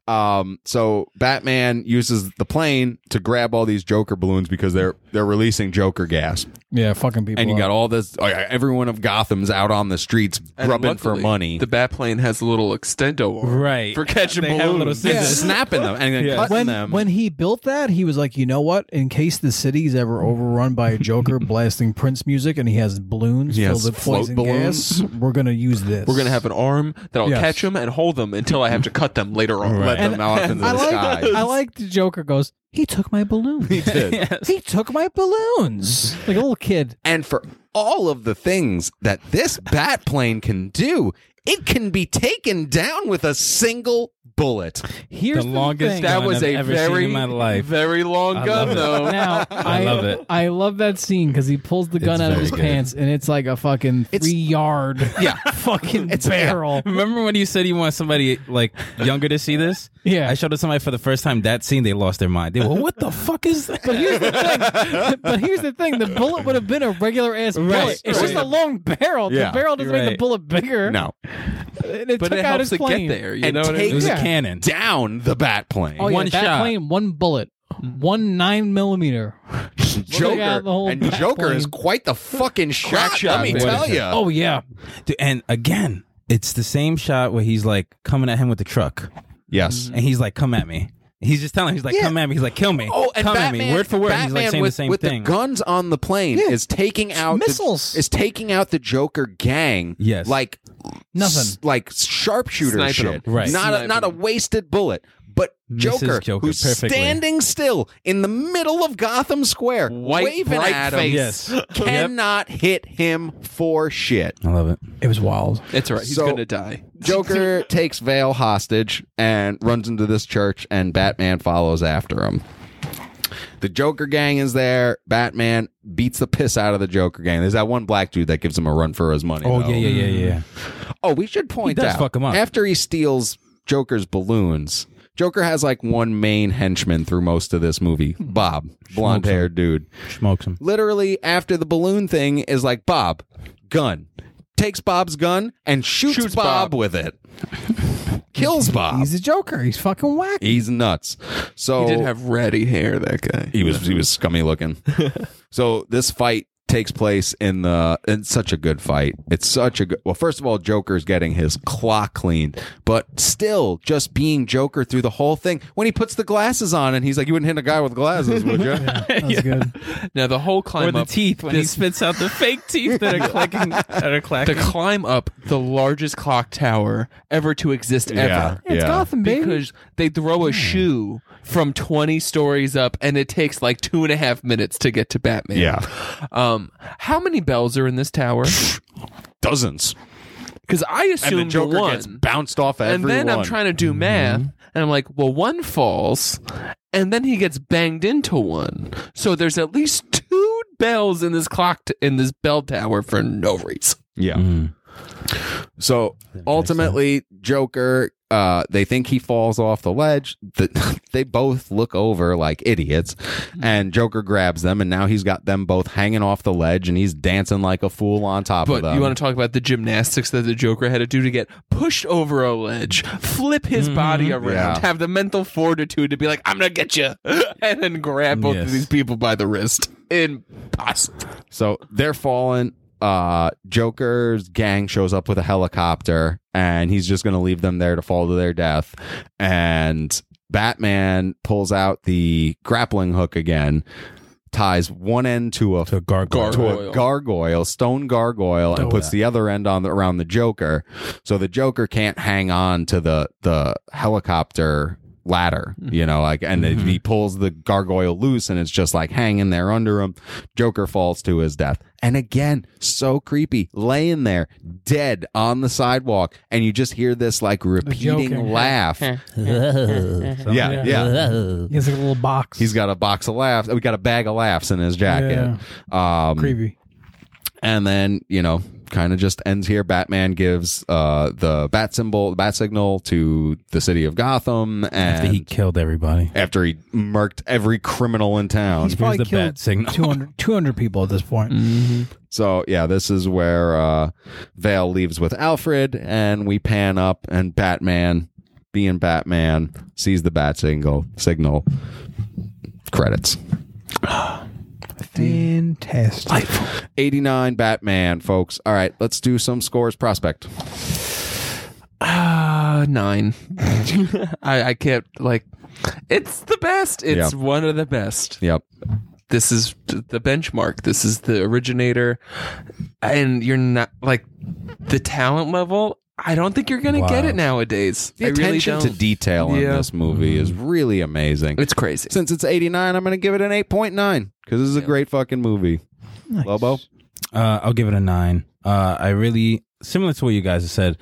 A: Um, so Batman uses the plane to grab all these Joker balloons because they're they're releasing Joker gas,
E: Yeah, fucking people.
A: and you
E: up.
A: got all this. oh, yeah, Everyone of Gotham's out on the streets grubbing for money,
C: The bat plane has a little extendo arm
D: Right.
C: for catching
D: They have little
C: balloons.
D: scissors.
A: Just snapping them and then
D: Yeah.
A: cutting
E: when
A: them.
E: when he built that, he was like, you know what? In case the city's ever overrun by a Joker blasting Prince music, and he has balloons
A: He
E: filled
A: has
E: with
A: float
E: poison
A: balloons.
E: gas, we're gonna use this.
C: We're gonna have an arm that'll
E: Yes.
C: catch them and hold them until I have to cut them later on.
A: Let
E: and-
A: them out into the
E: I like
A: sky.
E: I like the Joker goes. He took my balloons. He
A: did.
E: took my balloons like a little kid.
A: And for all of the things that this bat plane can do, it can be taken down with a single bullet.
E: Here's
D: The
E: the,
D: longest
E: thing.
C: That
D: Gun
C: was
D: I've
C: a
D: ever seen
C: very,
D: in my life. Uh,
C: very long
D: I
C: gun,
D: love it.
C: though.
E: Now I,
D: love it.
E: I love that scene because he pulls the gun
D: It's
E: out of
D: very
E: his
D: good.
E: pants and it's like a fucking three
A: It's-
E: yard
A: Yeah.
E: fucking barrel.
D: Remember when you said you want somebody like younger to see this?
E: Yeah.
D: I showed it to somebody for the first time that scene. They lost their mind. They were, what the fuck is that?
E: But here's the thing. but here's the thing. The bullet would have been a regular ass bullet.
D: Right.
E: It's just a long barrel.
A: Yeah.
E: The barrel doesn't make the
D: Right.
E: bullet bigger.
A: No.
E: And it
C: But
E: took
C: it
E: out
C: helps to
E: his plane.
C: get there. You
A: And
C: know what I
A: take-
D: It was
C: mean?
E: Yeah.
D: a cannon.
A: Down the bat plane.
E: Oh yeah,
D: One
E: that
D: shot.
E: plane, one bullet, one nine millimeter. Look
A: Joker
E: at the whole
A: and
E: bat
A: Joker
E: plane.
A: is quite the fucking shot.
C: shot,
A: let me
C: baby.
A: tell you.
E: Oh yeah,
D: Dude, and again, it's the same shot where he's like coming at him with the truck,
A: yes.
D: and he's like, "Come at me." He's just telling. him, He's like,
A: Yeah.
D: "Come at me." He's like, "Kill me."
A: Oh, and
D: come
A: Batman,
D: at me, word for word. he's
A: Batman
D: like saying
A: with,
D: the same
A: with
D: thing.
A: the guns on the plane
E: Yeah.
A: is taking out
E: missiles.
A: The, is taking out the Joker gang.
D: Yes.
A: like
E: Nothing.
A: s- like sharpshooter
C: Sniping
A: shit.
D: 'em. Right.
A: not a,
C: Sniping
A: not a
C: 'em.
A: wasted bullet, but
D: Misses
A: Joker,
D: Joker
A: who's
D: perfectly.
A: standing still in the middle of Gotham Square,
C: White,
A: waving
C: bright
A: at him,
C: face.
D: yes,
A: cannot hit him for shit.
D: I love it.
E: it was wild.
C: It's all right. He's
A: So-
C: gonna die.
A: Joker takes Vale hostage and runs into this church, and Batman follows after him. The Joker gang is there. Batman beats the piss out of the Joker gang. There's that one black dude that gives him a run for his money.
D: Oh
A: though.
D: yeah, yeah, yeah, yeah.
A: Oh, we should point
D: He does
A: out
D: fuck him up.
A: after he steals Joker's balloons. Joker has like one main henchman through most of this
D: Hmm.
A: movie, Bob, blonde haired dude.
D: Smokes him.
A: Literally after the balloon thing is like Bob, gun. Takes Bob's gun and shoots,
C: Shoots
A: Bob,
C: Bob.
A: with it. Kills Bob.
E: He's a Joker. He's fucking whack.
A: He's nuts. So
C: Oh. He did have ratty hair. That guy.
A: he was he was scummy looking. so this fight takes place in the it's such a good fight. It's such a good well, first of all, Joker's getting his clock cleaned, but still just being Joker through the whole thing. When he puts the glasses on and he's like, You wouldn't hit a guy with glasses, would you?
E: That was good.
C: Now the whole climb
D: or the
C: up
D: teeth when
C: this-
D: he spits out the fake teeth that are clicking that are
C: the
D: clacking.
C: climb up the largest clock tower ever to exist ever.
E: It's Gotham, baby.
C: Because they throw a
A: Hmm.
C: shoe from 20 stories up and it takes like two and a half minutes to get to Batman.
A: Yeah.
C: Um, how many bells are in this tower?
A: Dozens.
C: Because I
A: And
C: assume
A: the Joker
C: one.
A: gets Mm-hmm. bounced off every
C: and then I'm
A: one.
C: trying to do math and I'm like, well, one falls and then he gets banged into one. So there's at least two bells in this clock, t- in this bell tower for no reason.
A: Yeah.
C: Mm-hmm.
D: Mm.
A: So ultimately, Joker. Uh, they think he falls off the ledge. The, they both look over like idiots,
C: Mm-hmm.
A: and Joker grabs them, and now he's got them both hanging off the ledge, and he's dancing like a fool on top of
C: But
A: them.
C: you want to talk about the gymnastics that the Joker had to do to get pushed over a ledge, flip his body around,
A: Mm-hmm. Yeah.
C: have the mental fortitude to be like, "I'm gonna get you," and then grab both of
D: Yes.
C: these people by the wrist. Impossible.
A: So they're falling. Uh, Joker's gang shows up with a helicopter, and he's just going to leave them there to fall to their death. And Batman pulls out the grappling hook again, ties one end to a
D: to a gargoyle. Oh,
C: Gargoyle.
A: to a gargoyle, stone gargoyle, and puts the other end on the, around the Joker, so the Joker can't hang on to the the helicopter ladder. You know, like, and if
D: Mm-hmm.
A: he pulls the gargoyle loose, and it's just like hanging there under him. Joker falls to his death, and again, so creepy, laying there dead on the sidewalk, and you just hear this like
E: Joker.
A: repeating laugh. yeah, yeah.
E: He has like a little box.
A: He's got a box of laughs. We got a bag of laughs in his jacket. Um,
E: creepy.
A: and then you know kind of just ends here batman gives uh the bat symbol bat signal to the city of gotham and
D: After he killed everybody.
A: after he murked every criminal in town
E: He's probably
D: the
E: killed
D: bat signal.
E: 200, 200 people at this point.
C: Mm.
A: so yeah this is where uh vale leaves with alfred and we pan up and batman being batman sees the bat signal signal credits
E: Fantastic.
A: 89 batman folks all right let's do some scores prospect
C: Ah, nine. I, I can't like. It's the best. It's
A: Yeah.
C: one of the best.
A: yep
C: This is th- the benchmark. This is the originator, and you're not like the talent level. I don't think you're gonna get
D: Wow.
C: it nowadays.
A: the
C: I really
A: attention
C: don't.
A: to detail
C: Yeah.
A: in
C: Mm-hmm.
A: this movie is really amazing
C: it's crazy.
A: Since it's 89, I'm going to give it an 8.9 because this is a great fucking movie. Lobo?
D: Uh, I'll give it a nine. Uh, I really similar to what you guys have said.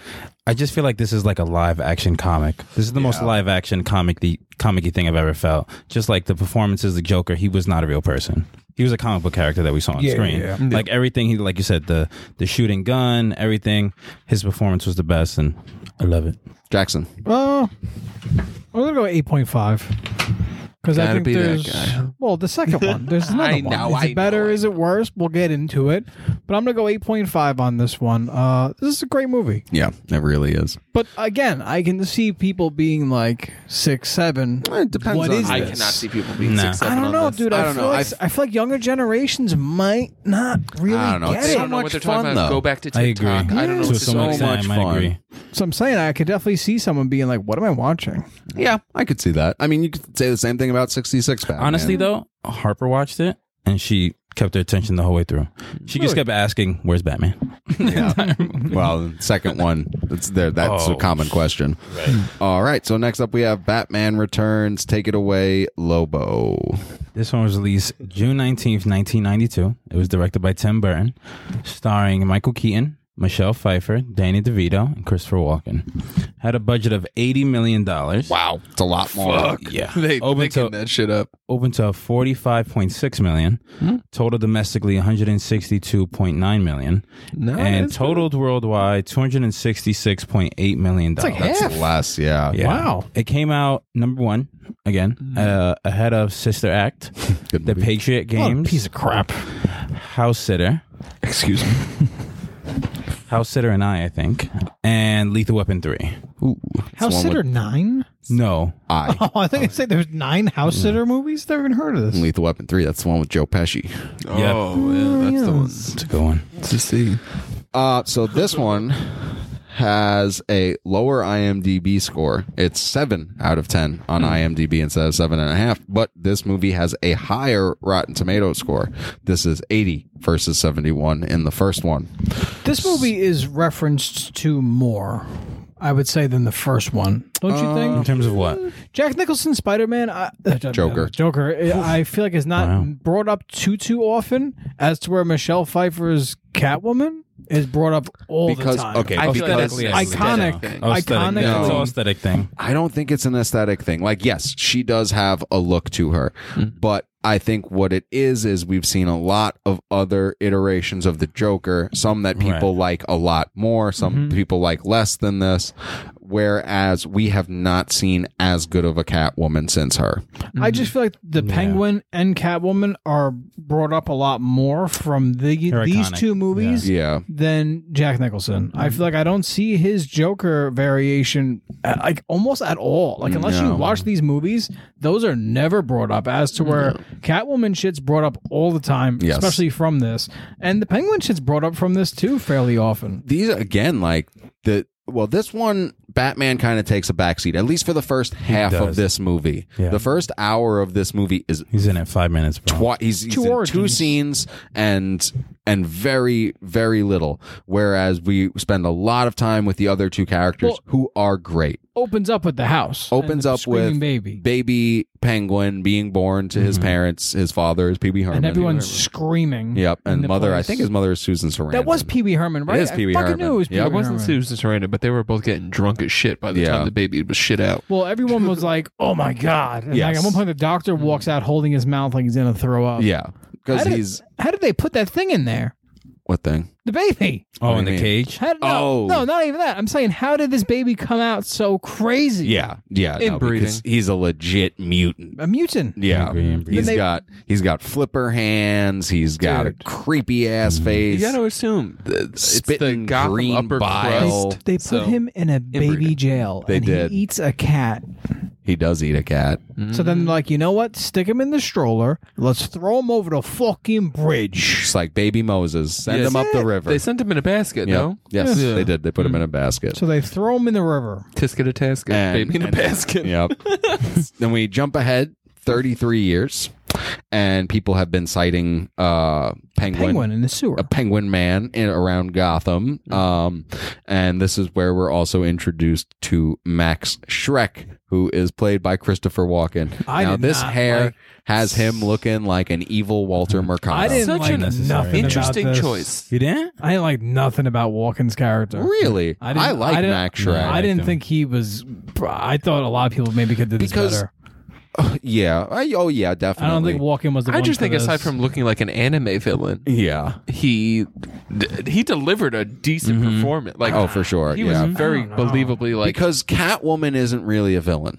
D: I just feel like this is like a live action comic. This is the most live action comic the comic thing I've ever felt. Just like the performances, the Joker, he was not a real person. He was a comic book character that we saw on
E: Yeah,
D: screen.
E: yeah,
D: Like everything he like you said, the the shooting gun, everything. His performance was the best and I love it.
A: Jackson.
E: Uh, I'm gonna go eight point five because I
C: Gotta
E: think
C: be that
E: there's
C: guy.
E: well the second one. There's another
C: I
E: one.
C: know,
E: Is it
C: I
E: better?
C: know, I
E: Is it worse? We'll get into it. But I'm gonna go eight point five on this one. Uh, this is a great movie.
A: Yeah, it really is.
E: But again, I can see people being like six, seven.
A: It depends
E: What
A: on
E: is
C: I
E: this?
C: cannot see people being
D: Nah.
C: six
E: I
C: seven
E: don't
C: on
E: know,
C: this.
E: dude. I,
A: don't
E: feel
A: know.
E: Like, I feel like younger generations might not really
A: I don't know.
E: get
A: It's
E: it.
A: so
C: I don't know
A: much
C: what they're talking
A: fun,
C: about.
A: though.
C: Go back to
D: I
C: TikTok.
D: agree.
C: I, don't know.
E: Yes.
D: to
C: What
D: some
A: so
C: so
D: extent,
A: much
D: I might
A: fun.
D: agree.
E: So I'm saying I could definitely see someone being like, "What am I watching?"
A: Yeah, I could see that. I mean, you could say the same thing about 66 Batman.
D: Honestly though, Harper watched it and she kept her attention the whole way through. She just kept asking, "Where's Batman?"
A: Yeah. well, the second one, that's, there, that's a
D: Oh.
A: common question. All right, so next up we have Batman Returns. Take it away, Lobo.
D: This one was released June 19th, 1992. It was directed by Tim Burton, starring Michael Keaton, Michelle Pfeiffer, Danny DeVito, and Christopher Walken. Had a budget of $80 million. Wow.
A: It's a lot more.
D: Yeah.
C: they
D: Open
C: making
D: to-
C: that shit up.
D: Open to 45.6 million, total domestically 162.9 million,
C: No,
D: and
C: that's-
D: totaled worldwide 266.8 million dollars.
A: It's less, yeah.
D: Yeah.
E: Wow.
D: It came out number 1 again, uh, ahead of Sister Act,
A: Good
D: The
A: movie.
D: Patriot
E: What a
D: Games,
E: piece of crap.
D: House Sitter,
C: excuse me.
D: House Sitter and I, I think, and Lethal Weapon Three.
A: Ooh,
E: House Sitter nine?
D: No,
A: I.
E: Oh, I think I said there's nine House Sitter movies. Never even heard of this.
A: Lethal Weapon 3. That's the one with Joe Pesci.
C: Oh, yeah, that's the one
D: it's a good one.
C: to see.
A: Uh, so this one has a lower IMDb score. It's seven out of ten on IMDb instead of seven and a half. But this movie has a higher Rotten Tomato score. This is eighty versus seventy-one in the first one.
E: This movie is referenced to more, I would say, than the first one. Don't you think?
D: In terms of what?
E: Jack Nicholson Spider Man,
A: Joker.
E: Joker. I I feel like it's not
D: Wow.
E: brought up too too often, as to where Michelle Pfeiffer's Catwoman is brought up all
A: Because-
E: the time.
A: okay, I
C: feel like that's
D: Aesthetically,
C: an
D: I
E: aesthetic
D: believe
E: Iconic.
D: it.
E: Iconic.
D: Aesthetic.
E: No.
D: It's all aesthetic thing.
A: I don't think it's an aesthetic thing. Like, yes, she does have a look to her,
D: Mm-hmm.
A: but I think what it is is we've seen a lot of other iterations of the Joker, some that people like a lot more, some
D: Mm-hmm.
A: people like less than this. Whereas we have not seen as good of a Catwoman since her.
E: I just feel like the Penguin and Catwoman are brought up a lot more from the,
D: They're
E: these
D: iconic.
E: two movies
A: Yeah. Mm-hmm.
E: than Jack Nicholson. I feel like I don't see his Joker variation uh, like almost at all. Like unless you
A: No.
E: watch these movies, those are never brought up. As to where Catwoman shit's brought up all the time,
A: Yes.
E: especially from this, and the Penguin shit's brought up from this too fairly often.
A: These, again, like the. Well, this one, Batman kind of takes a backseat, at least for the first half of
D: does.
A: this movie.
D: Yeah.
A: The first hour of this movie is
D: He's in it five minutes. Bro.
A: twi- he's, he's
E: Two
A: in two
E: origins.
A: scenes and and very very little whereas we spend a lot of time with the other two characters
E: Well-
A: who are great
E: Opens up with the house. and
A: opens
E: the
A: up
E: screaming
A: with
E: baby.
A: baby penguin being born to his parents his father is pee-wee herman
E: and everyone's screaming.
A: yep
E: in
A: and
E: the
A: mother
E: place.
A: i think his mother is susan sarandon
E: That was Pee Wee Herman, right?
A: is Pee Wee
E: I fucking
A: Herman.
E: knew it was Pee
A: Yeah,
E: Wee
A: it
C: It wasn't
E: Herman.
C: Susan Sarandon, but they were both getting drunk as shit by the
A: Yeah.
C: time the baby was shit out.
E: Well, everyone was like, "Oh my god!" And like,
A: Yes.
E: at one point, the doctor walks out holding his mouth like he's gonna throw up.
A: yeah because
E: How did-
A: he's
E: How did they put that thing in there?
A: what thing
E: The baby.
D: Oh, in
A: do
D: the
A: you mean?
D: cage.
E: How, no,
A: Oh.
E: no, not even that. I'm saying, how did this baby come out so crazy?
A: yeah yeah no,
C: Inbreeding.
A: because he's a legit mutant
E: a mutant.
A: yeah
D: Angry and
A: He's
E: Then they-
A: got he's got flipper hands he's got a
C: Dude.
A: creepy ass face
C: You got to assume th- it's the
A: Spitting
C: Gotham
A: green
C: upper
A: bile.
C: crust.
E: They put
C: So-
E: him in a baby
C: Inbreeding.
E: jail.
A: They
E: and
A: did.
E: He eats a cat.
A: he does eat a cat
E: So
A: Mm.
E: then, like, you know what? Stick him in the stroller. Let's throw him over the fucking bridge.
A: It's like baby Moses. Send
C: Yes.
A: him up the river.
C: They sent him in a basket.
A: Yep.
C: No,
A: Yes,
C: Yeah.
A: they did. They put him in a basket.
E: So they throw him in the river.
C: Tisket a tasket,
A: And-
C: baby in a
A: and-
C: basket.
A: Yep. then we jump ahead 33 years, and people have been citing uh, Penguin.
E: Penguin Mm. in the sewer.
A: A penguin man in around Gotham, um, and this is where we're also introduced to Max Shrek, who is played by Christopher Walken.
E: I
A: now
E: did
A: this
E: not
A: hair
E: like-
A: has him looking like an evil Walter Mercado.
E: I didn't
C: Such
E: like
C: an
E: nothing about
C: Interesting
E: this.
C: choice.
D: You didn't?
E: I didn't like nothing about Walken's character.
A: really. I,
E: didn't-
A: like
E: didn't-
A: Max
D: No,
A: Shrek.
E: I,
D: liked
E: didn't
D: him.
E: think he was. I thought a lot of people maybe could do this
A: Because-
E: better.
A: yeah. I, oh yeah, definitely.
E: I don't think Walken was the.
C: I
E: one
C: just
E: for
C: think,
E: this.
C: aside from looking like an anime villain,
A: Yeah.
C: he d- he delivered a decent performance. Like,
A: Oh, for sure.
C: he
A: yeah.
C: was very believably like.
A: because Catwoman isn't really a villain.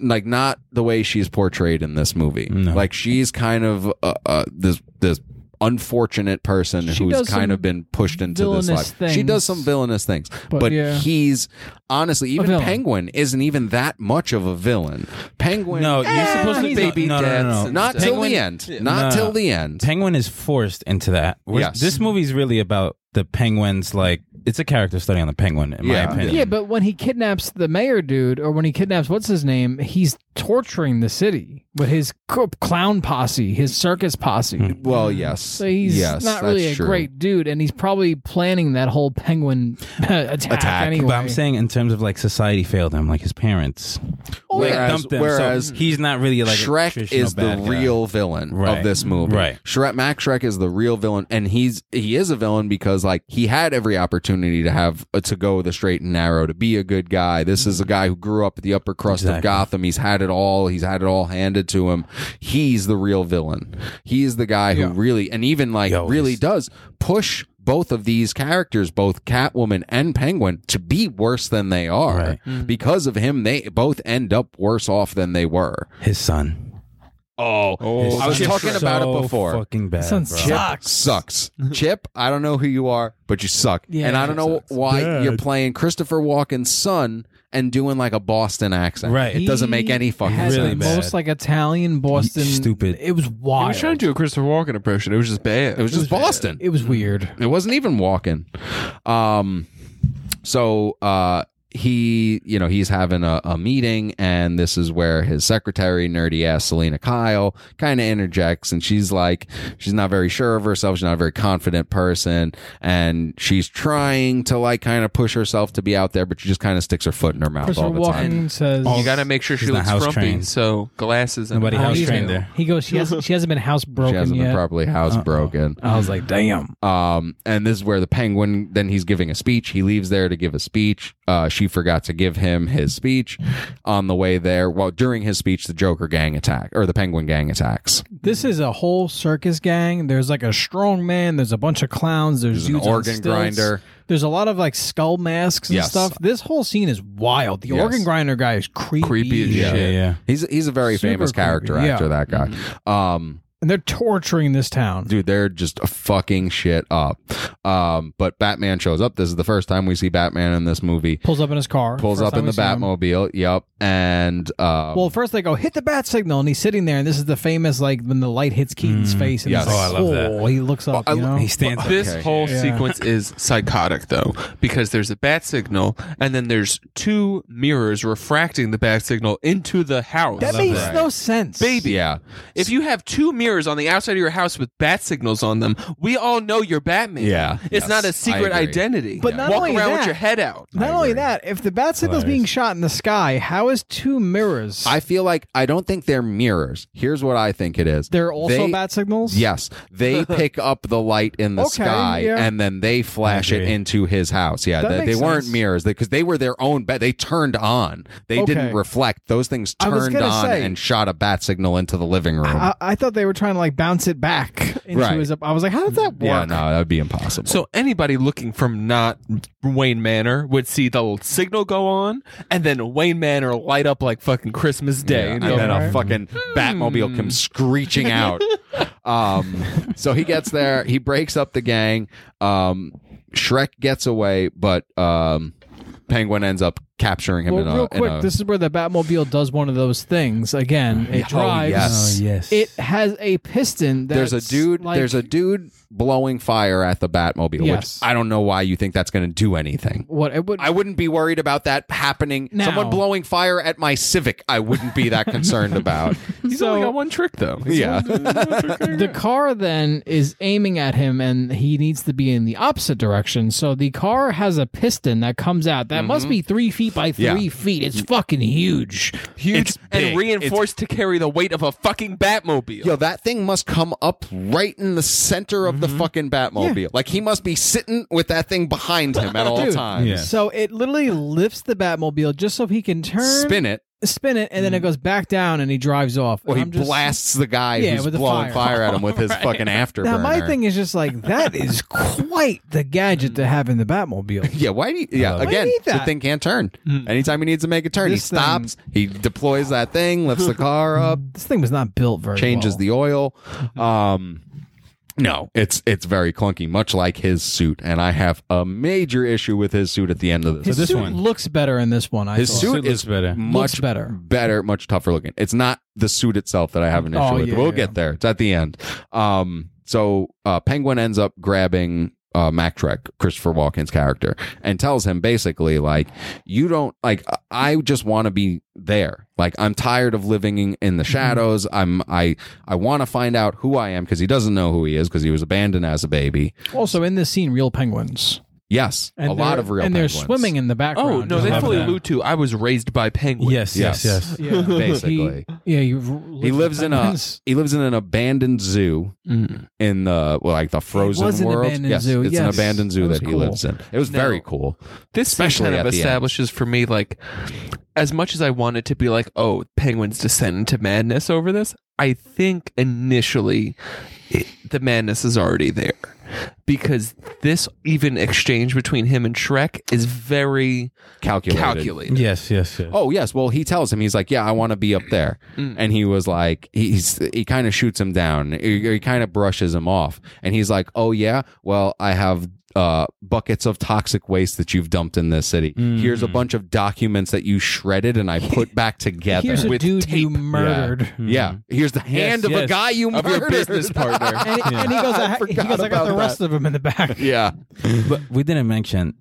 A: Like not the way she's portrayed in this movie. Like she's kind of uh, uh, this this unfortunate person
E: She
A: who's
E: does some
A: kind of been pushed into this life.
E: villainous
A: She does
E: things.
A: some villainous things, but,
E: yeah.
A: he's honestly even
E: villain.
A: Penguin isn't even that much of a villain. Penguin
D: No, you're
A: Eh,
D: supposed to
A: he's
D: baby. No, no, no, no.
A: not till the end. Not
D: No.
A: till the end.
D: Penguin is forced into that. Whereas
A: Yes.
D: This movie's really about the penguin's like it's a character study on the penguin, in
A: Yeah.
D: my opinion.
E: Yeah, but when he kidnaps the mayor dude, or when he kidnaps what's his name, he's torturing the city with his co- clown posse, his circus posse.
A: Well, yes.
E: So he's
A: yes,
E: not really
A: that's
E: a
A: true.
E: great dude, and he's probably planning that whole penguin attack,
A: Attack.
E: anyway.
D: But I'm saying in terms of like society failed him, like his parents.
E: Oh, yeah.
D: Like,
A: Whereas-
D: dumped him.
A: whereas
D: so he's not really like a
A: Shrek
D: traditional
A: is the
D: bad guy.
A: real villain
D: Right.
A: of this movie.
D: Right.
A: Shrek Max Shrek is the real villain, and he's he is a villain because like he had every opportunity to have uh, to go the straight and narrow to be a good guy. This is a guy who grew up at the upper crust of
D: Exactly.
A: Gotham. He's had it all. He's had it all handed to him. He's the real villain. He's the guy who really and even like
D: Yo,
A: really
D: he's-
A: does push both of these characters, both Catwoman and Penguin, to be worse than they are.
D: Right.
A: Because of him, they both end up worse off than they were.
D: His son.
A: Oh,
C: Oh,
A: I was
D: Chip
A: talking about it
D: so
A: before.
D: Fucking bad.
E: Sounds
D: bro.
E: Chip-
A: Chip sucks. Chip, I don't know who you are, but you suck.
E: Yeah.
A: and I don't know
E: Sucks.
A: why
D: Dad.
A: you're playing Christopher Walken's son and doing like a Boston accent.
D: Right.
A: It doesn't make any fucking
E: had
A: sense.
D: Really
E: the
D: bad.
E: most like Italian Boston.
D: Stupid.
E: It was
C: I
E: wild.
C: was trying to do a Christopher Walken impression. It was just bad.
A: It was just Boston.
E: It was weird.
A: It wasn't even walking. Um, so uh, he, you know, he's having a, a meeting, and this is where his secretary, nerdy ass Selena Kyle, kind of interjects, and she's like, she's not very sure of herself. She's not a very confident person, and she's trying to like kind of push herself to be out there, but she just kind of sticks her foot in her mouth
E: Christopher
A: all the time.
E: Walken says
C: you got to make sure she
D: She's not
C: looks
D: house
C: frumpy.
D: trained.
C: So glasses. and
D: Nobody
C: a
D: house
C: ponytail.
D: trained there.
E: He goes. She hasn't. She hasn't been housebroken
A: She hasn't
E: yet.
A: been properly housebroken.
E: I was like, damn.
A: Um, and this is where the penguin then he's giving a speech. He leaves there to give a speech. Uh, she forgot to give him his speech on the way there. Well, during his speech, the Joker gang attack or the penguin gang attacks.
E: This is a whole circus gang. There's like a strong man. There's a bunch of clowns. There's,
A: There's an
E: dudes on
A: organ
E: stilts.
A: grinder.
E: There's a lot of like skull masks and
A: Yes.
E: stuff. This whole scene is wild. The
A: Yes.
E: organ grinder guy is creepy.
C: Creepy as
D: Yeah,
C: shit.
D: yeah. yeah.
A: He's he's a very
E: Super
A: famous character
E: creepy, yeah. Mm-hmm.
A: actor, that guy. Um,
E: And they're torturing this town.
A: dude they're just fucking shit up um but batman shows up this is the first time we see batman in this movie
E: Pulls up in his car.
A: pulls
E: First
A: up in
E: time
A: the
E: we see him.
A: batmobile yep and um,
E: Well, first they go hit the bat signal, and he's sitting there, and this is the famous like when the light hits Keaton's face, and
A: yes.
E: he's
A: Oh, I
E: like,
D: love that.
E: "Oh," he looks up.
A: Well, I
E: you
A: lo-
E: know?
D: He stands.
C: This
A: Okay.
C: whole
E: Yeah.
C: sequence is psychotic, though, because there's a bat signal, and then there's two mirrors refracting the bat signal into the house.
E: that makes no sense,
C: Baby,
A: yeah
C: if you have two mirrors on the outside of your house with bat signals on them, we all know you're Batman.
A: Yeah.
C: it's
A: Yes.
C: not a secret
A: I agree.
C: identity.
E: But not
C: walk
E: only
C: around
E: that-
C: with your head out.
A: I
E: Not only
A: agree.
E: that, if the bat signal's being shot in the sky, how is two mirrors?
A: i feel like i don't think they're mirrors here's what i think it is
E: they're also
A: They-
E: bat signals.
A: Yes, they pick up the light in the
E: Okay,
A: sky
E: yeah.
A: and then they flash
D: I
A: it
D: agree.
A: into his house. Yeah,
E: That
A: they,
E: makes
A: they weren't
E: sense.
A: mirrors because they, were their own. Ba- they turned on. They
E: Okay.
A: didn't reflect. Those things
E: I was
A: turned
E: gonna
A: on
E: say-
A: and shot a bat signal into the living room.
E: I, I thought they were trying to like bounce it back into
A: Right.
E: his. I was like, how does that work?
A: yeah, no, that would be impossible.
C: So anybody looking from not Wayne Manor would see the little signal go on, and then Wayne Manor light up like fucking Christmas Day.
A: Yeah,
C: and
A: and
C: go,
A: then a
E: Hmm.
A: fucking Batmobile comes screeching out. um, so he gets there, he breaks up the gang. Um, Shrek gets away, but um, Penguin ends up capturing him
E: Well,
A: in a.
E: real
A: in
E: quick,
A: a-
E: this is where the Batmobile does one of those things again. It drives.
A: Oh, yes.
D: Oh yes.
E: It has a piston. That's
A: there's a dude.
E: Like,
A: there's a dude blowing fire at the Batmobile,
E: Yes.
A: which I don't know why you think that's going to do anything.
E: what it would.
A: I wouldn't be worried about that happening.
E: Now-
A: Someone blowing fire at my Civic, I wouldn't be that concerned about.
C: He's
E: So-
C: only got one trick though. He's
A: yeah.
E: The car then is aiming at him, and he needs to be in the opposite direction. So the car has a piston that comes out. That must be three feet by three
A: Mm-hmm. Yeah.
E: feet. It's fucking huge.
C: huge
A: It's big.
C: and reinforced to carry the weight of a fucking Batmobile.
A: Yo, that thing must come up right in the center of the
E: Mm-hmm.
A: fucking Batmobile. Like he must be sitting with that thing behind him at all
E: Dude.
A: times.
D: Yeah.
E: So it literally lifts the Batmobile just so he can turn,
A: Spin it.
E: spin it, and then it goes back down, and he drives off.
A: Well,
E: And
A: he
E: I'm just-
A: blasts the guy
E: Yeah,
A: who's
E: with the
A: blowing
E: fire.
A: fire. at him with his fucking afterburner.
E: Now my thing is just like that is quite the gadget to have in the Batmobile.
A: Yeah, why do you, yeah, again,
E: it. Why do you need
A: the
E: that? Mm.
A: thing can't turn. Anytime he needs to make a turn,
E: This
A: he stops, he deploys that thing, lifts the car up,
E: This thing was not built very.
A: changes
E: well. Mm-hmm.
A: the oil. Um no, it's it's very clunky, much like his suit, and I have a major issue with his suit at the end of this.
E: His
D: this
E: suit
D: one.
E: looks better in this one. I
A: His
E: thought.
A: suit,
D: Suit looks
A: is
D: better.
E: Looks
A: much
E: better.
A: better, much tougher looking. It's not the suit itself that I have an issue
E: Oh,
A: with.
E: yeah,
A: we'll
E: yeah.
A: get there. It's at the end. Um, so uh, Penguin ends up grabbing uh, Mac Trek, Christopher Walken's character, and tells him basically like, "You don't like. I I just want to be there. Like I'm tired of living in- in
E: Mm-hmm.
A: the shadows. I'm I I want to find out who I am because he doesn't know who he is because he was abandoned as a baby.
E: Also in this scene, real penguins.
A: Yes, a lot
E: they're-
A: of real
E: and
A: penguins.
E: they're swimming in the
C: Oh
E: background.
C: no, they
D: love
C: fully
D: that.
C: allude to I was raised by penguins.
D: yes, yes, yes.
A: Yes.
E: Yeah.
A: basically.
E: He, yeah, you
A: He lives in a he lives in an abandoned zoo
E: Mm.
A: in the well, like the frozen
E: was an
A: world.
E: abandoned
A: yes,
E: zoo,
A: it's an
E: yes.
A: abandoned zoo
E: That
A: that,
E: was
A: he
E: cool.
A: lives in. It was
C: Now-
A: very cool.
C: This Especially
A: Especially
C: kind
A: at
C: of
A: the end.
C: establishes for me like as much as I wanted to be like, oh, penguins descend into madness over this, I think initially it, the madness is already there because this even exchange between him and Shrek is very
A: Calculated.
C: calculated.
D: Yes, yes, yes.
A: Oh yes. Well, he tells him he's like, yeah, I want to be up there, and he was like, he's he kind of shoots him down. He, he kind of brushes him off, and he's like, oh yeah, well I have uh, buckets of toxic waste that you've dumped in this city. Here's a
E: Mm.
A: bunch of documents that you shredded and I put back together.
E: Here's a Hmm.
A: With-
E: dude you
C: tape.
E: murdered.
A: yeah. Here's the hand of a
D: yes.
A: guy you
C: Of your
A: murdered.
C: business partner.
E: And, and he goes, I, he
A: forgot
E: goes, I got
A: about
E: the
A: that."
E: rest of them in the back.
A: yeah.
D: But we didn't mention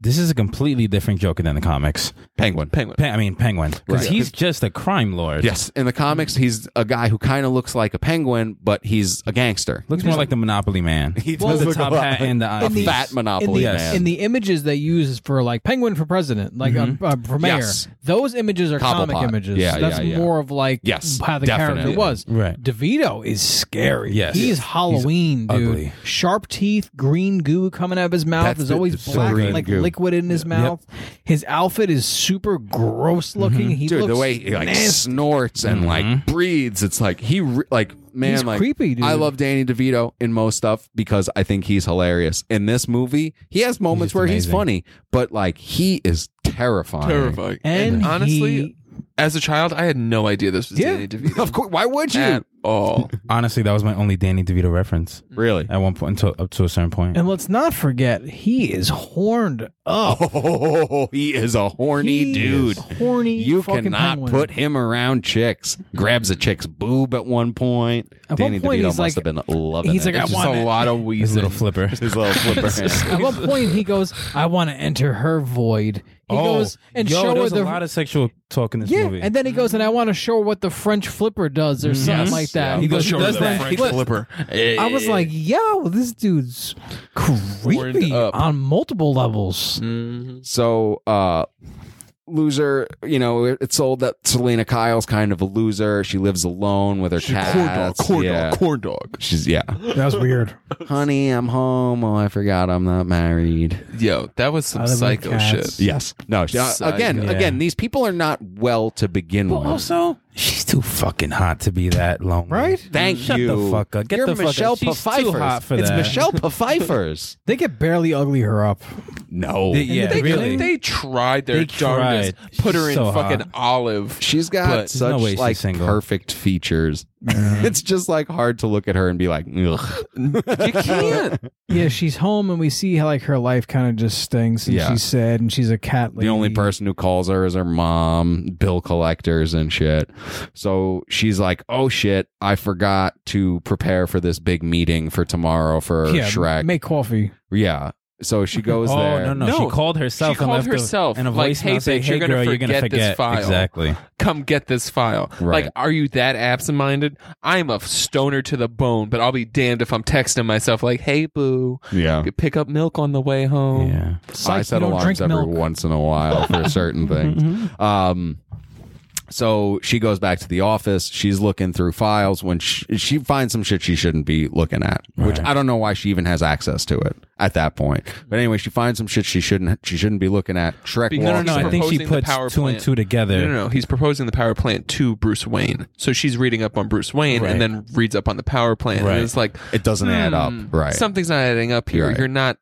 D: this is a completely different Joker than the comics.
A: Penguin.
C: Penguin.
D: Pe- I mean, Penguin. Because
A: Right.
D: he's just a crime lord.
A: Yes, in the
E: Mm-hmm.
A: comics, he's a guy who kind of looks like a penguin, but he's a gangster.
D: Looks more like the Monopoly Man.
A: He
D: With
A: does
D: the
A: look
D: top
A: a lot
D: hat
A: like
D: and the
A: a
D: eye piece.
A: fat
E: in
A: monopoly
E: the, uh,
A: man.
D: yes.
E: in the images they use for like penguin for president, like uh, uh, for mayor,
A: Mm-hmm. Yes.
E: those images are
A: Cobblepot.
E: comic images.
A: Yeah,
E: That's
A: yeah, yeah.
E: more of like
A: Yes,
E: how the
A: definitely.
E: character was.
D: Right.
E: DeVito is scary.
D: Yes.
E: he's Halloween, dude.
D: ugly.
E: Sharp teeth, green goo coming out of his mouth.
A: That's
E: There's
A: the-
E: always
A: it's so
E: black
A: green
E: like
A: goo.
E: liquid in his mouth. His outfit is super gross looking. He
A: Mm-hmm. Dude, the
E: looks
A: way he like
E: nasty. Mm-hmm.
A: snorts and like breathes, it's like he re- like man
E: He's
A: like
E: creepy, dude.
A: I love Danny DeVito in most stuff because I think he's hilarious. In this movie, he has moments
D: just
A: where he's
D: amazing.
A: funny, but like he is terrifying.
C: Terrifying.
E: And
C: And, honestly,
E: he-
C: as a child, I had no idea this was
E: Yeah.
C: Danny DeVito
A: Of course, why would you?
C: at all.
D: Honestly, that was my only Danny DeVito reference
A: really?
D: at one point until up to a certain point.
E: And let's not forget, he is horned up.
A: Oh, he is a horny
E: He
A: dude.
E: is horny.
A: You
E: fucking
A: cannot
E: penguin.
A: put him around chicks. Grabs a chick's boob at one point.
E: At
A: Danny
E: one point,
A: DeVito
E: he's
A: must
E: like-
A: have been loving
E: he's
A: it.
E: like, I
C: It's just
E: want
C: a
E: it.
C: lot of
D: his
C: wheezing.
D: little flipper.
A: his little flipper hand.
E: At one point, he goes, "I want to enter her void." He goes and
D: Oh, yo,
E: show
D: there
E: her
D: was
E: the
D: a lot of sexual talk in this
E: yeah,
D: movie.
E: and then he goes, "And I want to show her what the French flipper does, or something like that."
D: He
E: He
D: goes,
E: goes,
D: "Show her
E: "Does
D: the
E: that-
D: French
E: what-"
C: flipper.
E: I was like, "Yo, this dude's creepy
C: up.
E: on multiple levels."
A: So, uh, loser, you know, it- it's sold that Selena Kyle's kind of a loser. She lives alone with her cats. yeah.
C: corn dog.
A: She's yeah,
E: That was weird.
A: honey, I'm home. Oh, I forgot I'm not married.
C: Yo, that was some
E: I live with
C: psycho
E: cats.
C: shit.
A: Yes, no. She, uh,
C: Psycho.
A: again,
D: Yeah.
A: again, these people are not well to begin
D: but
A: with.
D: also, "Oh, she's too fucking hot to be that lonely.
E: Right?
A: Thank
D: Shut
A: you.
D: the fuck up. Get
A: You're
D: the fuck
A: Michelle
D: up. She's too
A: Pfeiffer's.
D: hot for
A: it's
D: that.
A: Michelle Pfeiffer's.
E: They could barely ugly her up.
A: No,
D: They- yeah,
C: They,
D: really.
C: they tried their
D: They
C: darndest.
D: tried.
C: Put her in
D: She's so
C: fucking
D: hot.
C: olive.
A: She's got
C: But-
A: such
D: no way she's
A: like
D: single. Uh-huh.
A: perfect features. it's just like hard to look at her and be like, ugh.
C: You can't.
E: Yeah, she's home, and we see how like her life kind of just stinks, and
A: Yeah.
E: she's sad, and she's a cat lady.
A: The only person who calls her is her mom, bill collectors and shit. So she's like, "Oh shit, I forgot to prepare for this big meeting for tomorrow for
E: yeah,
A: Shrek."
E: make coffee.
A: yeah. So she goes
D: oh
A: there.
D: no, no
C: No.
D: She called herself.
C: She
D: and
C: called
D: left
C: herself,
D: A, and a
C: like,
D: voicemail
C: "Hey,
D: saying,
C: bitch,
D: "Hey,
C: you're gonna
D: girl, you're gonna
C: forget this
D: forget."
C: file.
D: Exactly.
C: Come get this file.
A: Right.
C: Like, are you that absent-minded? I'm a stoner to the bone, but I'll be damned if I'm texting myself like, "Hey, boo,
A: Yeah.
C: pick up milk on the way
A: Oh.
C: home."
D: Yeah.
E: Psych,
A: I
E: you
A: set
E: don't
A: alarms
E: drink
A: every
E: milk.
A: once in a while for certain things. Um, so she goes back to the office. She's looking through files when she, she finds some shit she shouldn't be looking at, which I don't know why she even has access to it at that point. But anyway, she finds some shit she shouldn't she shouldn't be looking at. Shrek
C: Because-
A: walks
D: No, no,
A: in.
D: no. I think she
C: Proposing the
D: puts
C: power
D: two and
C: plant.
D: two together.
C: No, no, no. He's proposing the power plant to Bruce Wayne. So she's reading up on Bruce Wayne
D: Right.
C: and then reads up on the power plant.
D: Right.
C: And it's like,
A: it doesn't add up, right?
C: something's not adding up here.
A: You're right.
C: You're not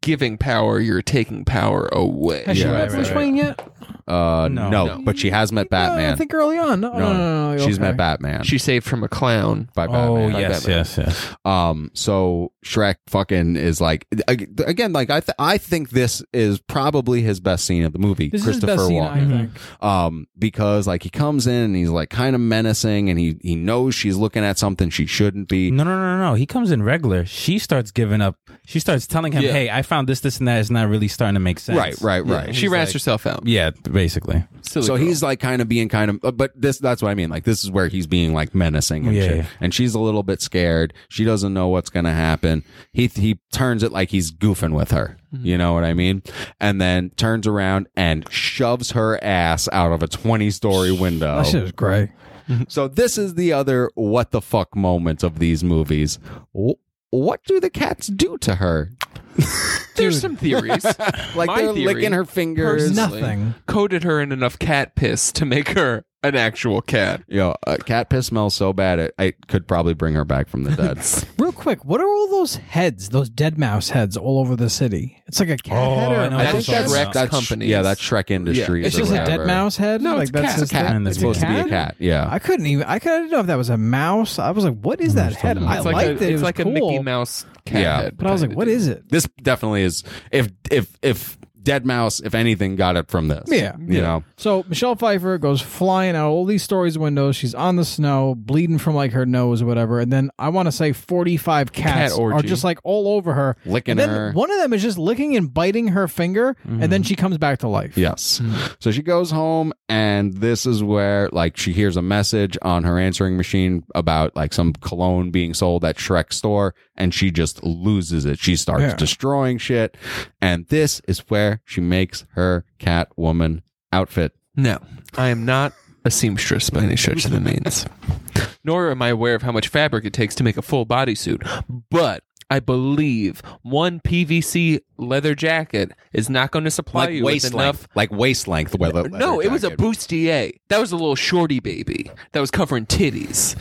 C: giving power, you're taking power away.
E: Has she
A: Yeah,
E: met
A: right,
E: Bruce
D: right, right.
E: Wayne yet?
A: uh, no,
D: No.
C: No.
A: but she has met Batman.
E: No, Uh, I think early on. No, no, no. no, no,
A: she's
E: okay.
A: met Batman.
C: She's saved from a clown.
A: by
D: Oh
A: Batman.
D: yes, yes, yes.
A: Um, so Shrek fucking is like ag- again, like I th- I think this is probably his best scene of the movie.
E: This is his
A: Christopher
E: best scene, I
A: Walken,
E: think.
A: um, because like he comes in and he's like kind of menacing, and he he knows she's looking at something she shouldn't be.
D: No, no, no, no, no. He comes in regular. She starts giving up. She starts telling him,
C: Yeah.
D: "Hey, I found this, this, and that. It's not really starting to make sense."
A: Right, right, right.
C: She rats
D: like-
C: herself out.
D: Yeah, basically.
C: Silly
A: so
C: girl.
A: he's like kind of being kind of, uh, but this that's what I mean. Like this is where he's being like menacing and
D: Yeah,
A: shit.
D: yeah.
A: And she's a little bit scared. She doesn't know what's gonna happen. He he turns it like he's goofing with her.
D: Mm-hmm.
A: You know what I mean? And then turns around and shoves her ass out of a twenty story window.
E: That shit is great.
A: So this is the other what the fuck moment of these movies. Wh- What do the cats do to her?
C: There's some theories.
A: Like
C: My
A: they're
C: theory,
A: licking her fingers.
C: personally,
E: Nothing.
C: Coated her in enough cat piss to make her an actual cat.
A: Yo, uh, cat piss smells so bad it, I could probably bring her back from the dead.
E: Real quick, what are all those heads? Those dead mouse heads all over the city. It's like a cat
D: Oh,
E: head. Or
D: I know
E: I
D: what
E: think
D: you're
E: that's,
D: talking
C: Shrek's company.
A: yeah, that's Shrek Industries.
C: Yeah.
E: it's
A: or
E: just a dead
A: whatever.
E: mouse head.
C: No,
E: like
C: it's
E: that's
C: cat.
E: his
A: Cat.
D: And
A: It's
D: it's
A: supposed to be a
E: cat?
A: cat. Yeah.
E: I couldn't even. I couldn't know if that was a mouse. I was like, "What is that head?" I
C: It's like
E: liked
C: a,
E: it. It
C: It's
E: was
C: like
E: cool,
C: a Mickey Mouse cat
A: Yeah.
C: head.
E: But I was like, "What is it?"
A: this definitely is. If if if dead mouse, if anything, got it from this.
E: Yeah.
A: You know.
E: So Michelle Pfeiffer goes flying out all these stories windows. She's on the snow, bleeding from like her nose or whatever. And then I want to say forty-five cats
C: Cat orgy.
E: are just like all over her,
A: Licking
E: And then
A: her. Mm-hmm.
E: One of them is just licking and biting her finger, and then she comes back to life.
A: Yes. So she goes home, and this is where, like, she hears a message on her answering machine about, like, some cologne being sold at Shrek's store, and she just loses it. She starts
E: Yeah.
A: destroying shit. And this is where she makes her Catwoman outfit.
C: No, I am not a seamstress by any stretch of the means. Nor am I aware of how much fabric it takes to make a full bodysuit. But I believe one PVC leather jacket is not going to supply you with enough.
A: Like waist length. Weather,
C: No, it was a bustier. That was a little shorty baby that was covering titties.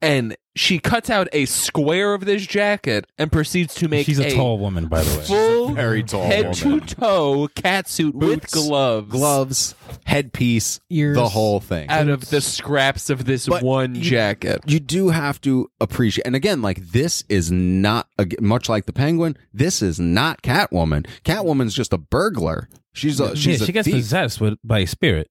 C: And she cuts out a square of this jacket and proceeds to make
D: She's a tall woman, by the way.
C: full
A: very tall
C: head to
A: woman.
C: toe catsuit with
A: Boots,
C: gloves.
A: Gloves, headpiece,
E: Ears.
A: the whole thing.
C: out of the scraps of this
A: But
C: one
A: you-
C: jacket.
A: you do have to appreciate and again like this is not a, much like the penguin this is not catwoman catwoman's just a burglar she's a she's
D: yeah,
A: a
D: she gets
A: thief
D: possessed with by a spirit.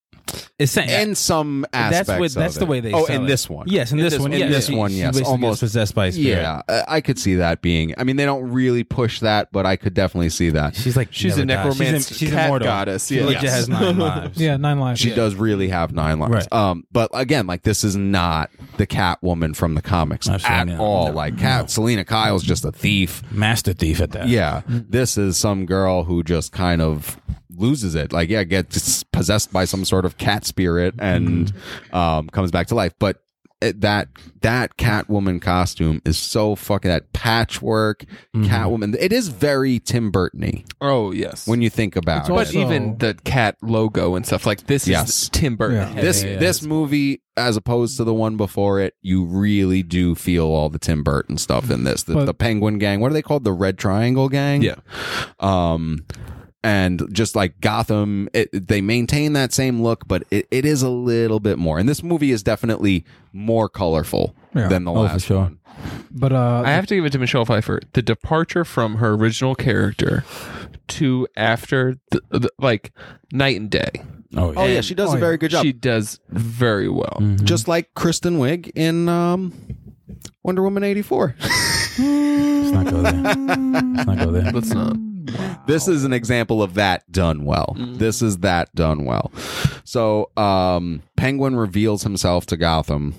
D: It's saying
A: in some aspects
D: that's what
A: of
D: that's the
A: it.
D: way they.
A: oh
D: sell
A: in
D: it.
A: this one
D: Yes, in, this, one.
A: in
D: yes,
A: this
D: she-
A: one,
D: she
A: yes,
D: basically gets
A: almost.
D: possessed by a spirit.
A: yeah I- i could see that being i mean they don't really push that but i could definitely see that
D: She's like
C: She's
D: never
C: a
D: dies.
C: necromancer
D: She's, im- she's
C: cat
D: immortal.
C: goddess,
D: She
C: yeah.
D: legit
C: Yes.
D: has nine lives.
E: Yeah, nine lives.
A: she does really have nine lines
D: Right.
A: um but again like this is not the catwoman from the comics
D: Absolutely
A: at
D: not.
A: all
D: No.
A: like cat selena kyle's just a thief
D: master thief at that.
A: Yeah.
D: Mm-hmm.
A: This is some girl who just kind of loses it. Like, yeah, gets possessed by some sort of cat spirit and
D: Mm-hmm.
A: um, comes back to life. But it, that that Catwoman costume is so fucking that patchwork
D: Mm-hmm.
A: Catwoman. It is very Tim Burton-y
C: Oh yes.
A: when you think about
E: It's
A: it.
C: but
E: also-
C: even the cat logo and stuff like this
A: Yes.
C: is Tim Burton.
E: Yeah.
C: head.
A: this
D: yeah,
A: this movie, as opposed to the one before it, you really do feel all the Tim Burton stuff in this. The,
E: But-
A: the Penguin Gang, what are they called? The Red Triangle Gang.
C: Yeah.
A: Um, and just like Gotham, it, they maintain that same look, but it, it is a little bit more. And this movie is definitely more colorful
E: Yeah.
A: than the
D: Oh,
A: last
D: for sure.
A: one.
E: But uh,
C: I have to give it to Michelle Pfeiffer. The departure from her original character to after the, the, like night and day.
D: Oh
A: Oh
D: yeah. Mm-hmm.
A: yeah, she does
E: oh,
A: a
E: yeah.
A: very good job.
C: She does very well.
D: Mm.
A: just like Kristen Wiig in um, Wonder Woman eighty four.
D: Let's not go there. Let's not go there.
C: Let's not.
A: This is an example of that done well.
C: Mm-hmm.
A: This is that done well. So, um, Penguin reveals himself to Gotham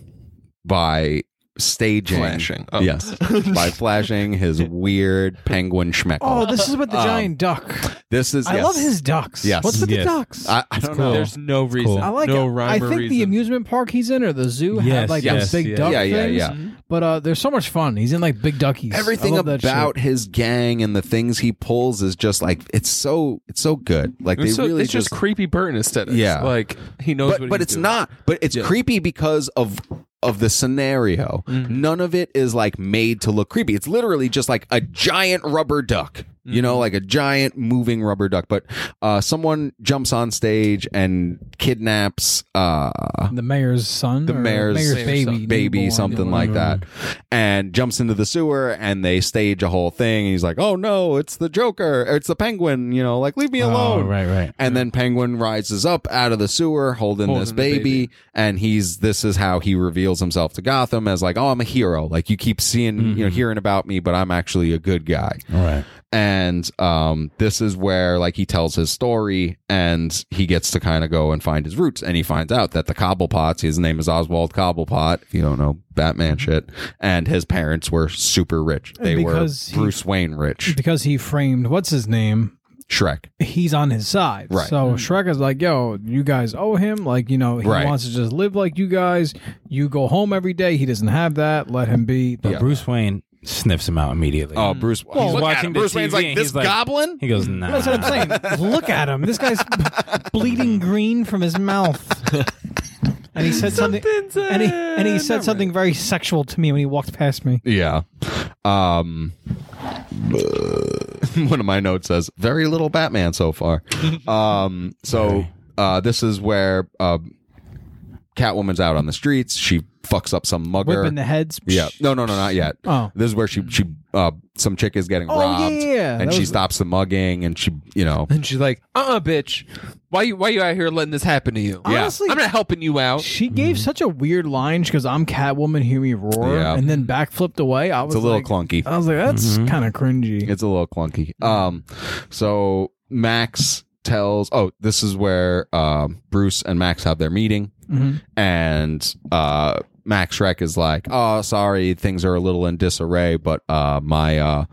A: by staging,
C: Flashing. Oh.
A: yes, by flashing his weird penguin schmeckle.
E: oh, this is with the
A: Um,
E: giant duck.
A: this is
E: I
A: yes.
E: love his ducks.
A: Yes.
E: What's with
D: Yes.
E: the ducks?
A: I, I don't know.
C: There's no reason.
D: cool.
E: I like
C: no
E: it.
C: rhyme
E: I
C: or
E: think the
C: reason.
E: amusement park he's in or the zoo
D: Yes,
E: have like
D: yes,
E: those big
D: yes.
E: duck
A: Yeah, yeah,
E: things.
A: yeah.
E: But uh, there's so much fun. He's in like big duckies.
A: Everything
E: I love that
A: about
E: shit.
A: his gang and the things he pulls is just like it's so it's so good. Like they
C: It's, so-
A: really
C: it's just, creepy Burton aesthetics.
A: Yeah.
C: Like he knows
A: but
C: what
A: but
C: he's
A: it's
C: doing.
A: not. But it's creepy because of of the scenario.
C: Mm-hmm.
A: None of it is like made to look creepy. It's literally just like a giant rubber duck. You
C: Mm-hmm.
A: know, like a giant moving rubber duck. But uh, someone jumps on stage and kidnaps uh,
E: the mayor's son,
A: the
E: or
A: mayor's,
E: baby,
A: baby
E: newborn.
A: something like that, and jumps into the sewer and they stage a whole thing. He's like, "Oh no, it's the Joker, or it's the Penguin," you know, like leave me
D: Oh
A: alone.
D: right, right.
A: And then Penguin rises up out of the sewer holding,
C: Holding
A: this
C: the
A: baby,
C: baby.
A: and he's this is how he reveals himself to Gotham as like, "Oh, I'm a hero. Like you keep seeing, you know, hearing about me, but I'm actually a good guy."
D: All right.
A: and um, this is where like he tells his story and he gets to kind of go and find his roots and he finds out that the cobblepots his name is oswald cobblepot if you don't know batman shit and his parents were super rich they were
E: Because he-
A: bruce wayne rich
E: Because he framed what's his name.
A: shrek
E: He's on his side.
A: Right.
E: So Shrek is like, yo, you guys owe him. Like, you know, he
A: Right.
E: wants to just live like you guys. You go home every day. He doesn't have that. Let him be.
D: But
A: Yeah.
D: Bruce Wayne sniffs him out immediately.
A: oh bruce he's
D: watching
A: at him.
D: the
A: bruce wayne's
D: TV
A: like
D: and
A: this
D: he's like-
A: goblin
D: He goes, nah.
E: That's what I'm saying. Look at him. This guy's bleeding green from his mouth. and he said something. And he, and he said something very sexual to me when he walked past me.
A: Yeah. Um one of my notes says very little Batman so far. Um so uh this is where uh Catwoman's out on the streets. She fucks up some mugger.
E: Whipping the heads.
A: yeah. No, no, no, not yet.
E: Oh.
A: This is where she she uh some chick is getting
E: Oh,
A: robbed
E: yeah, yeah,
A: and
E: that
A: she
E: was-
A: stops the mugging and she, you know,
C: And she's like, "Uh, uh bitch, why you why you out here letting this happen to you?
E: Honestly-
C: I'm not helping you out.
E: She gave such a weird line. She goes, "I'm Catwoman, hear me roar,"
A: Hmm. Yeah.
E: and then backflipped away. I was
A: it's a little Mm-hmm.
E: like,
A: clunky.
E: I was like, "That's kind of cringy."
A: It's a little clunky. Um, so Max tells, oh, this is where um, Bruce and Max have their meeting, and uh, Max Shrek is like, oh, sorry, things are a little in disarray, but uh, my uh,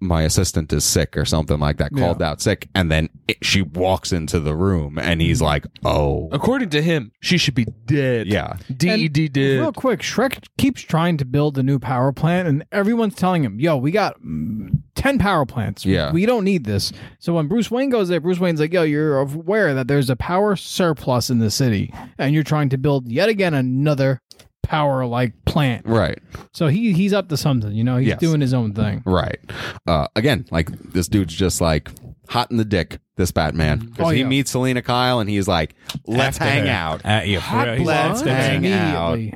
A: my assistant is sick or something like that, called out sick, and then it, she walks into the room, and he's like, oh,
C: According to him, she should be dead. E
A: yeah, E
C: DED did.
E: Real quick, Shrek keeps trying to build a new power plant, and everyone's telling him, "Yo, we got mm, ten power plants.
A: Yeah.
E: we don't need this." So when Bruce Wayne goes there, Bruce Wayne's like, "Yo, you're aware that there's a power surplus in the city, and you're trying to build yet again another power like plant."
A: right.
E: So he he's up to something, you know. He's
A: Yes.
E: doing his own thing.
A: Right. Uh, again, like this dude's just like hot in the dick. This Batman because
E: Oh,
A: he
E: yeah.
A: meets Selena Kyle and he's like, "Let's
D: After
A: hang
D: her.
A: out."
D: At you. for real. He's
A: blood.
D: after her.
A: Hang
E: immediately.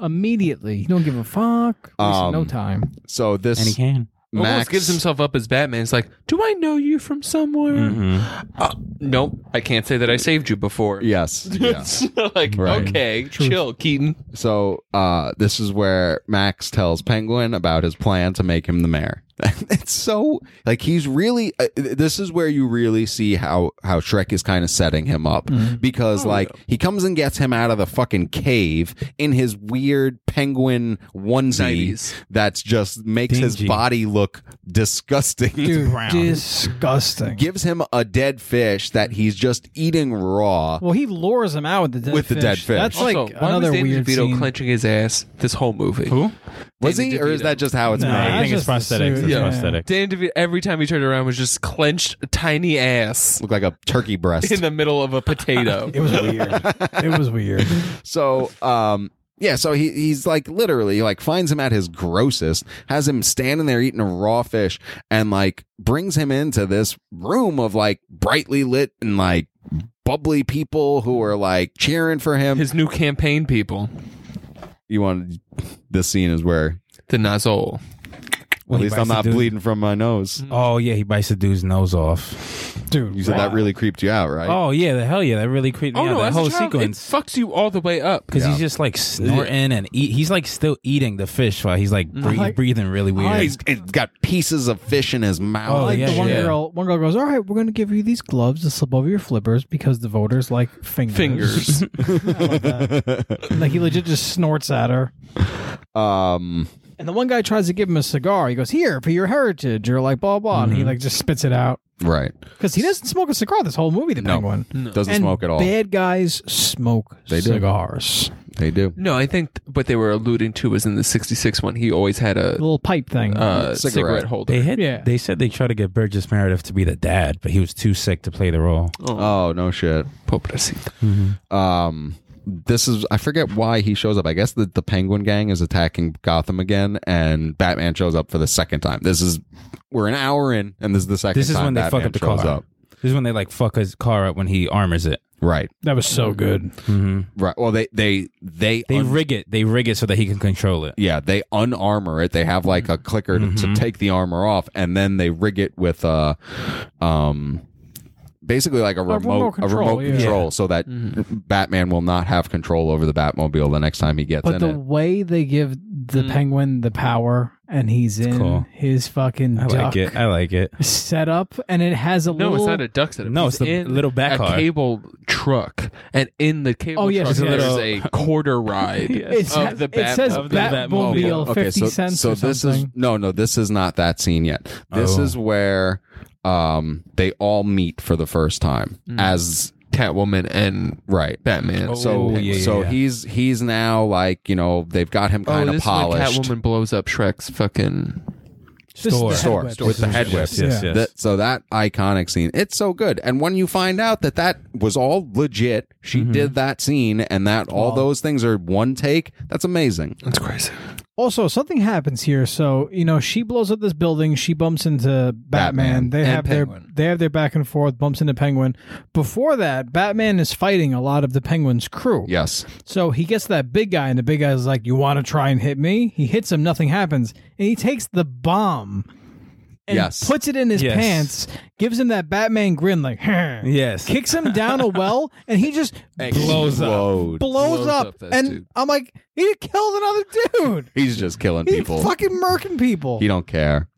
E: Immediately. You don't give a fuck. Wasting
A: Um,
E: no time.
A: So this
D: And he can.
A: Max
C: Almost gives himself up as Batman. It's like, do I know you from somewhere?
D: Mhm.
C: Uh, nope, I can't say that I saved you before.
A: Yes. Yeah.
C: So, like,
A: Right.
C: okay, chill, Keaton.
A: so uh, this is where Max tells Penguin about his plan to make him the mayor. it's so like he's really. Uh, this is where you really see how how Shrek is kind of setting him up
E: Mm-hmm.
A: because like he comes and gets him out of the fucking cave in his weird penguin onesie
C: 90s.
A: that's just makes his
D: Dingy.
A: body look disgusting.
E: Dude,
D: brown.
E: disgusting.
A: Gives him a dead fish that he's just eating raw.
E: well, he lures him out with the dead
A: With the
E: fish.
A: dead fish.
E: That's
A: Also,
E: like another
C: Danny
E: weird
C: DeVito
E: scene.
C: clenching his ass this whole movie?
D: Who?
A: Was
C: Danny
A: he, or is
C: DeVito.
A: that just how it's
E: No,
A: made?
D: I think
E: just
D: it's
E: the
D: prosthetics.
E: suit.
D: It's
C: Yeah.
D: prosthetics.
C: Danny DeVito, every time he turned around, was just clenched a tiny ass
A: look like a turkey breast.
C: in the middle of a potato.
E: It was weird. it was weird.
A: so, um, yeah, so he, he's like literally like finds him at his grossest, has him standing there eating a raw fish, and like brings him into this room of like brightly lit and like bubbly people who are like cheering for him.
C: His new campaign people,
A: you want this scene is where
C: the Nazol.
D: Well,
A: at
D: he
A: least
D: bites
A: I'm
D: the
A: not
D: dude-
A: bleeding from my nose.
D: Oh yeah, he bites the dude's nose off.
E: Dude.
A: You said that really creeped you out, right?
D: Mm-hmm. Oh yeah, the hell yeah, that really creeped me
C: Oh
D: out.
C: no,
D: that
C: as
D: whole
C: a child,
D: sequence
C: it fucks you all the way up.
D: because he's just like snorting and eat. He's like still eating the fish while he's like breath-
E: like-
D: breathing really weird.
A: He's, he's got pieces of fish in his mouth.
D: Oh,
E: like
D: yeah,
E: the one
D: yeah.
E: girl, one girl goes, "All right, we're going to give you these gloves to slip over your flippers because the voters like fingers."
C: Fingers.
E: like he legit just snorts at her.
A: Um,
E: And the one guy tries to give him a cigar. He goes, "Here for your heritage." You're like, "Blah blah," and he like just spits it out
A: right.
E: because he doesn't smoke a cigar this whole movie. The
A: No.
E: penguin.
A: Doesn't
E: and
A: smoke at all.
E: Bad guys smoke
A: They do.
E: cigars.
A: They do.
C: No, I think th- what they were alluding to was in the '66 one. He always had
E: The
C: a
E: little pipe thing.
C: uh,
A: Cigarette.
C: cigarette. holder.
D: they had,
E: Yeah.
D: they said they tried to get Burgess Meredith to be the dad, but he was too sick to play the role.
A: Oh no shit.
C: Pobrecito.
A: Um, this is I forget why he shows up. I guess that the Penguin Gang is attacking Gotham again, and Batman shows up for the second time. This is we're an hour in, and this is the second.
D: This is
A: time
D: when they
A: Batman
D: fuck up the
A: shows
D: car.
A: Up.
D: This is when they like fuck his car up when he armors it.
A: Right,
E: that was so good.
A: right. Well, they they they
D: They
A: un-
D: rig it. They rig it so that he can control it.
A: yeah they unarmor it. They have like a clicker to,
D: Mm-hmm.
A: to take the armor off, and then they rig it with uh, um. Basically, like a remote,
E: remote
A: a remote
E: control, yeah.
A: control, so that Batman will not have control over the Batmobile the next time he gets
E: But
A: in
E: the
A: it.
E: way they give the penguin the power and he's in
D: cool.
E: his fucking
D: I
E: duck
D: like it. I like it.
E: setup and it has a
C: No,
E: little
C: it's not a duck setup.
D: No,
C: He's
D: it's the
C: in
D: little back
C: a
D: car.
C: cable truck, and in the cable
E: Oh, yeah,
C: truck
E: it's a
C: there's
D: little-
C: a quarter ride.
E: it's,
C: of Oh, the
E: it says
C: Batmobile.
E: Batmobile
A: Okay,
E: 50
A: so,
E: cents
A: so
E: or
A: this is
E: something.
A: no, no, this is not that scene yet. This
D: Oh.
A: is where um they all meet for the first time as
C: Catwoman and
A: right.
C: Batman.
A: So
D: yeah, yeah,
A: so
D: yeah.
A: he's he's now like you know they've got him
C: oh,
A: kind of
C: this is when
A: polished.
C: Catwoman blows up Shrek's fucking
E: This is the
D: Store.
A: Store.
E: headway.
A: Store with the headway.
D: Yes, yes, yes.
A: That, so that iconic scene, it's so good. And when you find out that that was all legit, she did that scene, and that all those things are one take. That's amazing.
C: That's crazy.
E: Also, something happens here. So you know, she blows up this building. She bumps into
A: Batman
E: Batman. They
A: and
E: have
A: Penguin.
E: their they have their back and forth. Bumps into Penguin. Before that, Batman is fighting a lot of the Penguin's crew.
A: Yes,
E: So he gets that big guy, and the big guy's like, "You want to try and hit me?" He hits him. Nothing happens, and he takes the bomb. And
A: Yes.
E: puts it in his
D: Yes.
E: pants, gives him that Batman grin, like, "Huh."
D: Yes.
E: kicks him down a well, and he just
D: Blows up.
A: Explode.
E: blows,
C: Blows
E: up.
C: up this
E: and
C: dude.
E: I'm like, he killed another dude.
A: He's just killing
E: He's
A: people.
E: fucking murking people.
A: He don't care.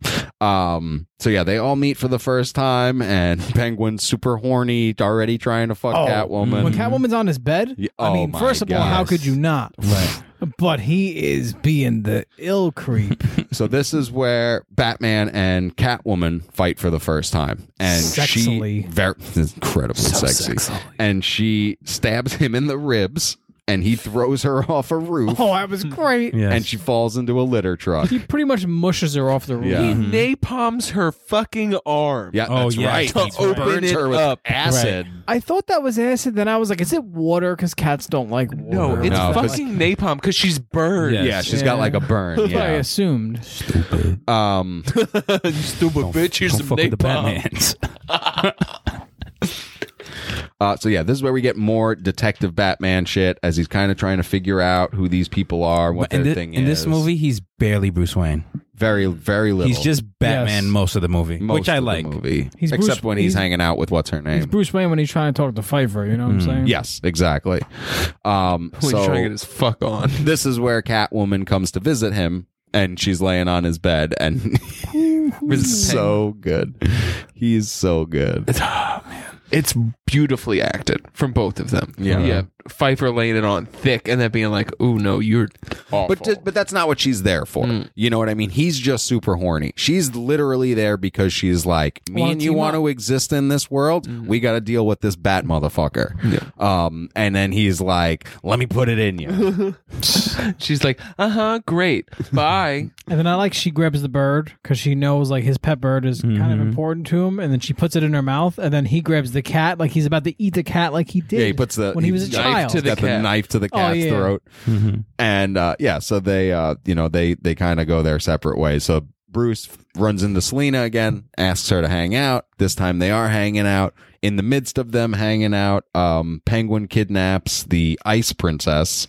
A: Um. So yeah, they all meet for the first time, and Penguin's super horny, already trying to fuck Catwoman.
E: When Catwoman's on his bed,
A: Yeah,
E: I
A: oh
E: mean,
A: my
E: first of all, how
A: gosh.
E: could you not? Right. But he is being the ill creep.
A: So this is where Batman and Catwoman fight for the first time, and
E: Sexily.
A: she very incredibly sexy, and she stabs him in the ribs, and he throws her off a roof,
E: oh, that was great.
D: Yes.
A: and she falls into a litter truck.
E: He pretty much mushes her off the roof.
A: Yeah.
C: Napalms her fucking arm.
A: Yeah,
D: Oh,
A: that's
D: yeah,
A: right.
D: that's
A: He
D: right.
A: burns
C: Open
A: her
C: it
A: with
C: up.
A: acid.
E: I thought that was acid. Then I was like, is it water? Because cats don't like water.
C: No, it's
A: No, 'cause-
C: fucking napalm because she's burned.
D: Yes.
A: Yeah, she's got
E: Yeah.
A: like a burn.
E: I
A: Yeah.
E: assumed.
A: Um.
C: You stupid bitch. Here's some
D: Don't fuck with the
C: napalm.
D: Batmans.
A: Uh, so yeah, this is where we get more detective Batman shit as he's kind of trying to figure out who these people are, what
D: But in,
A: their
D: thi-
A: thing
D: in
A: is.
D: this movie, he's barely Bruce Wayne.
A: very very little.
D: He's just Batman
E: Yes.
D: most of the movie,
A: most
D: which I
A: of the
D: like.
A: movie,
E: He's Bruce-
A: except when he's,
E: he's-
A: hanging out with what's her
E: It's
A: name.
E: Bruce Wayne when he's trying to talk to Pfeiffer. You know
A: Mm,
E: what I'm saying?
A: Yes, exactly. Um,
C: When he's trying to get his
A: so
C: fuck on.
A: this is where Catwoman comes to visit him, and she's laying on his bed, and he's so good. He's so good.
C: It's ah, man. It's beautifully acted from both of them.
A: Yeah.
C: yeah. Pfeiffer laying it on thick, and then being like, "Oh no, you're awful."
A: But ju- but that's not what she's there for. You know what I mean? He's just super horny. She's literally there because she's like, me
E: Wanna
A: and you
E: team
A: want Hmm.
E: up.
A: to exist in this world. We got to deal with this bat motherfucker. Um, and then he's like, let me put it in you.
C: she's like, "Uh huh, great, bye."
E: And then I like she grabs the bird because she knows like his pet bird is kind
A: Mm-hmm.
E: of important to him, and then she puts it in her mouth, and then he grabs the cat like he's about to eat the cat like he did.
A: Yeah, he puts the
E: when he, was a
A: knife
E: child.
A: To
C: To
A: the
C: the
A: got the
C: cat.
A: knife to the
E: Oh,
A: cat's
E: yeah.
A: throat,
D: Mhm.
A: and uh, yeah, so they, uh, you know, they they kind of go their separate ways. So Bruce runs into Selena again, asks her to hang out. This time they are hanging out. In the midst of them hanging out, um, Penguin kidnaps the Ice Princess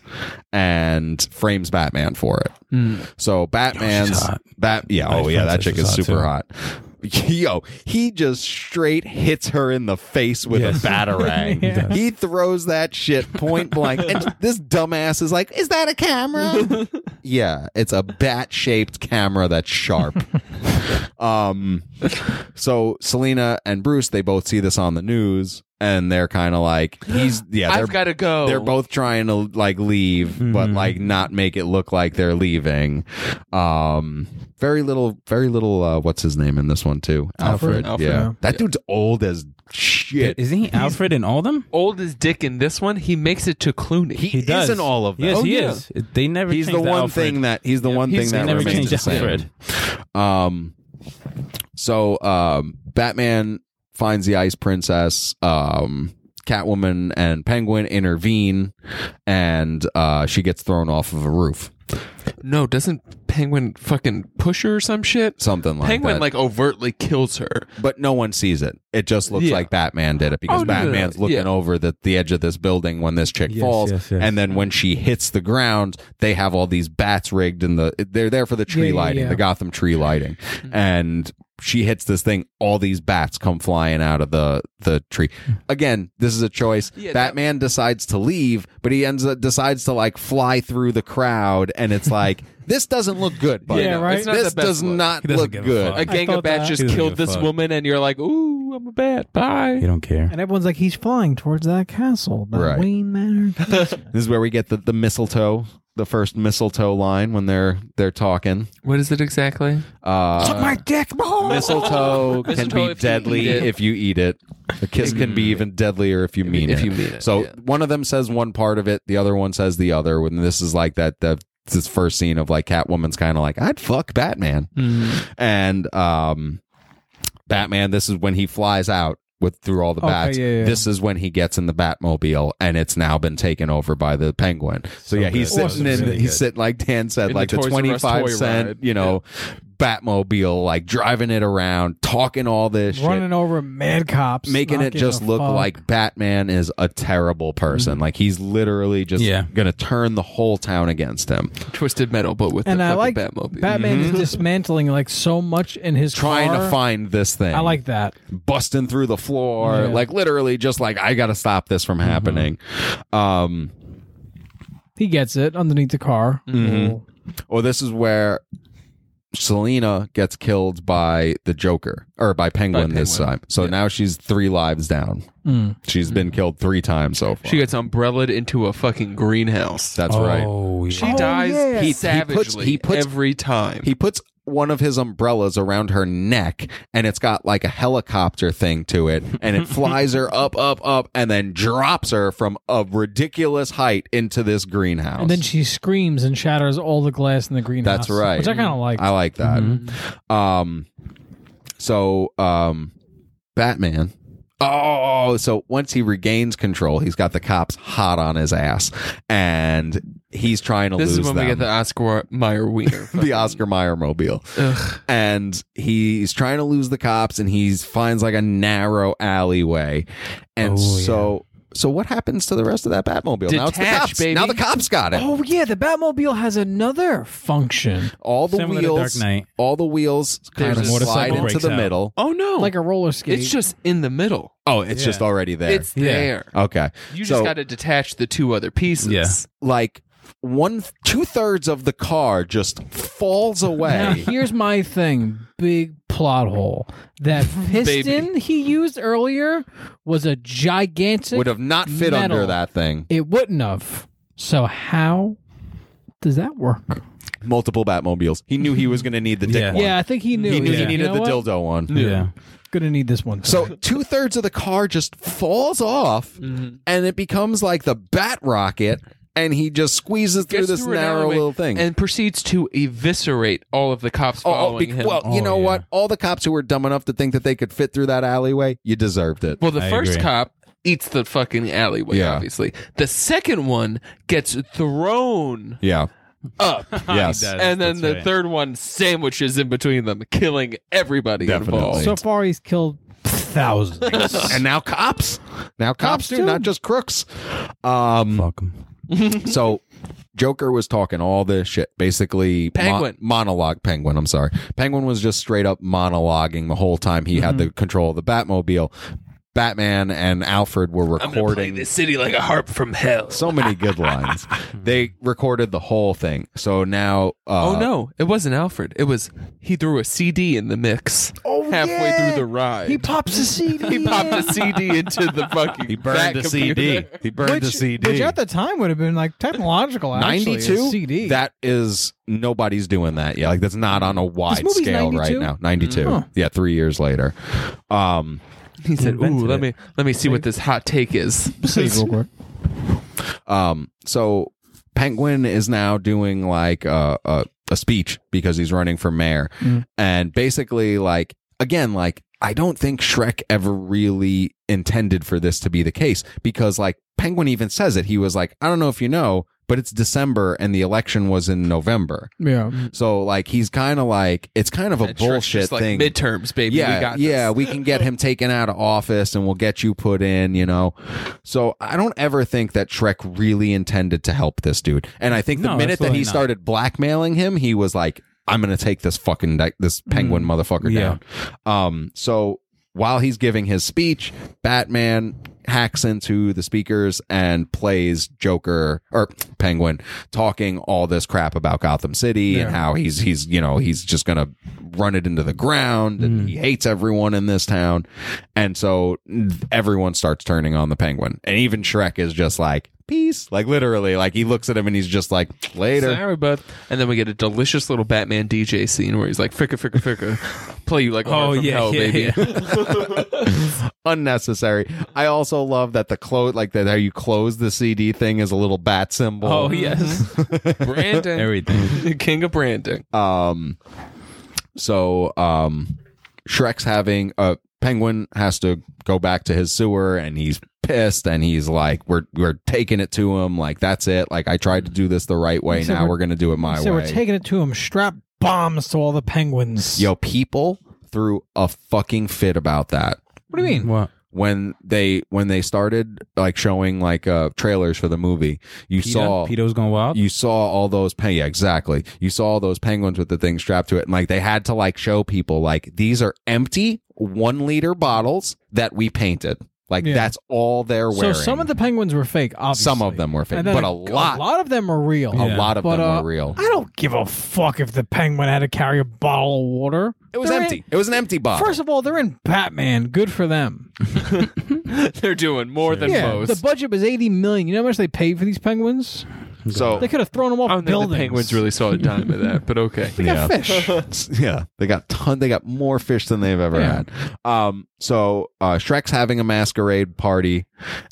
A: and frames Batman for it. So Batman's
D: Mm. Oh, hot.
A: Bat, yeah,
D: Ice
A: oh yeah, that
D: Princess
A: chick is
D: is hot,
A: super
D: too.
A: hot. Yo, he just straight hits her in the face with
D: Yes.
A: a batarang. He throws that shit point blank, and this dumbass is like, "Is that a camera?" yeah, it's a bat-shaped camera that's sharp. um, so Selena and Bruce, they both see this on the news, and they're kind of like, "He's yeah." They're,
C: I've got to go. Hmm.
A: they're both trying to like leave, but like not make it look like they're leaving. Um, very little, very little. Uh, what's his name in this one too?
E: Alfred.
C: Alfred,
A: yeah,
E: yeah.
A: that dude's old as shit.
D: Isn't he Alfred in all of them?
C: old as Dick in this one. He makes it to Clooney.
A: He,
D: He does.
A: is in all of them.
D: Yes,
C: Oh,
D: he
C: yeah.
D: is. It- They never.
A: he's the
D: changed
A: one
D: Alfred.
A: thing that he's the one thing
C: he's-
A: that
C: he
D: never
A: remains
D: changed
A: the same.
D: Alfred.
A: Um, so um, Batman finds the Ice Princess. Um, Catwoman and Penguin intervene, and uh, she gets thrown off of a roof.
C: no, doesn't Penguin fucking push her or some shit?
A: Something like
C: Penguin
A: that.
C: like overtly kills her.
A: but no one sees it. It just looks
C: Yeah.
A: like Batman did it because
C: Oh, no, no, no.
A: Batman's looking
C: Yeah.
A: over the, the edge of this building when this chick
D: Yes,
A: falls,
D: yes, yes.
A: and then when she hits the ground, they have all these bats rigged in the. They're there for the tree
E: Yeah, yeah,
A: lighting,
E: yeah.
A: the Gotham tree lighting, and she hits this thing. All these bats come flying out of the the tree. Again, this is a choice.
C: Yeah, that-
A: Batman decides to leave, but he ends up decides to like fly through the crowd, and it's like. This doesn't look good, buddy.
E: Yeah, right.
C: It's not
A: this
C: the best
A: does
C: look.
A: not
D: He doesn't
A: look
D: give a
A: good.
D: fuck.
C: A gang
E: thought
C: of
E: that.
C: bats just
D: He doesn't
C: killed
D: give a
C: this
D: fuck.
C: woman, and you're like, "Ooh, I'm a bat. Bye."
D: You don't care.
E: And everyone's like, he's flying towards that castle, that
A: Right.
E: Wayne Manor.
A: This is where we get the, the mistletoe, the first mistletoe line when they're they're talking.
C: What is it exactly?
A: Uh,
B: My dick ball.
A: mistletoe can
C: Mistletoe
A: be
C: if you
A: deadly
C: eat it.
A: if you eat it. A kiss can be even deadlier if you mean
C: if
A: it.
C: you mean it,
A: So
C: yeah.
A: one of them says one part of it, the other one says the other. When this is like that, the this first scene of like Catwoman's kind of like, I'd fuck Batman.
E: Mm-hmm.
A: And um, Batman, this is when he flies out with through all the
E: Okay,
A: bats.
E: yeah, yeah.
A: This is when he gets in the Batmobile, and it's now been taken over by the Penguin. So, yeah, he's
E: good.
A: sitting
E: Awesome.
A: in.
E: Really
A: he's sitting like Dan said,
C: In
A: like
C: the
A: the,
C: Toys R
A: twenty
C: Us toy
A: five cent,
C: ride.
A: you know, Batmobile, like driving it around, talking all this shit
E: running over mad cops,
A: making
E: not
A: it
E: giving
A: just
E: a
A: look
E: fuck. Mm.
A: like Batman is a terrible person. Like he's literally just
D: Yeah.
A: gonna turn the whole town against him,
C: Twisted Metal, but with
E: And
C: the
E: I
C: fucking
E: like
C: Batmobile.
E: Batman is dismantling like so much in his
A: Mm-hmm. trying
E: car.
A: to find this thing.
E: I like that.
A: busting through the floor,
E: Yeah. Mm-hmm.
A: like literally just like I gotta stop this from happening. Um,
E: He gets it underneath the car.
A: Mm-hmm.
E: Cool.
A: or this is where. Selena gets killed by the Joker or by Penguin, this
C: Penguin.
A: time. So now she's three lives down.
E: Mm.
A: She's been killed three times so far.
C: She gets umbrellaed into a fucking greenhouse.
A: That's right.
D: Oh, yeah.
C: She dies
E: yeah. He-
A: he puts-
C: savagely
A: he puts-
C: every time.
A: he puts one of his umbrellas around her neck and it's got like a helicopter thing to it and it flies her up up up and then drops her from a ridiculous height into this greenhouse
E: And then she screams and shatters all the glass in the greenhouse.
A: that's right
E: Which I kind of like. Mm-hmm.
A: i like that um so um batman oh so once he regains control he's got the cops hot on his ass and he's trying to
C: this
A: lose
C: is when
A: them.
C: we get the Oscar Meyer wiener.
A: the Oscar Mayer mobile. And he's trying to lose the cops and he finds like a narrow alleyway.
D: Oh,
A: And so so what happens to the rest of that Batmobile? now it's the
C: Detach,
A: cops.
C: baby.
A: Now the cops got it.
E: Oh yeah, the Batmobile has another function,
A: All the
D: Similar to Dark
A: wheels
D: Knight.
A: all the wheels
C: There's
A: kind of
C: a
A: slide
D: motorcycle
A: into
D: breaks
A: the
D: out.
A: middle.
C: oh no!
E: like a roller skate.
C: it's just in the middle.
A: Oh, it's just already there.
C: It's there.
A: okay.
C: You
A: So-
C: just got to detach the two other pieces.
D: Yeah.
A: Like one two thirds of the car just falls
E: Now
A: away.
E: here's my thing: big plot hole. That piston he used earlier was a gigantic.
A: Would have not fit
E: Metal.
A: under that thing.
E: It wouldn't have. So how does that work?
A: Multiple Batmobiles. He knew he was going to need the dick
D: Yeah.
A: one.
E: Yeah, I think he knew.
A: He knew
E: He's
A: he
E: like,
A: needed
E: you know
A: the
E: what?
A: dildo one.
D: Yeah.
E: Gonna need this one.
A: So two thirds of the car just falls off,
C: Mm-hmm.
A: and it becomes like the Bat Rocket, and he just squeezes through
C: Gets
A: this
C: through an
A: narrow
C: alleyway
A: little thing.
C: and proceeds to eviscerate all of the cops
A: oh,
C: following
A: oh, be-
C: him.
A: well, you
D: Oh,
A: know
D: yeah.
A: what? All the cops who were dumb enough to think that they could fit through that alleyway, you deserved it.
C: Well, the
D: I
C: first
D: agree.
C: cop eats the fucking alleyway,
A: Yeah.
C: obviously. The second one gets thrown
A: yeah.
C: up.
A: Yes.
D: does.
C: and then
D: That's
C: the
D: right.
C: third one sandwiches in between them, killing everybody
A: Definitely.
C: involved.
E: so far, he's killed thousands.
A: And now cops. Now cops,
E: Cops,
A: too,
E: too.
A: not just crooks. Um,
D: Fuck 'em.
A: so Joker was talking all this shit, basically mo-
C: Penguin.
A: monologue penguin. I'm sorry, penguin was just straight up monologuing the whole time he had the control of the Batmobile. Batman and Alfred were recording
C: city like a harp from hell.
A: so many good lines. they recorded the whole thing. So now,
C: oh
A: uh,
C: no, it wasn't Alfred. It was he threw a CD in the mix
A: Oh,
C: halfway through the ride.
E: he pops a CD.
C: He popped
E: in.
C: a CD into the fucking.
F: He burned the CD. He burned the CD.
E: Which at the time would have been like technological. actually, a
A: 92
E: CD.
A: that is nobody's doing that yet like that's not on a wide
E: movie's
A: scale right
E: 92?
A: now 92 yeah 3 years later um
C: He said, "Ooh,
D: invented
C: let
D: it.
C: me let me see what this hot take is."
A: Um, so Penguin is now doing like a, a, a speech because he's running for mayor. And basically, like, again, like, I don't think Shrek ever really intended for this to be the case because, like, Penguin even says it. He was like, I don't know if you know, but it's December and the election was in November.
E: Yeah.
A: So, like, he's kind of like, it's kind of a
C: And Shrek's
A: bullshit
C: just like,
A: thing
C: Midterms, baby.
A: yeah,
C: we got
A: yeah,
C: This.
A: we can get him taken out of office, and we'll get you put in. You know, so I don't ever think that Shrek really intended to help this dude. And I think the
D: No,
A: minute that he
D: absolutely not.
A: started blackmailing him, he was like, "I'm gonna take this fucking di- this penguin motherfucker
D: Yeah.
A: down." Um, so while he's giving his speech, Batman hacks into the speakers and plays Joker or Penguin talking all this crap about Gotham City and how he's he's you know he's just gonna run it into the ground and he hates everyone in this town, and so everyone starts turning on the Penguin and even Shrek is just like peace. Like literally, like he looks at him and he's just like, later.
C: Sorry, bud. And then we get a delicious little Batman DJ scene where he's like, fricka, fricka, fricka. Play you like a
D: Oh,
C: oh, from
D: yeah,
C: hell,
D: yeah,
C: baby.
A: Unnecessary. I also love that the close, like that, how you close the CD thing is a little bat symbol.
C: Oh, yes. Brandon.
D: Everything.
C: King of branding.
A: Um, so um, Shrek's having a penguin has to go back to his sewer, and he's pissed, and he's like, "We're we're taking it to him. Like that's it. Like I tried to do this the right way.
E: So
A: now
E: we're-
A: we're, gonna do it my
E: So
A: way."
E: we're taking it to him. Strap bombs to all the penguins.
A: Yo, people threw a fucking fit about that
E: What do you mean?
D: What?
A: when they when they started like showing like uh trailers for the movie. You
D: Peter?
A: saw
D: Peter's going wild.
A: you saw all those pen- yeah exactly you saw all those penguins with the thing strapped to it and like they had to like show people like these are empty one liter bottles that we painted like
E: Yeah.
A: that's all they're
E: So
A: wearing
E: some of the penguins were fake, obviously.
A: some of them were fake
E: And then
A: but a, lot
E: a lot of them were real.
A: a lot of
E: But,
A: them
E: uh,
A: were real
E: I don't give a fuck if the penguin had to carry a bottle of water.
A: it was
E: They're
A: empty
E: in-
A: it was an empty bottle
E: First of all, they're in Batman. Good for them.
C: They're doing more than
E: yeah,
C: most.
E: the budget was eighty million. You know how much they paid for these penguins?
A: so
E: They could have thrown them off
C: I don't think
E: buildings.
C: Oh, the penguins really saw a dime of that, but okay.
E: They got fish.
A: yeah, they got ton. They got more fish than they've ever
E: Yeah.
A: had. Um, so uh, Shrek's having a masquerade party,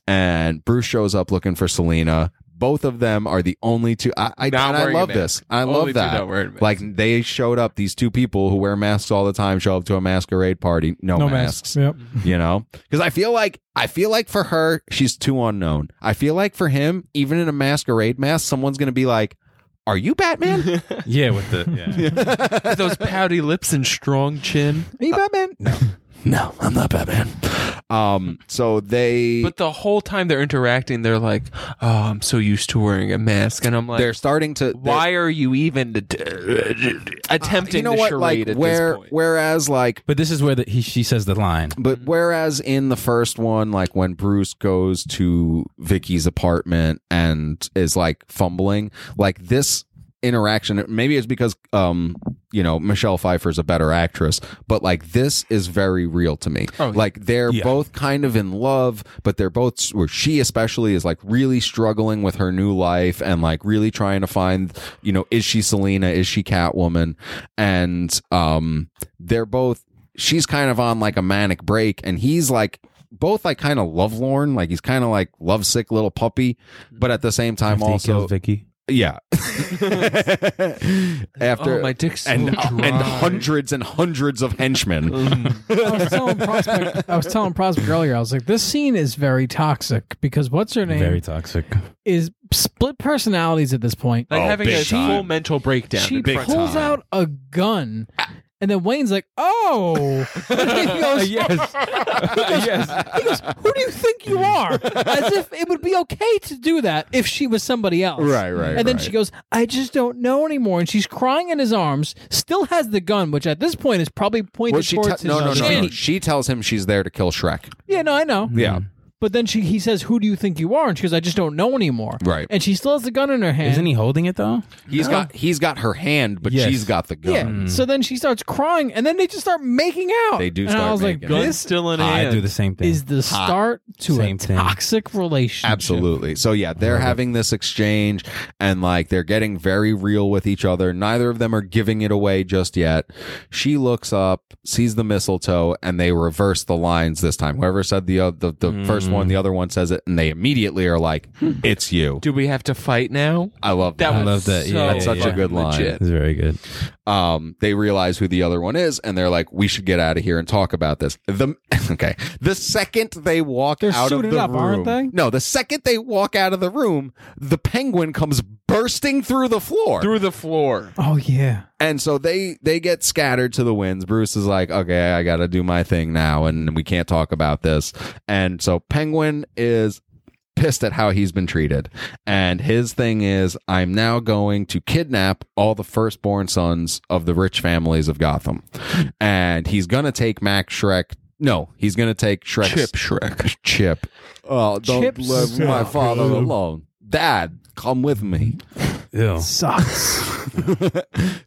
A: and Bruce shows up looking for Selena. Both of them are the only two. I I, and
C: Not
A: I
C: wearing a
A: love
C: mask.
A: this. I
C: Only
A: love
C: two
A: that.
C: not wearing masks.
A: Like they showed up. These two people who wear masks all the time show up to a masquerade party. No,
E: no
A: masks.
E: masks. Yep.
A: You know, because I feel like I feel like for her she's too unknown. I feel like for him, even in a masquerade mask, someone's gonna be like, "Are you Batman?"
D: yeah, with the yeah.
C: With those pouty lips and strong chin.
E: Are you Batman? No.
A: No, I'm not Batman. Um, so they
C: But the whole time they're interacting, they're like, "Oh, I'm so used to wearing a mask," and I'm like, Uh,
A: they're starting to
C: "Why are you even d-
A: they're-
C: attempting
A: you know
C: the
A: what
C: charade
A: like
C: at
A: where
C: this point?" Mm-hmm.
A: whereas like
D: But this is where the, he she says the line.
A: but whereas in the first one like when Bruce goes to Vicky's apartment and is like fumbling like this interaction maybe it's because um you know Michelle Pfeiffer's a better actress but like this is very real to me
C: Oh, yeah.
A: like they're
D: Yeah.
A: both kind of in love but they're both or she especially is like really struggling with her new life and like really trying to find you know is she Selena is she Catwoman and um they're both she's kind of on like a manic break and he's like both like kind of lovelorn like he's kind of like lovesick little puppy but at the same time
D: After he
A: also
D: kills Vicky.
A: yeah. After
C: oh, my dick's so
A: and
C: dry.
A: and hundreds and hundreds of henchmen.
E: I was telling Prospect. I was telling Prospect earlier. I was like, this scene is very toxic because what's her name
D: Very toxic.
E: is split personalities at this point.
C: like
A: Oh,
C: having
A: big
C: a
A: time.
C: full mental breakdown.
E: she
C: in front
E: pulls
C: of her.
E: out a gun, and then Wayne's like, "Oh," And he goes,
D: yes.
E: he goes, "Who do you think you are?" As if it would be okay to do that if she was somebody else,
A: Right, right,
E: And then
A: right.
E: she goes, "I just don't know anymore," and she's crying in his arms. Still has the gun, which at this point is probably pointed
A: Well, she te-
E: towards
A: no, no, no,
E: his
A: no,
E: chin.
A: She tells him she's there to kill Shrek. Mm-hmm.
E: Yeah, no, I know.
A: Yeah.
E: But then she, he says, "Who do you think you are?" And she goes, "I just don't know anymore."
A: Right.
E: And she still has the gun in her hand.
D: Isn't he holding it though?
A: He's got he's got her hand, but
D: Yes.
A: she's got the
E: Yeah.
A: gun.
E: So then she starts crying, and then they just start making out.
A: They do
E: And I
A: start
E: was
A: making
E: like,
A: out.
C: Gun
E: "This
C: still in
D: I
C: hand.
D: do the same thing.
E: is the start to
D: Same
E: a
D: thing.
E: toxic relationship.
A: Absolutely. So yeah, they're having this exchange and like they're getting very real with each other. Neither of them are giving it away just yet. She looks up, sees the mistletoe, and they reverse the lines this time. Whoever said the uh, the, the first one, the other one says it, and they immediately are like,
C: Hmm.
A: "It's you."
C: Do we have to fight now?
A: I love that.
C: That
D: I
C: was
D: love that.
C: so
D: Yeah,
A: That's such a good line.
C: legit.
D: it's very good.
A: um, they realize who the other one is, and they're like, "We should get out of here and talk about this." The okay, the second they walk
E: They're
A: out of
E: suited
A: the
E: up,
A: room,
E: aren't they?
A: no, the second they walk out of the room, the penguin comes bursting through the floor,
C: Through the floor.
E: Oh yeah.
A: and so they they get scattered to the winds. Bruce is like, "Okay, I got to do my thing now, and we can't talk about this." And so penguin is pissed at how he's been treated. And his thing is, I'm now going to kidnap all the firstborn sons of the rich families of Gotham. And he's going to take Mac Shrek. No, he's going to take Shrek's
C: Chip Shrek.
A: Chip. Oh, don't
E: Chip
A: let my
E: Shrek.
A: father alone. Dad, come with me.
D: Ew.
E: Sucks.
A: so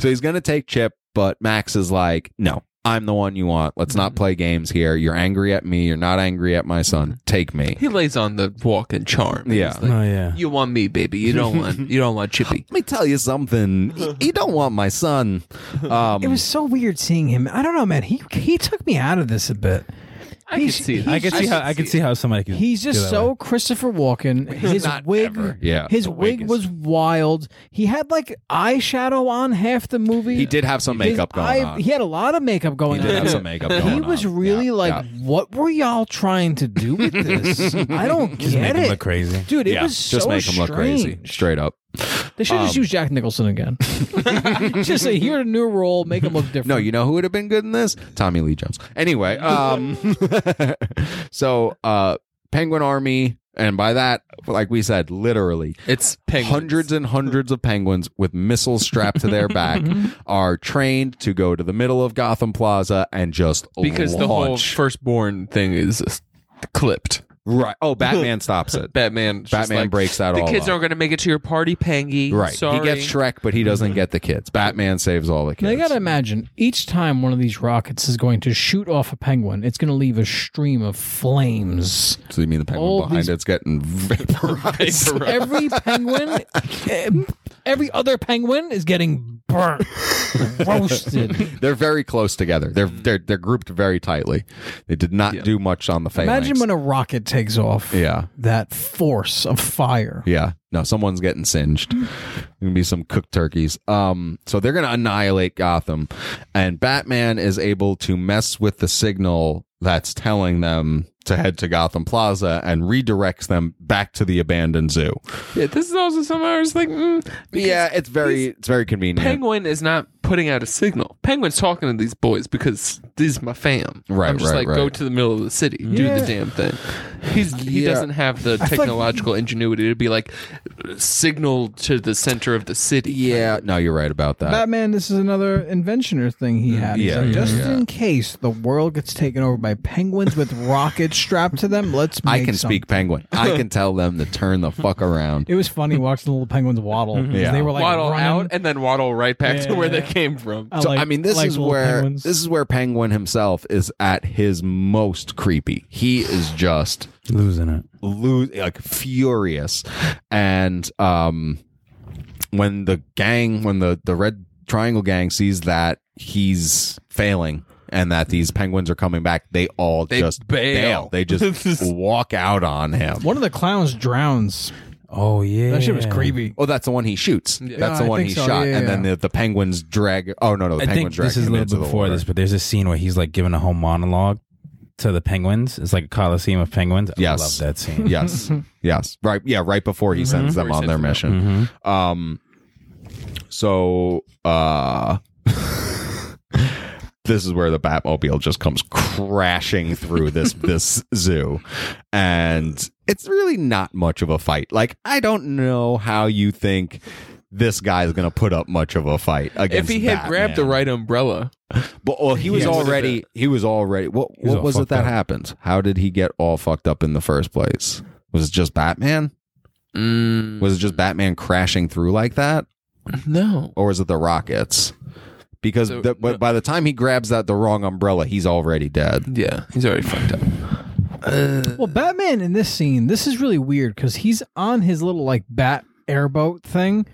A: he's going to take Chip, but Max is like, no. I'm the one you want. Let's not play games here. You're angry at me. You're not angry at my son. Take me.
C: He lays on the walk and charm.
A: Yeah.
C: He's like,
D: oh yeah.
C: you want me, baby. You don't want. You don't want Chippy.
A: Let me tell you something. You- You don't want my son. Um,
B: It was so weird seeing him. I don't know, man. He he took me out of this a bit.
C: I can
B: He's-
C: see. it.
B: he's
D: I can see how I can see how somebody can.
E: He's
D: do
E: just
D: that
E: so
D: way.
E: Christopher Walken. His
A: not
E: wig,
A: ever. Yeah.
E: his
A: The
E: wig,
A: wig is-
E: was wild. He had like eyeshadow on half the movie.
A: he did have some makeup
E: His
A: going
E: eye-
A: on.
E: He had a lot of makeup
A: He
E: going
A: did
E: on.
A: have some makeup going
E: he
A: on.
E: was really
A: Yeah,
E: like,
A: yeah.
E: "What were y'all trying to do with this? I don't
D: Just make
E: get
D: him
E: it,
D: look crazy.
E: dude. It
A: Yeah,
E: was so
A: just make him look crazy,
E: strange.
A: straight um, up.
E: They should just use Jack Nicholson again. just say here a new role, make him look different.
A: No, you know who would have been good in this? Tommy Lee Jones. Anyway, um, so uh, Penguin Army, and by that, like we said, literally
C: It's penguins.
A: hundreds and hundreds of penguins with missiles strapped to their back
C: Mm-hmm.
A: are trained to go to the middle of Gotham Plaza and just
C: because the whole
A: launch.
C: firstborn thing is just clipped.
A: right. Oh, Batman stops it.
C: Batman. just
A: Batman
C: like,
A: breaks that
C: The
A: all
C: kids
A: up."
C: aren't going to make it to your party, Pangy.
A: Right.
C: Sorry.
A: He gets Shrek, but he doesn't get the kids. Batman saves all the
E: Now,
A: kids.
E: you gotta imagine each time one of these rockets is going to shoot off a penguin, it's gonna leave a stream of flames.
A: so you mean the penguin
E: all
A: behind
E: these-
A: it's getting vaporized?
E: Every penguin, eh, every other penguin is getting burnt, roasted.
A: They're very close together. They're they're they're grouped very tightly. They did not do much on the phalanx.
E: Imagine when a rocket takes off.
A: yeah,
E: That force of fire.
A: yeah. No, someone's getting singed. Gonna be some cooked turkeys. Um, so they're gonna annihilate Gotham, and Batman is able to mess with the signal that's telling them to head to Gotham Plaza and redirects them back to the abandoned zoo.
C: Yeah, this is also something I was like, mm, because
A: Yeah, it's very it's very convenient.
C: Penguin is not putting out a signal. Penguin's talking to these boys because these my fam.
A: Right,
C: I'm just
A: right,
C: like,
A: right.
C: go to the middle of the city, do the damn thing. He's he
A: Yeah.
C: doesn't have the technological ingenuity to be like signal to the center of the city.
A: yeah, no, you're right about that.
E: Batman, this is another inventioner thing he had. He's
A: Yeah,
E: like,
A: yeah,
E: just
A: yeah.
E: in case the world gets taken over by penguins with rockets strapped to them, let's make
A: I can
E: something.
A: speak penguin. I can tell them to turn the fuck around.
E: It was funny watching the little penguins waddle. 'cause
A: Yeah.
E: They were like
C: Mm-hmm. waddle
E: running.
C: out and then waddle right back to where
E: Yeah.
C: they came from.
E: I
A: So
E: like-
A: I mean, this
E: like
A: is
E: little
A: where
E: penguins.
A: this is where Penguin himself is at his most creepy. He is just
D: Losing it.
A: lo- like furious, and um, when the gang, when the the Red Triangle gang sees that he's failing and that these penguins are coming back, they all
C: They
A: just
C: bail.
A: They just walk out on him.
E: One of the clowns drowns.
D: Oh yeah.
E: That shit was creepy.
A: Oh, that's the one he shoots. That's
E: Yeah,
A: the
E: I
A: one
E: think
A: he
E: so.
A: shot,
E: Yeah,
A: and
E: yeah.
A: then the, the penguins drag. Oh no, no, the
D: I
A: penguins
D: think
A: drag
D: this is a
A: him
D: little
A: into
D: bit
A: the
D: before
A: water.
D: this, but there's a scene where he's like giving a whole monologue to the penguins. It's like a coliseum of penguins. I
A: Yes.
D: love that scene.
A: yes yes right yeah right before he sends them
C: Mm-hmm. Before he
A: on their
C: sends Mm-hmm.
A: mission um so uh this is where the batmobile just comes crashing through this this zoo and it's really not much of a fight like i don't know how you think this guy is going to put up much of a fight
C: If
A: against
C: he had grabbed the
A: Batman.
C: right umbrella,
A: But well, he was
C: Yeah.
A: already he was already what
D: was
A: what
D: all
A: was it
D: fucked
A: that
D: up.
A: happened? How did he get all fucked up in the first place? Was it just Batman? Was it just Batman crashing through like that,
C: no.
A: or was it the rockets? Because
C: So-
A: the, but by the time he grabs that the wrong umbrella, he's already dead.
C: Yeah, he's already fucked up.
E: Well, Batman in this scene, this is really weird because he's on his little like bat airboat thing.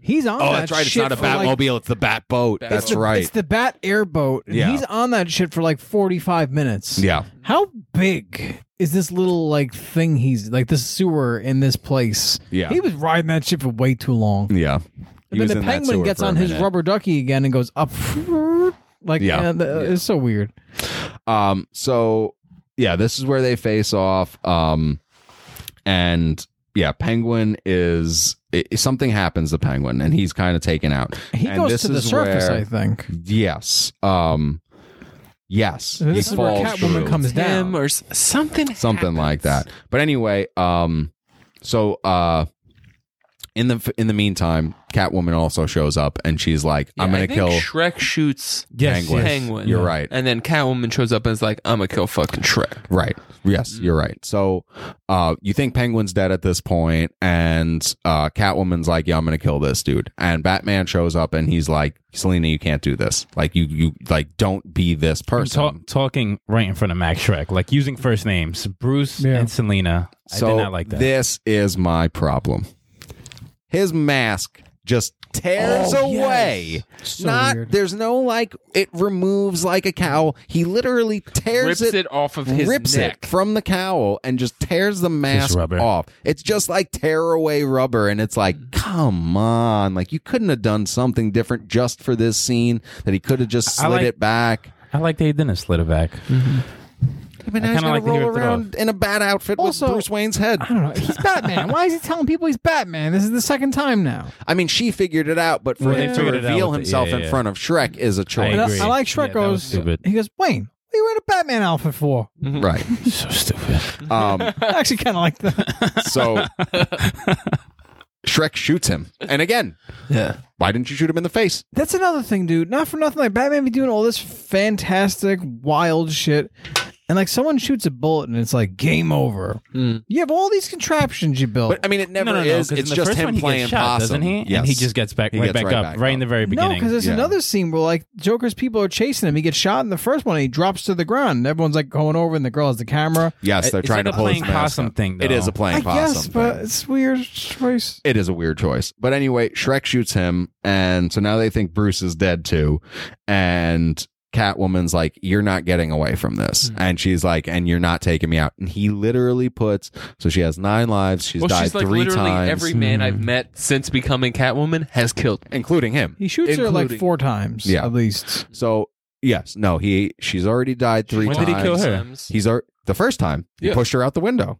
E: He's
A: Oh,
E: on. that shit for, like-
A: it's the Batboat.
C: Batboat.
A: That's
E: the-
A: right.
E: It's the bat airboat. and
A: Yeah.
E: He's on that shit for like forty five minutes.
A: yeah,
E: How big is this little like thing? He's like this sewer in this place.
A: Yeah.
E: He was riding that shit for way too long.
A: yeah. He
E: And then
A: was
E: the
A: in that
E: penguin
A: sewer
E: gets
A: for a
E: on his
A: minute.
E: rubber ducky again and goes up. Like
A: Yeah.
E: yeah, the- it's so weird.
A: Um, so yeah, this is where they face off. Um, and yeah, Penguin is it, something happens to Penguin, and he's kind of taken out.
E: He
A: And
E: goes
A: this
E: to the
A: is
E: surface,
A: where-
E: I think.
A: Yes. Um, yes.
E: And
A: he
E: this is where
A: falls
E: Catwoman
A: through.
E: comes down.
C: Him or s- something.
A: something like
C: happens.
A: that. But anyway, um, so uh, in the in the meantime, Catwoman also shows up and she's like, "I'm
C: Yeah, I
A: gonna
C: think
A: kill."
C: Shrek shoots
D: Yes,
A: Penguin.
C: Penguin.
A: You're right.
C: And then Catwoman shows up and is like, I'm gonna kill fucking Shrek.
A: Right. Yes, you're right. So, uh, you think Penguin's dead at this point, and uh, Catwoman's like, "Yeah, I'm gonna kill this dude." And Batman shows up, and he's like, "Selena, you can't do this. Like, you, you, like, don't be this person."
D: Ta- talking right in front of Max Shrek, like using first names, Bruce
E: Yeah.
D: and Selena.
A: so
D: I did not like that.
A: This is my problem. His mask just tears
D: Oh,
A: away.
E: So
A: Not
E: weird.
A: there's no like it removes like a cowl. He literally tears
C: Rips it, off of his
A: rips
C: neck.
A: it from the cowl and just tears the mask
D: rubber.
A: off. It's just like tear away rubber, and it's like, come on, like you couldn't have done something different just for this scene that he could have just
D: I
A: slid
D: like-
A: it back.
D: I like they didn't slit it back.
A: Hmm. I mean,
D: I
A: now he's
D: kinda
A: gonna
D: like that he
A: roll
D: ripped it
A: around in a bat outfit
E: Also-
A: with Bruce Wayne's head.
E: I don't know. He's Batman. Why is he telling people he's Batman? This is the second time now.
A: I mean, she figured it out, but for
D: Well, they
A: him to
D: figured it out
A: reveal
D: with the-
A: himself
D: yeah, yeah,
A: in
D: yeah.
A: front of Shrek is a
D: I
E: And
A: choice.
D: agree.
E: I, I like Shrek
D: Yeah, that was
E: goes.
D: stupid.
E: He goes, Wayne, what are you wearing a Batman outfit for?
A: Right.
D: so stupid.
A: Um,
E: I actually kind of like that.
A: so Shrek shoots him. And again,
C: Yeah.
A: why didn't you shoot him in the face?
E: That's another thing, dude. Not for nothing. Like Batman be doing all this fantastic, wild shit, and like someone shoots a bullet, and it's like game over.
C: Hmm.
E: You have all these contraptions you built.
A: But I mean, it never
D: No, no, no.
A: is.
D: 'cause in
A: It's
D: the
A: just
D: first one
A: him
D: he gets
A: playing
D: shot,
A: possum,
D: doesn't he? And
A: Yes.
D: he just gets back
A: He
D: right
A: gets
D: back
A: right
D: up,
A: back
D: right
A: up.
D: in the very
E: no,
D: beginning.
E: because there's
A: Yeah.
E: another scene where like Joker's people are chasing him. He gets shot in the first one. And he drops to the ground, and everyone's like going over, and the girl has the camera.
A: Yes, they're
D: It's
A: trying
D: like
A: to
D: a
A: pull his
D: playing
A: mask
D: possum
A: up.
D: thing,
A: It is
D: though.
A: a playing
E: I
A: possum.
E: guess, but
A: thing.
E: it's weird choice.
A: it is a weird choice. But anyway, Shrek shoots him, and so now they think Bruce is dead too. And Catwoman's like, "You're not getting away from this,"
C: Hmm.
A: and she's like, "And you're not taking me out." And he literally puts. So she has nine lives. She's
C: Well,
A: died
C: she's like
A: three
C: literally
A: times, Mm-hmm.
C: every man
D: Hmm.
C: I've met since becoming Catwoman has killed me.
A: including him.
E: He shoots her like
C: Including-
E: four times,
A: Yeah.
E: at least.
A: So yes, no, he. She's already died three
D: When
A: times.
D: did he kill her?
A: He's al- the first time he
C: Yeah.
A: pushed her out the window.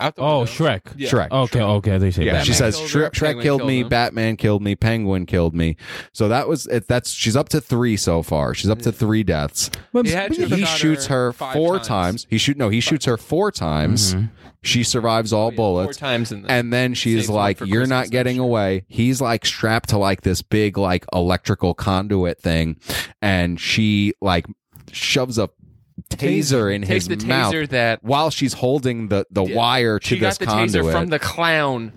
C: Out the
D: Oh,
C: window.
D: Shrek.
C: Yeah.
A: Shrek.
D: Okay, okay. I thought you said
A: Yeah,
D: Batman.
A: she says
C: killed her,
A: Shrek, Shrek
C: Penguin
A: killed
C: killed
A: me,
C: him.
A: Batman killed me, Penguin killed me. So that was it, that's she's up to three so far. She's up to three deaths.
E: But
C: He had
E: but
C: to
E: you-
A: He
C: shot
A: shoots
C: Mm. her
A: her
C: five
A: four times.
C: times.
A: He shoot no, he shoots her four times.
D: Mm-hmm.
A: She survives all
C: Oh, Yeah, Four
A: bullets.
C: times in the
A: And then she's
C: Saves one
A: like,
C: for
A: "You're
C: Christmas,
A: not
C: I'm
A: getting
C: sure."
A: away." He's like strapped to like this big like electrical conduit thing, and she like shoves a taser in
C: takes
A: his
C: the taser
A: mouth
C: that
A: while she's holding the the wire to
C: she got
A: this
C: the
A: conduit.
C: taser from the clown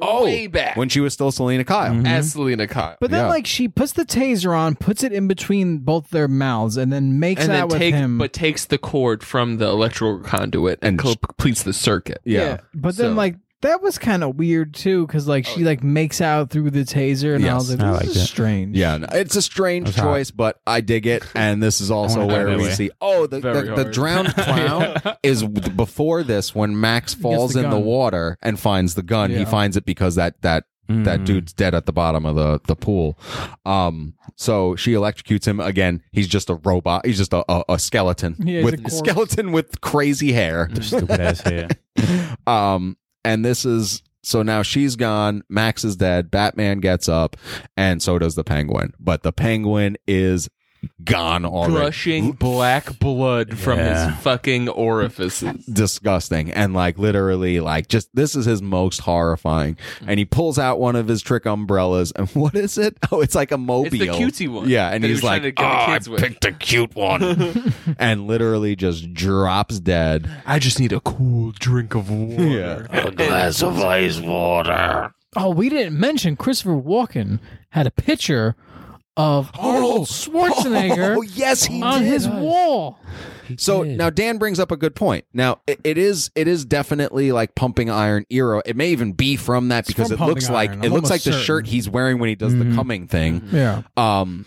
A: oh,
C: way back
A: when Mm-hmm. she was still Selena Kyle.
E: Mm-hmm.
C: as Selena Kyle.
E: but then
A: Yeah.
E: like she puts the taser on, puts it in between both their mouths, and then makes
C: and then
E: out with
C: take,
E: him.
C: but takes the cord from the electrical conduit and,
A: And
C: co- completes the circuit.
A: yeah.
E: but then
C: so-
E: like that was kind of weird too, because like she like makes out through the taser, and I was
A: Yes.
E: like,
D: I
E: this
D: liked
E: is
D: it.
E: strange.
A: Yeah, no, it's a strange
D: hot.
A: choice, but I dig it. And this is also
D: wanna go
A: where
D: that
A: we
D: way.
A: see oh, the,
C: Very
A: the, the
C: hard.
A: drowned clown is w- before this when Max falls
E: the
A: in the
E: gun.
A: water and finds the gun. He
E: Yeah. Mm-hmm.
A: finds it because that that that
D: Mm.
A: dude's dead at the bottom of the the pool. Um, so she electrocutes him again. He's just a robot. He's just a a, a skeleton
E: Yeah, he's a
A: with
E: corpse.
A: skeleton with crazy hair.
D: Stupid ass hair.
A: Um, and this is so now she's gone. Max is dead. Batman gets up, and so does the Penguin. But the Penguin is gone already.
C: Gushing black blood from
D: Yeah.
C: his fucking orifices.
A: Disgusting and like literally like just this is his most horrifying.
E: Hmm.
A: And he pulls out one of his trick umbrellas and what is it? Oh, it's like a mobile.
C: It's the cutesy one.
A: Yeah, and
C: that he
A: he's
C: was trying
A: like,
C: to
A: "Oh,
C: get the
A: I
C: kids with."
A: picked a cute one, and literally just drops dead.
C: I just need a cool drink of water.
A: Yeah.
E: Oh, we didn't mention Christopher Walken had a picture of Arnold Schwarzenegger
A: Oh yes, he
E: on
A: did.
E: his wall.
A: So now Dan brings up a good point. Now it, it is it is definitely like pumping iron era. It may even be from that because
E: from
A: it looks
E: Pumping
A: like
E: Iron,
A: it
E: I'm
A: looks
E: almost
A: like the
E: certain. Mm-hmm.
A: shirt he's wearing when he does the coming thing.
E: Yeah.
A: Um,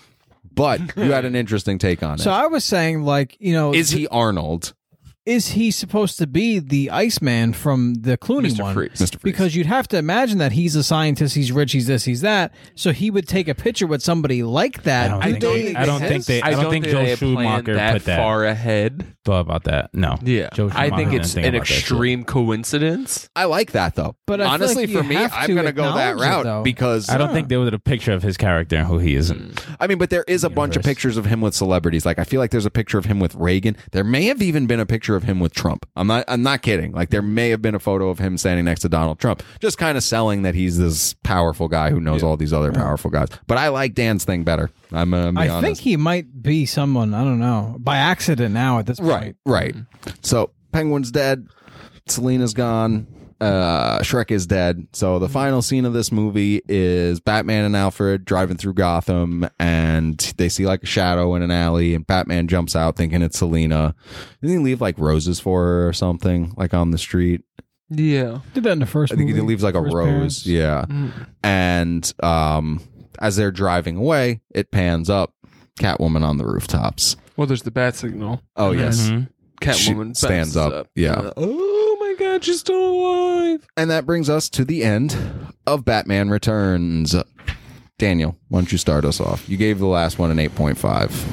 A: but you had an interesting take on it. Is
E: So I was saying, like, you know, is,
A: he Arnold?
E: he supposed to be the Iceman from the Clooney
C: Mr.
E: one?
C: Freeze.
A: Mr. Freeze.
E: Because you'd have to imagine that he's a scientist, he's rich, he's this, he's that. So he would take a picture with somebody like
D: I
E: that. Do
D: don't, think,
E: they
D: they, I don't think
E: exist?
D: they. I don't, think,
C: they
D: Joe
C: had planned
D: Schumacher
C: that
D: put that
C: far ahead.
D: thought about that. No.
C: Yeah,
D: Joe
C: I
D: Schumacher
C: think
D: didn't
C: it's
D: think
C: an
D: about that shit.
C: extreme coincidence.
A: I like that though.
E: But I feel
A: honestly,
E: like you
A: for me,
E: have
A: I'm
E: to
A: going to go that
E: acknowledge it,
A: route
E: though.
A: because
D: I don't think they would have a picture of his character and who he isn't.
A: I mean, but there is a bunch of
D: Universe.
A: pictures of him with celebrities. Like I feel like there's a picture of him with Reagan. There may have even been a picture picture of him with Trump. I'm not I'm not kidding. Like there may have been a photo of him standing next to Donald Trump, just kind of selling that he's this powerful guy who knows all these other powerful guys. But I like Dan's thing better. I'm gonna be
E: I
A: honest.
E: think he might be someone I don't know by accident now at this point.
A: Right, right.
E: Mm-hmm.
A: So Penguin's dead. Selena's gone. Uh, Shrek is dead. So
E: Mm-hmm.
A: the final scene of this movie is Batman and Alfred driving through Gotham, and they see like a shadow in an alley, and Batman jumps out thinking it's Selena. Didn't he leave like roses for her or something, like on the street?
C: Yeah.
E: Did that in the first.
A: I think he
E: movie
A: leaves like a
E: for his
A: rose.
E: parents.
A: Yeah.
C: Mm.
A: And um, as they're driving away, it pans up. Catwoman on the rooftops.
C: Well, there's the bat signal.
A: Oh
C: And then
A: yes.
E: Mm-hmm.
D: Mhm.
A: She
C: Catwoman
A: stands
C: bounces
A: up, yeah.
C: Uh, Oh my God, she's still alive.
A: And that brings us to the end of Batman Returns. Daniel, why don't you start us off? You gave the last one an 8.5.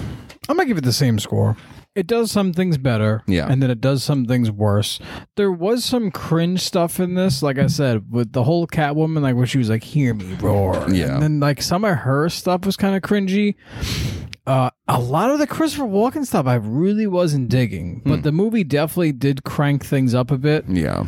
E: I'm gonna give it the same score. It does some things better,
A: Yeah.
E: and then it does some things worse. There was some cringe stuff in this, like I said, with the whole Catwoman, like where she was like, "Hear me roar,"
A: Yeah.
E: and then like some of her stuff was kind of cringy. Uh, a lot of the Christopher Walken stuff I really wasn't digging,
A: Hmm.
E: but the movie definitely did crank things up a bit.
A: Yeah.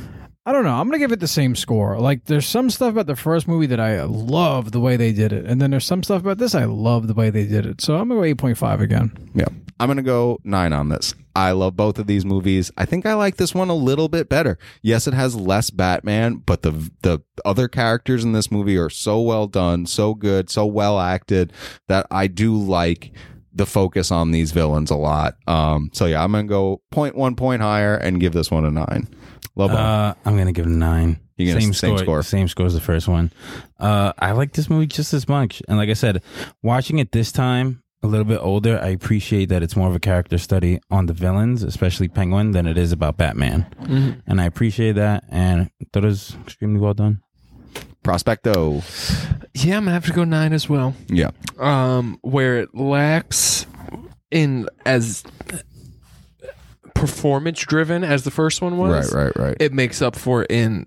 E: I don't know. I'm gonna give it the same score. Like, there's some stuff about the first movie that I love the way they did it, and then there's some stuff about this I love the way they did it. So I'm gonna go 8.5 again.
A: Yeah. I'm going to go 9 on this. I love both of these movies. I think I like this one a little bit better. Yes, it has less Batman, but the the other characters in this movie are so well done, so good, so well acted that I do like the focus on these villains a lot. Um so yeah, I'm going to go 0.1 point higher and give this one a 9. Love all.
D: Uh, I'm gonna give it a nine.
A: You're gonna-
D: same,
A: same score.
D: score. Same score as the first one. Uh, I like this movie just as much, and like I said, watching it this time a little bit older, I appreciate that it's more of a character study on the villains, especially Penguin, than it is about Batman, and I appreciate that. And I thought it was extremely well done.
A: Prospecto.
C: Yeah, I'm gonna have to go nine as well.
A: Yeah.
C: um, where it lacks in as performance driven as the first one was.
A: Right, right, right.
C: It makes up for it in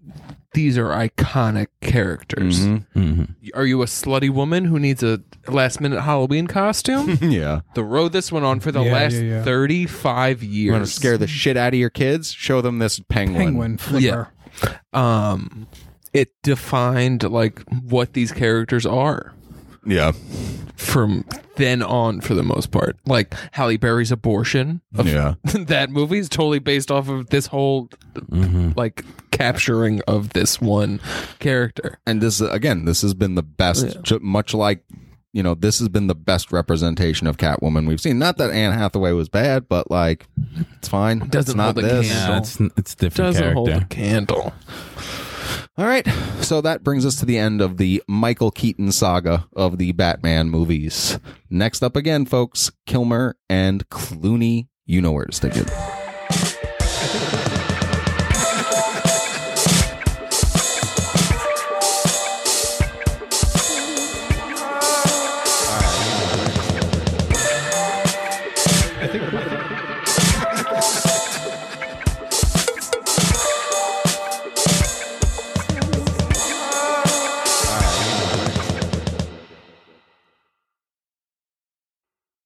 C: these are iconic characters.
A: Mm-hmm.
C: Are you a slutty woman who needs a last minute Halloween costume?
A: Yeah.
C: the road this went on for the
E: Yeah,
C: last
E: yeah, yeah.
C: 35
A: You want
C: years.
A: to scare the shit out of your kids? Show them this penguin.
E: penguin flipper.
C: um it defined like what these characters are.
A: Yeah.
C: from then on for the most part. Like Halle Berry's abortion.
A: Yeah.
C: that movie is totally based off of this whole like capturing of this one character.
A: And this again, this has been the best ju- much like you know, this has been the best representation of Catwoman we've seen. Not that Anne Hathaway was bad, but like it's fine.
C: Doesn't
A: it's not
C: hold a
A: this.
C: candle.
D: Yeah, it's it's different
C: Doesn't hold a
D: character.
C: candle.
A: All right. So that brings us to the end of the Michael Keaton saga of the Batman movies. Next up again, folks, Kilmer and Clooney. You know where to stick it.